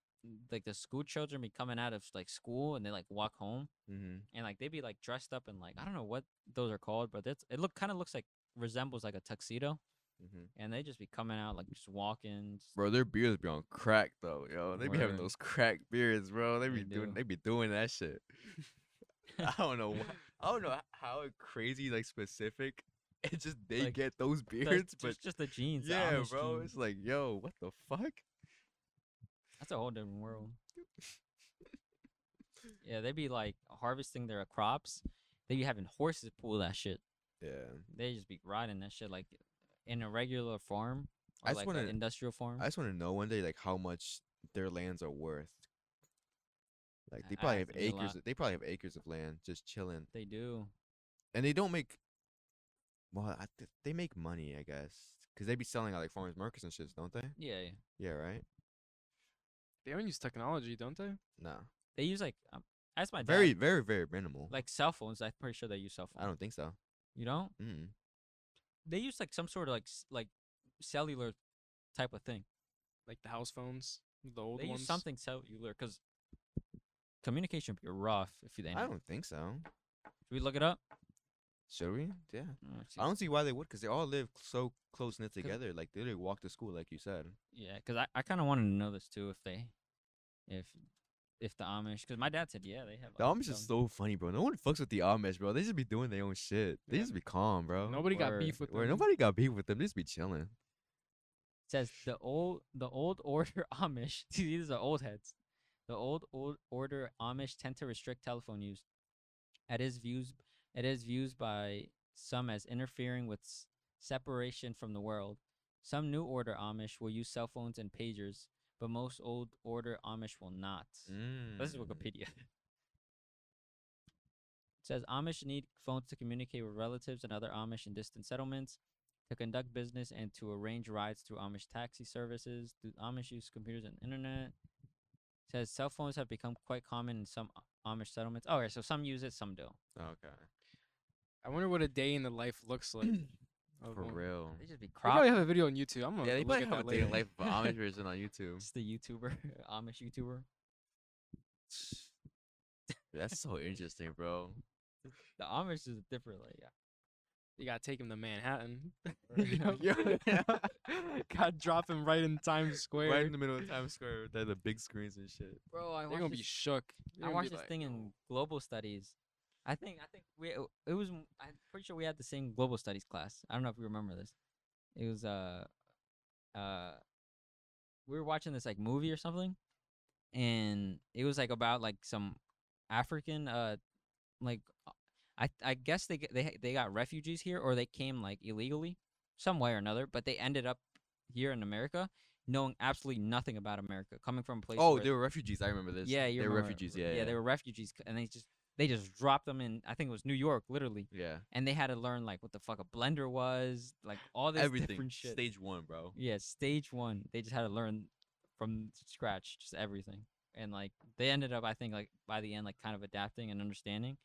[SPEAKER 2] like the school children be coming out of like school and they like walk home
[SPEAKER 1] Mm-hmm.
[SPEAKER 2] and like they be like dressed up in like I don't know what those are called, but it's it look kind of looks like resembles like a tuxedo,
[SPEAKER 1] Mm-hmm.
[SPEAKER 2] and they just be coming out like just walking. just-
[SPEAKER 1] Bro, their beards be on crack though, yo. They be having
[SPEAKER 2] Word.
[SPEAKER 1] those crack beards, bro. They
[SPEAKER 2] They
[SPEAKER 1] be doing,
[SPEAKER 2] do.
[SPEAKER 1] they be doing that shit. I don't know, wh- I don't know h- how crazy like specific. It's just they
[SPEAKER 2] Like,
[SPEAKER 1] get those
[SPEAKER 2] that's
[SPEAKER 1] beards, but
[SPEAKER 2] just, just the jeans. the
[SPEAKER 1] yeah,
[SPEAKER 2] Amish
[SPEAKER 1] bro.
[SPEAKER 2] jeans.
[SPEAKER 1] It's like, yo, what the fuck?
[SPEAKER 2] That's a whole different world.
[SPEAKER 1] Mm-hmm.
[SPEAKER 2] yeah, they be like harvesting their crops. They be having horses pull that shit.
[SPEAKER 1] Yeah,
[SPEAKER 2] They just be riding that shit like in a regular farm
[SPEAKER 1] I
[SPEAKER 2] or
[SPEAKER 1] just
[SPEAKER 2] like
[SPEAKER 1] wanna-
[SPEAKER 2] an industrial farm.
[SPEAKER 1] I just want to know one day like how much their lands are worth. Like they
[SPEAKER 2] I- I
[SPEAKER 1] probably
[SPEAKER 2] have
[SPEAKER 1] have
[SPEAKER 2] to be a
[SPEAKER 1] acres.
[SPEAKER 2] lot.
[SPEAKER 1] Of, they probably have acres of land just chilling,
[SPEAKER 2] they do.
[SPEAKER 1] and they don't make Well, I th- they make money, I guess, because they be selling at like farmers markets and shits, don't they?
[SPEAKER 2] Yeah, yeah.
[SPEAKER 1] Yeah, right.
[SPEAKER 3] They haven't used technology, don't they?
[SPEAKER 1] No,
[SPEAKER 2] They use like um, that's my dad,
[SPEAKER 1] very, very, very minimal.
[SPEAKER 2] like cell phones. I'm pretty sure they use cell phones.
[SPEAKER 1] I don't think so.
[SPEAKER 2] You know,
[SPEAKER 1] Mm.
[SPEAKER 2] they use like some sort of like s- like cellular type of thing.
[SPEAKER 3] Like the house phones, the old
[SPEAKER 2] they
[SPEAKER 3] ones.
[SPEAKER 2] use something cellular because communication would be rough if you.
[SPEAKER 1] I don't think so.
[SPEAKER 2] Should we look it up?
[SPEAKER 1] Should we? Yeah.
[SPEAKER 2] Oh, let's see.
[SPEAKER 1] I don't see why they would, because they all live so close knit together. Like they literally walk to school, like you said.
[SPEAKER 2] Yeah, because I, I kind of wanted to know this too if they, if if the Amish because my dad said yeah they have
[SPEAKER 1] The
[SPEAKER 2] like,
[SPEAKER 1] Amish is so
[SPEAKER 2] some-
[SPEAKER 1] funny, bro. No one fucks with the Amish, bro. They just be doing their own shit. They
[SPEAKER 3] Yeah.
[SPEAKER 1] just be calm, bro.
[SPEAKER 3] Nobody got
[SPEAKER 1] Word,
[SPEAKER 3] beef with
[SPEAKER 1] word.
[SPEAKER 3] them.
[SPEAKER 1] Nobody got beef with them. They just be chilling.
[SPEAKER 2] It says the old the old order Amish these are old heads the old old order Amish tend to restrict telephone use it is views it is views by some as interfering with s- separation from the world some new order Amish will use cell phones and pagers but most old order Amish will not. This
[SPEAKER 1] Mm-hmm.
[SPEAKER 2] is
[SPEAKER 1] Mm.
[SPEAKER 2] Wikipedia. It says Amish need phones to communicate with relatives and other Amish in distant settlements, to conduct business, and to arrange rides through Amish taxi services. Do Amish use computers and internet? It says cell phones have become quite common in some A- Amish settlements. Okay, so some use it, some don't.
[SPEAKER 1] Okay.
[SPEAKER 3] I wonder what a day in the life looks like. of
[SPEAKER 1] For
[SPEAKER 3] one.
[SPEAKER 1] real.
[SPEAKER 2] They just be
[SPEAKER 3] They probably
[SPEAKER 2] crop.
[SPEAKER 3] have a video on YouTube. I'm gonna
[SPEAKER 1] Yeah, they
[SPEAKER 3] look
[SPEAKER 1] probably
[SPEAKER 3] at
[SPEAKER 1] have a
[SPEAKER 3] that
[SPEAKER 1] day in
[SPEAKER 3] later.
[SPEAKER 1] life of an Amish version on YouTube.
[SPEAKER 2] Just the YouTuber, Amish YouTuber.
[SPEAKER 1] That's so interesting, bro.
[SPEAKER 2] The Amish is different, like yeah.
[SPEAKER 3] You gotta take him to Manhattan.
[SPEAKER 1] Yo, yeah.
[SPEAKER 3] gotta drop him right in Times Square.
[SPEAKER 1] Right in the middle of Times Square with the- the big screens and shit.
[SPEAKER 2] Bro, I
[SPEAKER 3] They're gonna be shook.
[SPEAKER 2] I
[SPEAKER 3] They're gonna
[SPEAKER 2] watched
[SPEAKER 3] be
[SPEAKER 2] this
[SPEAKER 3] like,
[SPEAKER 2] thing
[SPEAKER 1] "Oh."
[SPEAKER 2] in global studies. I think I think we uh, it was m- I'm pretty sure we had the same global studies class. I don't know if you remember this. It was uh uh we were watching this like movie or something, and it was like about like some African uh like uh, I I guess they g- they ha- they got refugees here or they came like illegally some way or another, but they ended up here in America knowing absolutely nothing about America, coming from a place
[SPEAKER 1] Oh,
[SPEAKER 2] where
[SPEAKER 1] they were refugees. I remember this.
[SPEAKER 2] yeah, you
[SPEAKER 1] they were
[SPEAKER 2] remember-
[SPEAKER 1] refugees. Yeah, yeah,
[SPEAKER 2] they were refugees, c- and they just they just dropped them in. I think it was New York, literally,
[SPEAKER 1] yeah.
[SPEAKER 2] and they had to learn like what the fuck a blender was, like all this
[SPEAKER 1] Everything.
[SPEAKER 2] different shit.
[SPEAKER 1] Stage one, bro.
[SPEAKER 2] yeah, stage one. They just had to learn from scratch, just everything, and like they ended up, I think, like by the end, like kind of adapting and understanding.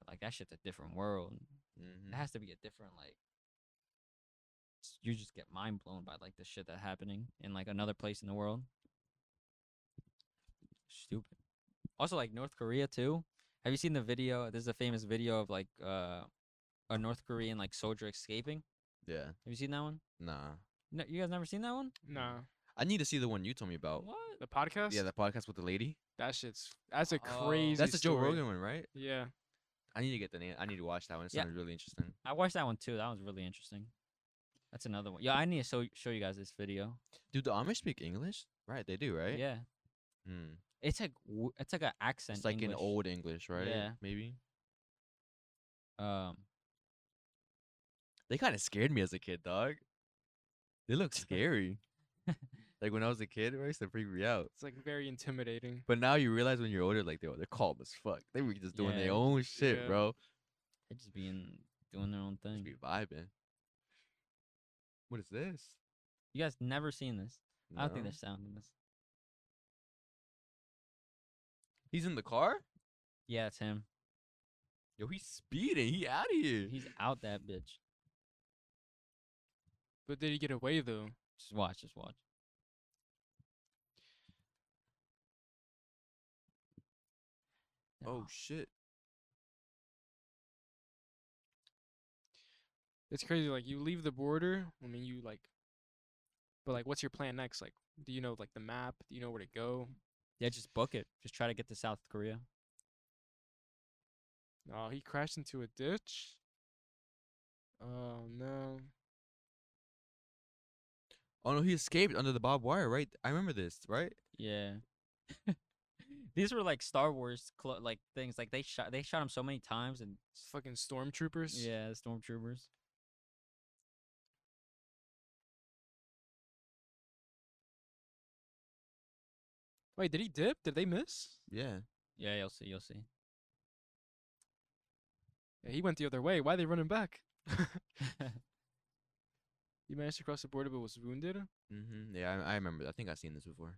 [SPEAKER 2] But like that shit's a different world.
[SPEAKER 1] Mhm.
[SPEAKER 2] It has to be a different like. s- You just get mind blown by like the shit that's happening in like another place in the world. Stupid. Also, like North Korea too. Have you seen the video? There's a famous video of like uh, a North Korean like soldier escaping.
[SPEAKER 1] Yeah.
[SPEAKER 2] Have you seen that one?
[SPEAKER 1] Nah.
[SPEAKER 2] No, you guys never seen that one?
[SPEAKER 3] Nah,
[SPEAKER 1] I need to see the one you told me about.
[SPEAKER 2] What?
[SPEAKER 3] the podcast.
[SPEAKER 1] Yeah, the podcast with the lady.
[SPEAKER 3] that shit's that's a
[SPEAKER 2] Oh.
[SPEAKER 3] crazy.
[SPEAKER 1] That's the Joe
[SPEAKER 3] story.
[SPEAKER 1] Rogan one, right?
[SPEAKER 3] Yeah,
[SPEAKER 1] I need to get the name. I need to watch that one. It
[SPEAKER 2] Yeah.
[SPEAKER 1] sounded really interesting.
[SPEAKER 2] I watched that one too. That was really interesting. That's another one. Yeah, I need to show, show you guys this video.
[SPEAKER 1] Do the Amish speak English? Right, they do, right?
[SPEAKER 2] Yeah,
[SPEAKER 1] Hmm.
[SPEAKER 2] it's like w- it's like an accent.
[SPEAKER 1] It's like in
[SPEAKER 2] English.
[SPEAKER 1] old English, right?
[SPEAKER 2] Yeah.
[SPEAKER 1] Maybe.
[SPEAKER 2] Um,
[SPEAKER 1] They kind of scared me as a kid, dog. They look scary. like when I was a kid, it used to freak me out.
[SPEAKER 3] it's like very intimidating.
[SPEAKER 1] But now you realize when you're older, like they they're calm as fuck. They were just doing
[SPEAKER 2] Yeah.
[SPEAKER 1] their own shit,
[SPEAKER 3] Yeah.
[SPEAKER 1] bro.
[SPEAKER 2] they just being doing their own
[SPEAKER 1] Just
[SPEAKER 2] thing.
[SPEAKER 1] be vibing. What is this?
[SPEAKER 2] You guys never seen this. I don't think
[SPEAKER 1] No.
[SPEAKER 2] there's sound in this.
[SPEAKER 1] He's in the car.
[SPEAKER 2] Yeah, it's him.
[SPEAKER 1] Yo, he's speeding. He out of here.
[SPEAKER 2] He's out that bitch.
[SPEAKER 3] But did he get away though?
[SPEAKER 2] Just watch, just watch.
[SPEAKER 1] oh shit.
[SPEAKER 3] It's crazy. Like you leave the border. I mean, you like. But like, what's your plan next? Like, do you know like the map? Do you know where to go?
[SPEAKER 2] Yeah, just book it. Just try to get to South Korea.
[SPEAKER 3] Oh, he crashed into a ditch. Oh no.
[SPEAKER 1] Oh no, he escaped under the barbed wire, right? I remember this, right?
[SPEAKER 2] Yeah. These were like Star Wars clo- like things. Like they shot they shot him so many times and
[SPEAKER 3] It's fucking stormtroopers.
[SPEAKER 2] yeah, the stormtroopers.
[SPEAKER 3] Wait, did he dip? Did they miss?
[SPEAKER 1] Yeah.
[SPEAKER 2] Yeah, you'll see, you'll see.
[SPEAKER 3] Yeah, he went the other way. Why are they running back? You managed to cross the border but was wounded.
[SPEAKER 1] hmm Yeah, I, I remember. that. I think I've seen this before.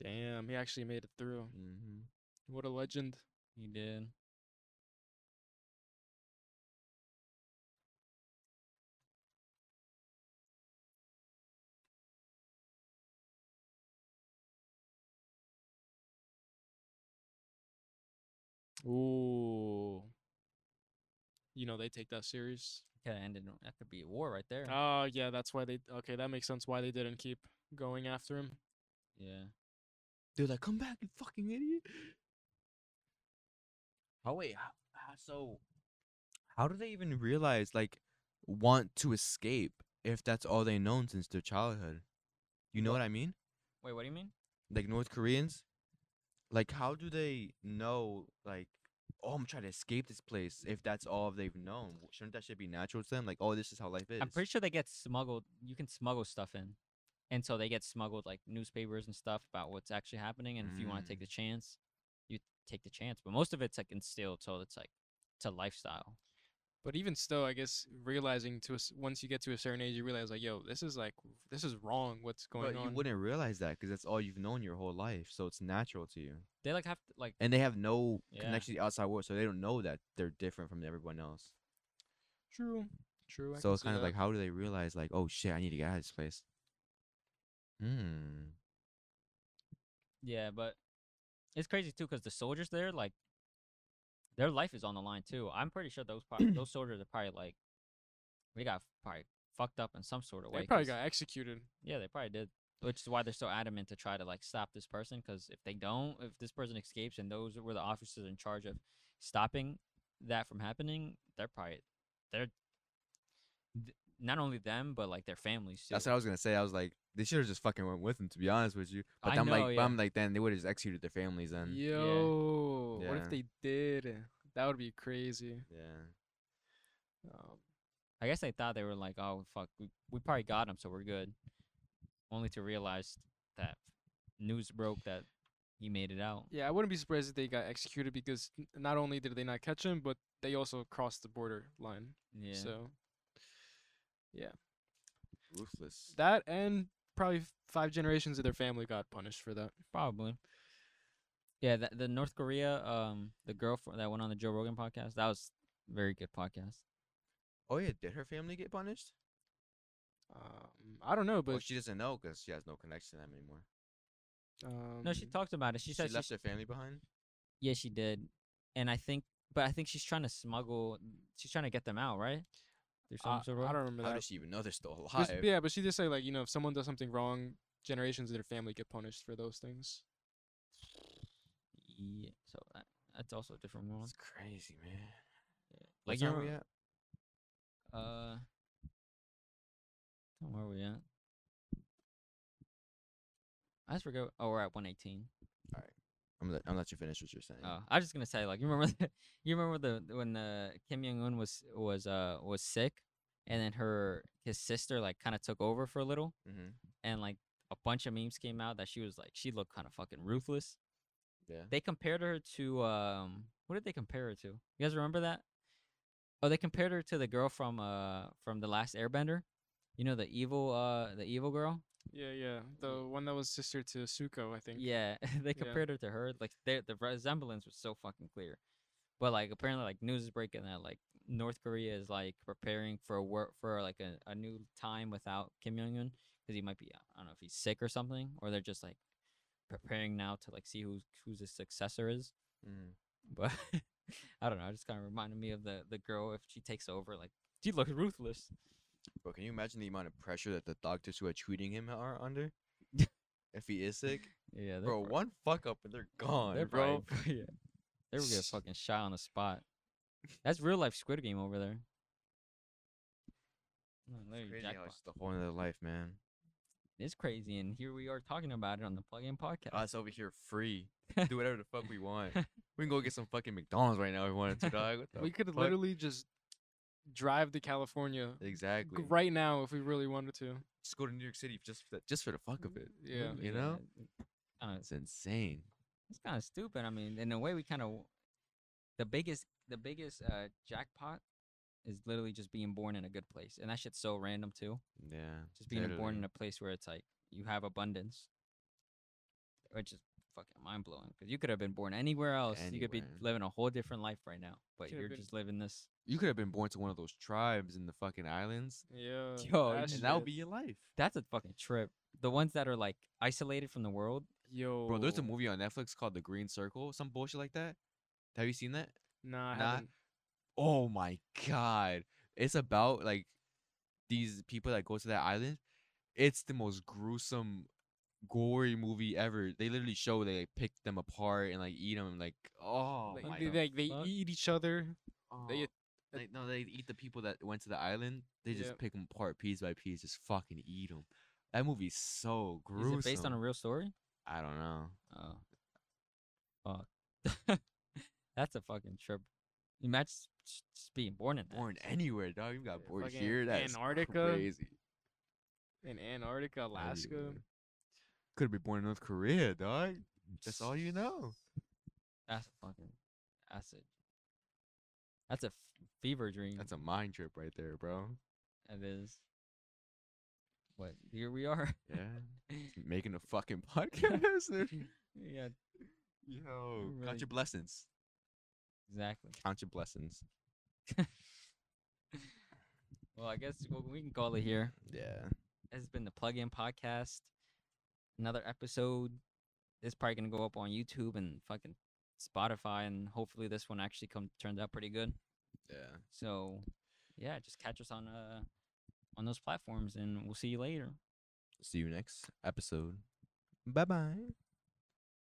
[SPEAKER 3] Damn, he actually made it through.
[SPEAKER 1] hmm
[SPEAKER 3] What a legend.
[SPEAKER 2] he did.
[SPEAKER 3] Ooh. You know they take that serious.
[SPEAKER 2] Could have ended. in- That could be a war right there.
[SPEAKER 1] Uh
[SPEAKER 3] Oh yeah, that's why they. Okay, that makes sense why they didn't keep going after him.
[SPEAKER 2] Yeah.
[SPEAKER 1] They're like, come back, you fucking idiot. Oh wait, how, how, so how do they even realize like want to escape if that's all they known since their childhood? You know what I mean?
[SPEAKER 2] Wait, what do you mean?
[SPEAKER 1] Like North Koreans, like how do they know like oh I'm trying to escape this place if that's all they've known? Shouldn't that shit be natural to them? Like oh this is how life is.
[SPEAKER 2] I'm pretty sure they get smuggled. You can smuggle stuff in, and so they get smuggled like newspapers and stuff about what's actually happening. And if you want
[SPEAKER 1] Mm.
[SPEAKER 2] to take the chance, you take the chance. But most of it's like instilled, so it's like it's a lifestyle.
[SPEAKER 3] But even still, I guess realizing to a s once you get to a certain age, you realize like, yo, this is like this is wrong. What's going
[SPEAKER 1] But
[SPEAKER 3] on?
[SPEAKER 1] you wouldn't realize that because that's all you've known your whole life, so it's natural to you.
[SPEAKER 2] They like have to, like
[SPEAKER 3] Eh
[SPEAKER 1] and they have no
[SPEAKER 2] Yeah.
[SPEAKER 1] connection to the outside world, so they don't know that they're different from everyone else.
[SPEAKER 3] True. True. I
[SPEAKER 1] so
[SPEAKER 3] can
[SPEAKER 1] it's
[SPEAKER 3] see
[SPEAKER 1] kind of
[SPEAKER 3] that.
[SPEAKER 1] like, how do they realize, like, oh shit, I need to get out of this place? Hmm.
[SPEAKER 2] yeah, but it's crazy too because the soldiers there like their life is on the line too. I'm pretty sure those pro- those soldiers are probably like they got probably fucked up in some sort of way.
[SPEAKER 3] they probably
[SPEAKER 2] 'cause-
[SPEAKER 3] got executed.
[SPEAKER 2] Yeah, they probably did. Which is why they're so adamant to try to like stop this person. Because if they don't, if this person escapes and those were the officers in charge of stopping that from happening, they're probably they're th- not only them but like their families too.
[SPEAKER 1] That's what I was gonna say. I was like, they should have just fucking went with them, to be honest with you. But
[SPEAKER 2] I
[SPEAKER 1] I'm like,
[SPEAKER 2] know,
[SPEAKER 1] but
[SPEAKER 2] yeah.
[SPEAKER 1] I'm like, then they would have just executed their families then. Yeah.
[SPEAKER 3] Yo, what
[SPEAKER 1] Yeah.
[SPEAKER 3] if they did? That would be crazy. Um,
[SPEAKER 2] I guess they thought they were like, oh fuck, we, we probably got him, so we're good. Only to realize that news broke that he made it out.
[SPEAKER 3] yeah, I wouldn't be surprised if they got executed because n- not only did they not catch him, but they also crossed the border line.
[SPEAKER 2] Yeah,
[SPEAKER 3] So
[SPEAKER 1] Ruthless.
[SPEAKER 3] that and probably f- five generations of their family got punished for that.
[SPEAKER 2] probably. Yeah, that, the North Korea, um, the girl fr- that went on the Joe Rogan podcast, that was very good podcast.
[SPEAKER 1] oh yeah, did her family get punished?
[SPEAKER 3] Um, I don't know,
[SPEAKER 1] But
[SPEAKER 3] but
[SPEAKER 1] Oh, she doesn't know because she has no connection to them anymore.
[SPEAKER 3] um,
[SPEAKER 2] No, she talked about it.
[SPEAKER 1] Mm-hmm.
[SPEAKER 2] She
[SPEAKER 1] She,
[SPEAKER 2] said she
[SPEAKER 1] left her family behind.
[SPEAKER 2] yeah, she did, and I think, but I think she's trying to smuggle. She's trying to get them out, right? Through some
[SPEAKER 1] Uh,
[SPEAKER 3] I,
[SPEAKER 2] sort of
[SPEAKER 3] I
[SPEAKER 2] road?
[SPEAKER 3] don't remember
[SPEAKER 1] How
[SPEAKER 3] that.
[SPEAKER 1] does she even know they're still
[SPEAKER 3] Just-
[SPEAKER 1] alive?
[SPEAKER 3] yeah, but she did say like you know if someone does something wrong, generations of their family get punished for those things.
[SPEAKER 2] Yeah, so that, that's also a different one.
[SPEAKER 1] It's crazy, man.
[SPEAKER 2] Like
[SPEAKER 1] Like,
[SPEAKER 2] you
[SPEAKER 1] where we
[SPEAKER 2] remember-
[SPEAKER 1] at?
[SPEAKER 2] uh, where are we at? I just forgot. Oh, we're at one eighteen.
[SPEAKER 1] I'm gonna, I'm gonna let you finish what you're saying.
[SPEAKER 2] Oh, I was just gonna say, like, you remember, the, you remember the when uh, Kim Jong Un was was uh was sick, and then her his sister like kind of took over for a little,
[SPEAKER 1] hmm
[SPEAKER 2] and like a bunch of memes came out that she was like she looked kind of fucking ruthless.
[SPEAKER 1] Yeah.
[SPEAKER 2] They compared her to um what did they compare her to? You guys remember that? Oh, they compared her to the girl from uh from the last Airbender. You know the evil uh the evil girl.
[SPEAKER 3] Yeah, yeah, the one that was sister to Suko, I think.
[SPEAKER 2] Yeah, they
[SPEAKER 3] Yeah.
[SPEAKER 2] compared her to her. Like the the resemblance was so fucking clear. But like apparently like news is breaking that like North Korea is like preparing for a work for like a, a new time without Kim Jong Un because he might be I don't know if he's sick or something or they're just like preparing now to like see who's who's his successor is.
[SPEAKER 1] Mm.
[SPEAKER 2] But I don't know. It just kind of reminded me of the the girl if she takes over like she looks ruthless.
[SPEAKER 1] Bro, can you imagine the amount of pressure that the doctors who are treating him are under? if he is sick,
[SPEAKER 2] Yeah, they're
[SPEAKER 1] bro,
[SPEAKER 2] prob-
[SPEAKER 1] one fuck up and they're gone,
[SPEAKER 2] they're
[SPEAKER 1] bro.
[SPEAKER 2] probably- yeah, they were get fucking shot on the spot. That's real life Squid Game over there. No, there
[SPEAKER 1] It's
[SPEAKER 2] you
[SPEAKER 1] crazy how
[SPEAKER 2] jackpot.
[SPEAKER 1] it's the whole other life, man.
[SPEAKER 2] It's crazy, and here we are talking about it on the Plug In Podcast.
[SPEAKER 1] Us over here free, do whatever the fuck we want. We can go get some fucking McDonald's right now if we wanted to, dog. What the
[SPEAKER 3] We could
[SPEAKER 1] fuck?
[SPEAKER 3] literally just drive to California g-
[SPEAKER 1] Exactly.
[SPEAKER 3] right now if we really wanted to.
[SPEAKER 1] Just go to New York City just for the, just for the fuck of it.
[SPEAKER 3] Yeah.
[SPEAKER 1] You know?
[SPEAKER 2] Uh,
[SPEAKER 1] That's insane.
[SPEAKER 2] it's kind of stupid. I mean, in a way, we kind of the biggest the biggest uh, jackpot is literally just being born in a good place, and that shit's so random too.
[SPEAKER 1] Yeah.
[SPEAKER 2] Just being born
[SPEAKER 1] literally.
[SPEAKER 2] in a place where it's like you have abundance, which is fucking mind blowing. Because you could have been born anywhere else, you could be
[SPEAKER 1] Anywhere.
[SPEAKER 2] living a whole different life right now, but
[SPEAKER 3] Could've
[SPEAKER 2] you're
[SPEAKER 3] been-
[SPEAKER 2] just living this.
[SPEAKER 1] You could have been born to one of those tribes in the fucking islands,
[SPEAKER 3] Yeah.
[SPEAKER 2] Yo,
[SPEAKER 3] that
[SPEAKER 2] and
[SPEAKER 1] and that would
[SPEAKER 3] shit.
[SPEAKER 1] be your life.
[SPEAKER 2] That's a fucking trip. The ones that are like isolated from the world.
[SPEAKER 3] yo.
[SPEAKER 1] Bro, there's a movie on Netflix called The Green Circle, some bullshit like that. Have you seen that?
[SPEAKER 3] Nah, I
[SPEAKER 1] Nah.
[SPEAKER 3] haven't.
[SPEAKER 1] Oh my god. It's about like these people that go to that island. It's the most gruesome gory movie ever. They literally show they like, pick them apart and like eat them like oh
[SPEAKER 3] Like,
[SPEAKER 1] my
[SPEAKER 3] they,
[SPEAKER 1] god.
[SPEAKER 3] like, they
[SPEAKER 2] fuck?
[SPEAKER 3] eat each other.
[SPEAKER 1] Oh,
[SPEAKER 3] They
[SPEAKER 1] like, no, they eat the people that went to the island. They just
[SPEAKER 3] Yeah.
[SPEAKER 1] pick them apart piece by piece, just fucking eat them. That movie's so gruesome.
[SPEAKER 2] Is it based on a real story?
[SPEAKER 1] I don't know.
[SPEAKER 2] Oh, fuck. That's a fucking trip. Imagine s- s- just being born in that.
[SPEAKER 1] Born anywhere, dog. You got
[SPEAKER 3] Yeah,
[SPEAKER 1] born
[SPEAKER 3] fucking
[SPEAKER 1] here. That's
[SPEAKER 3] Antarctica,
[SPEAKER 1] Crazy. Oh.
[SPEAKER 3] in Antarctica, Alaska.
[SPEAKER 1] Could have been born in North Korea, dog. That's all you know.
[SPEAKER 2] That's a fucking. That's a. That's a f- fever dream.
[SPEAKER 1] That's a mind trip right there, bro.
[SPEAKER 2] It is. But here we are.
[SPEAKER 1] Yeah. Making a fucking podcast. dude.
[SPEAKER 2] yeah,
[SPEAKER 1] Yo,
[SPEAKER 2] Right.
[SPEAKER 1] count your blessings.
[SPEAKER 2] exactly.
[SPEAKER 1] Count your blessings.
[SPEAKER 2] Well, I guess we- we can call it here.
[SPEAKER 1] Yeah.
[SPEAKER 2] This has been the Plug In Podcast. Another episode. This probably gonna go up on YouTube and fucking Spotify, and hopefully this one actually come turns out pretty good.
[SPEAKER 1] Yeah.
[SPEAKER 2] So, yeah, just catch us on uh on those platforms, and we'll see you later.
[SPEAKER 1] See you next episode. Bye bye.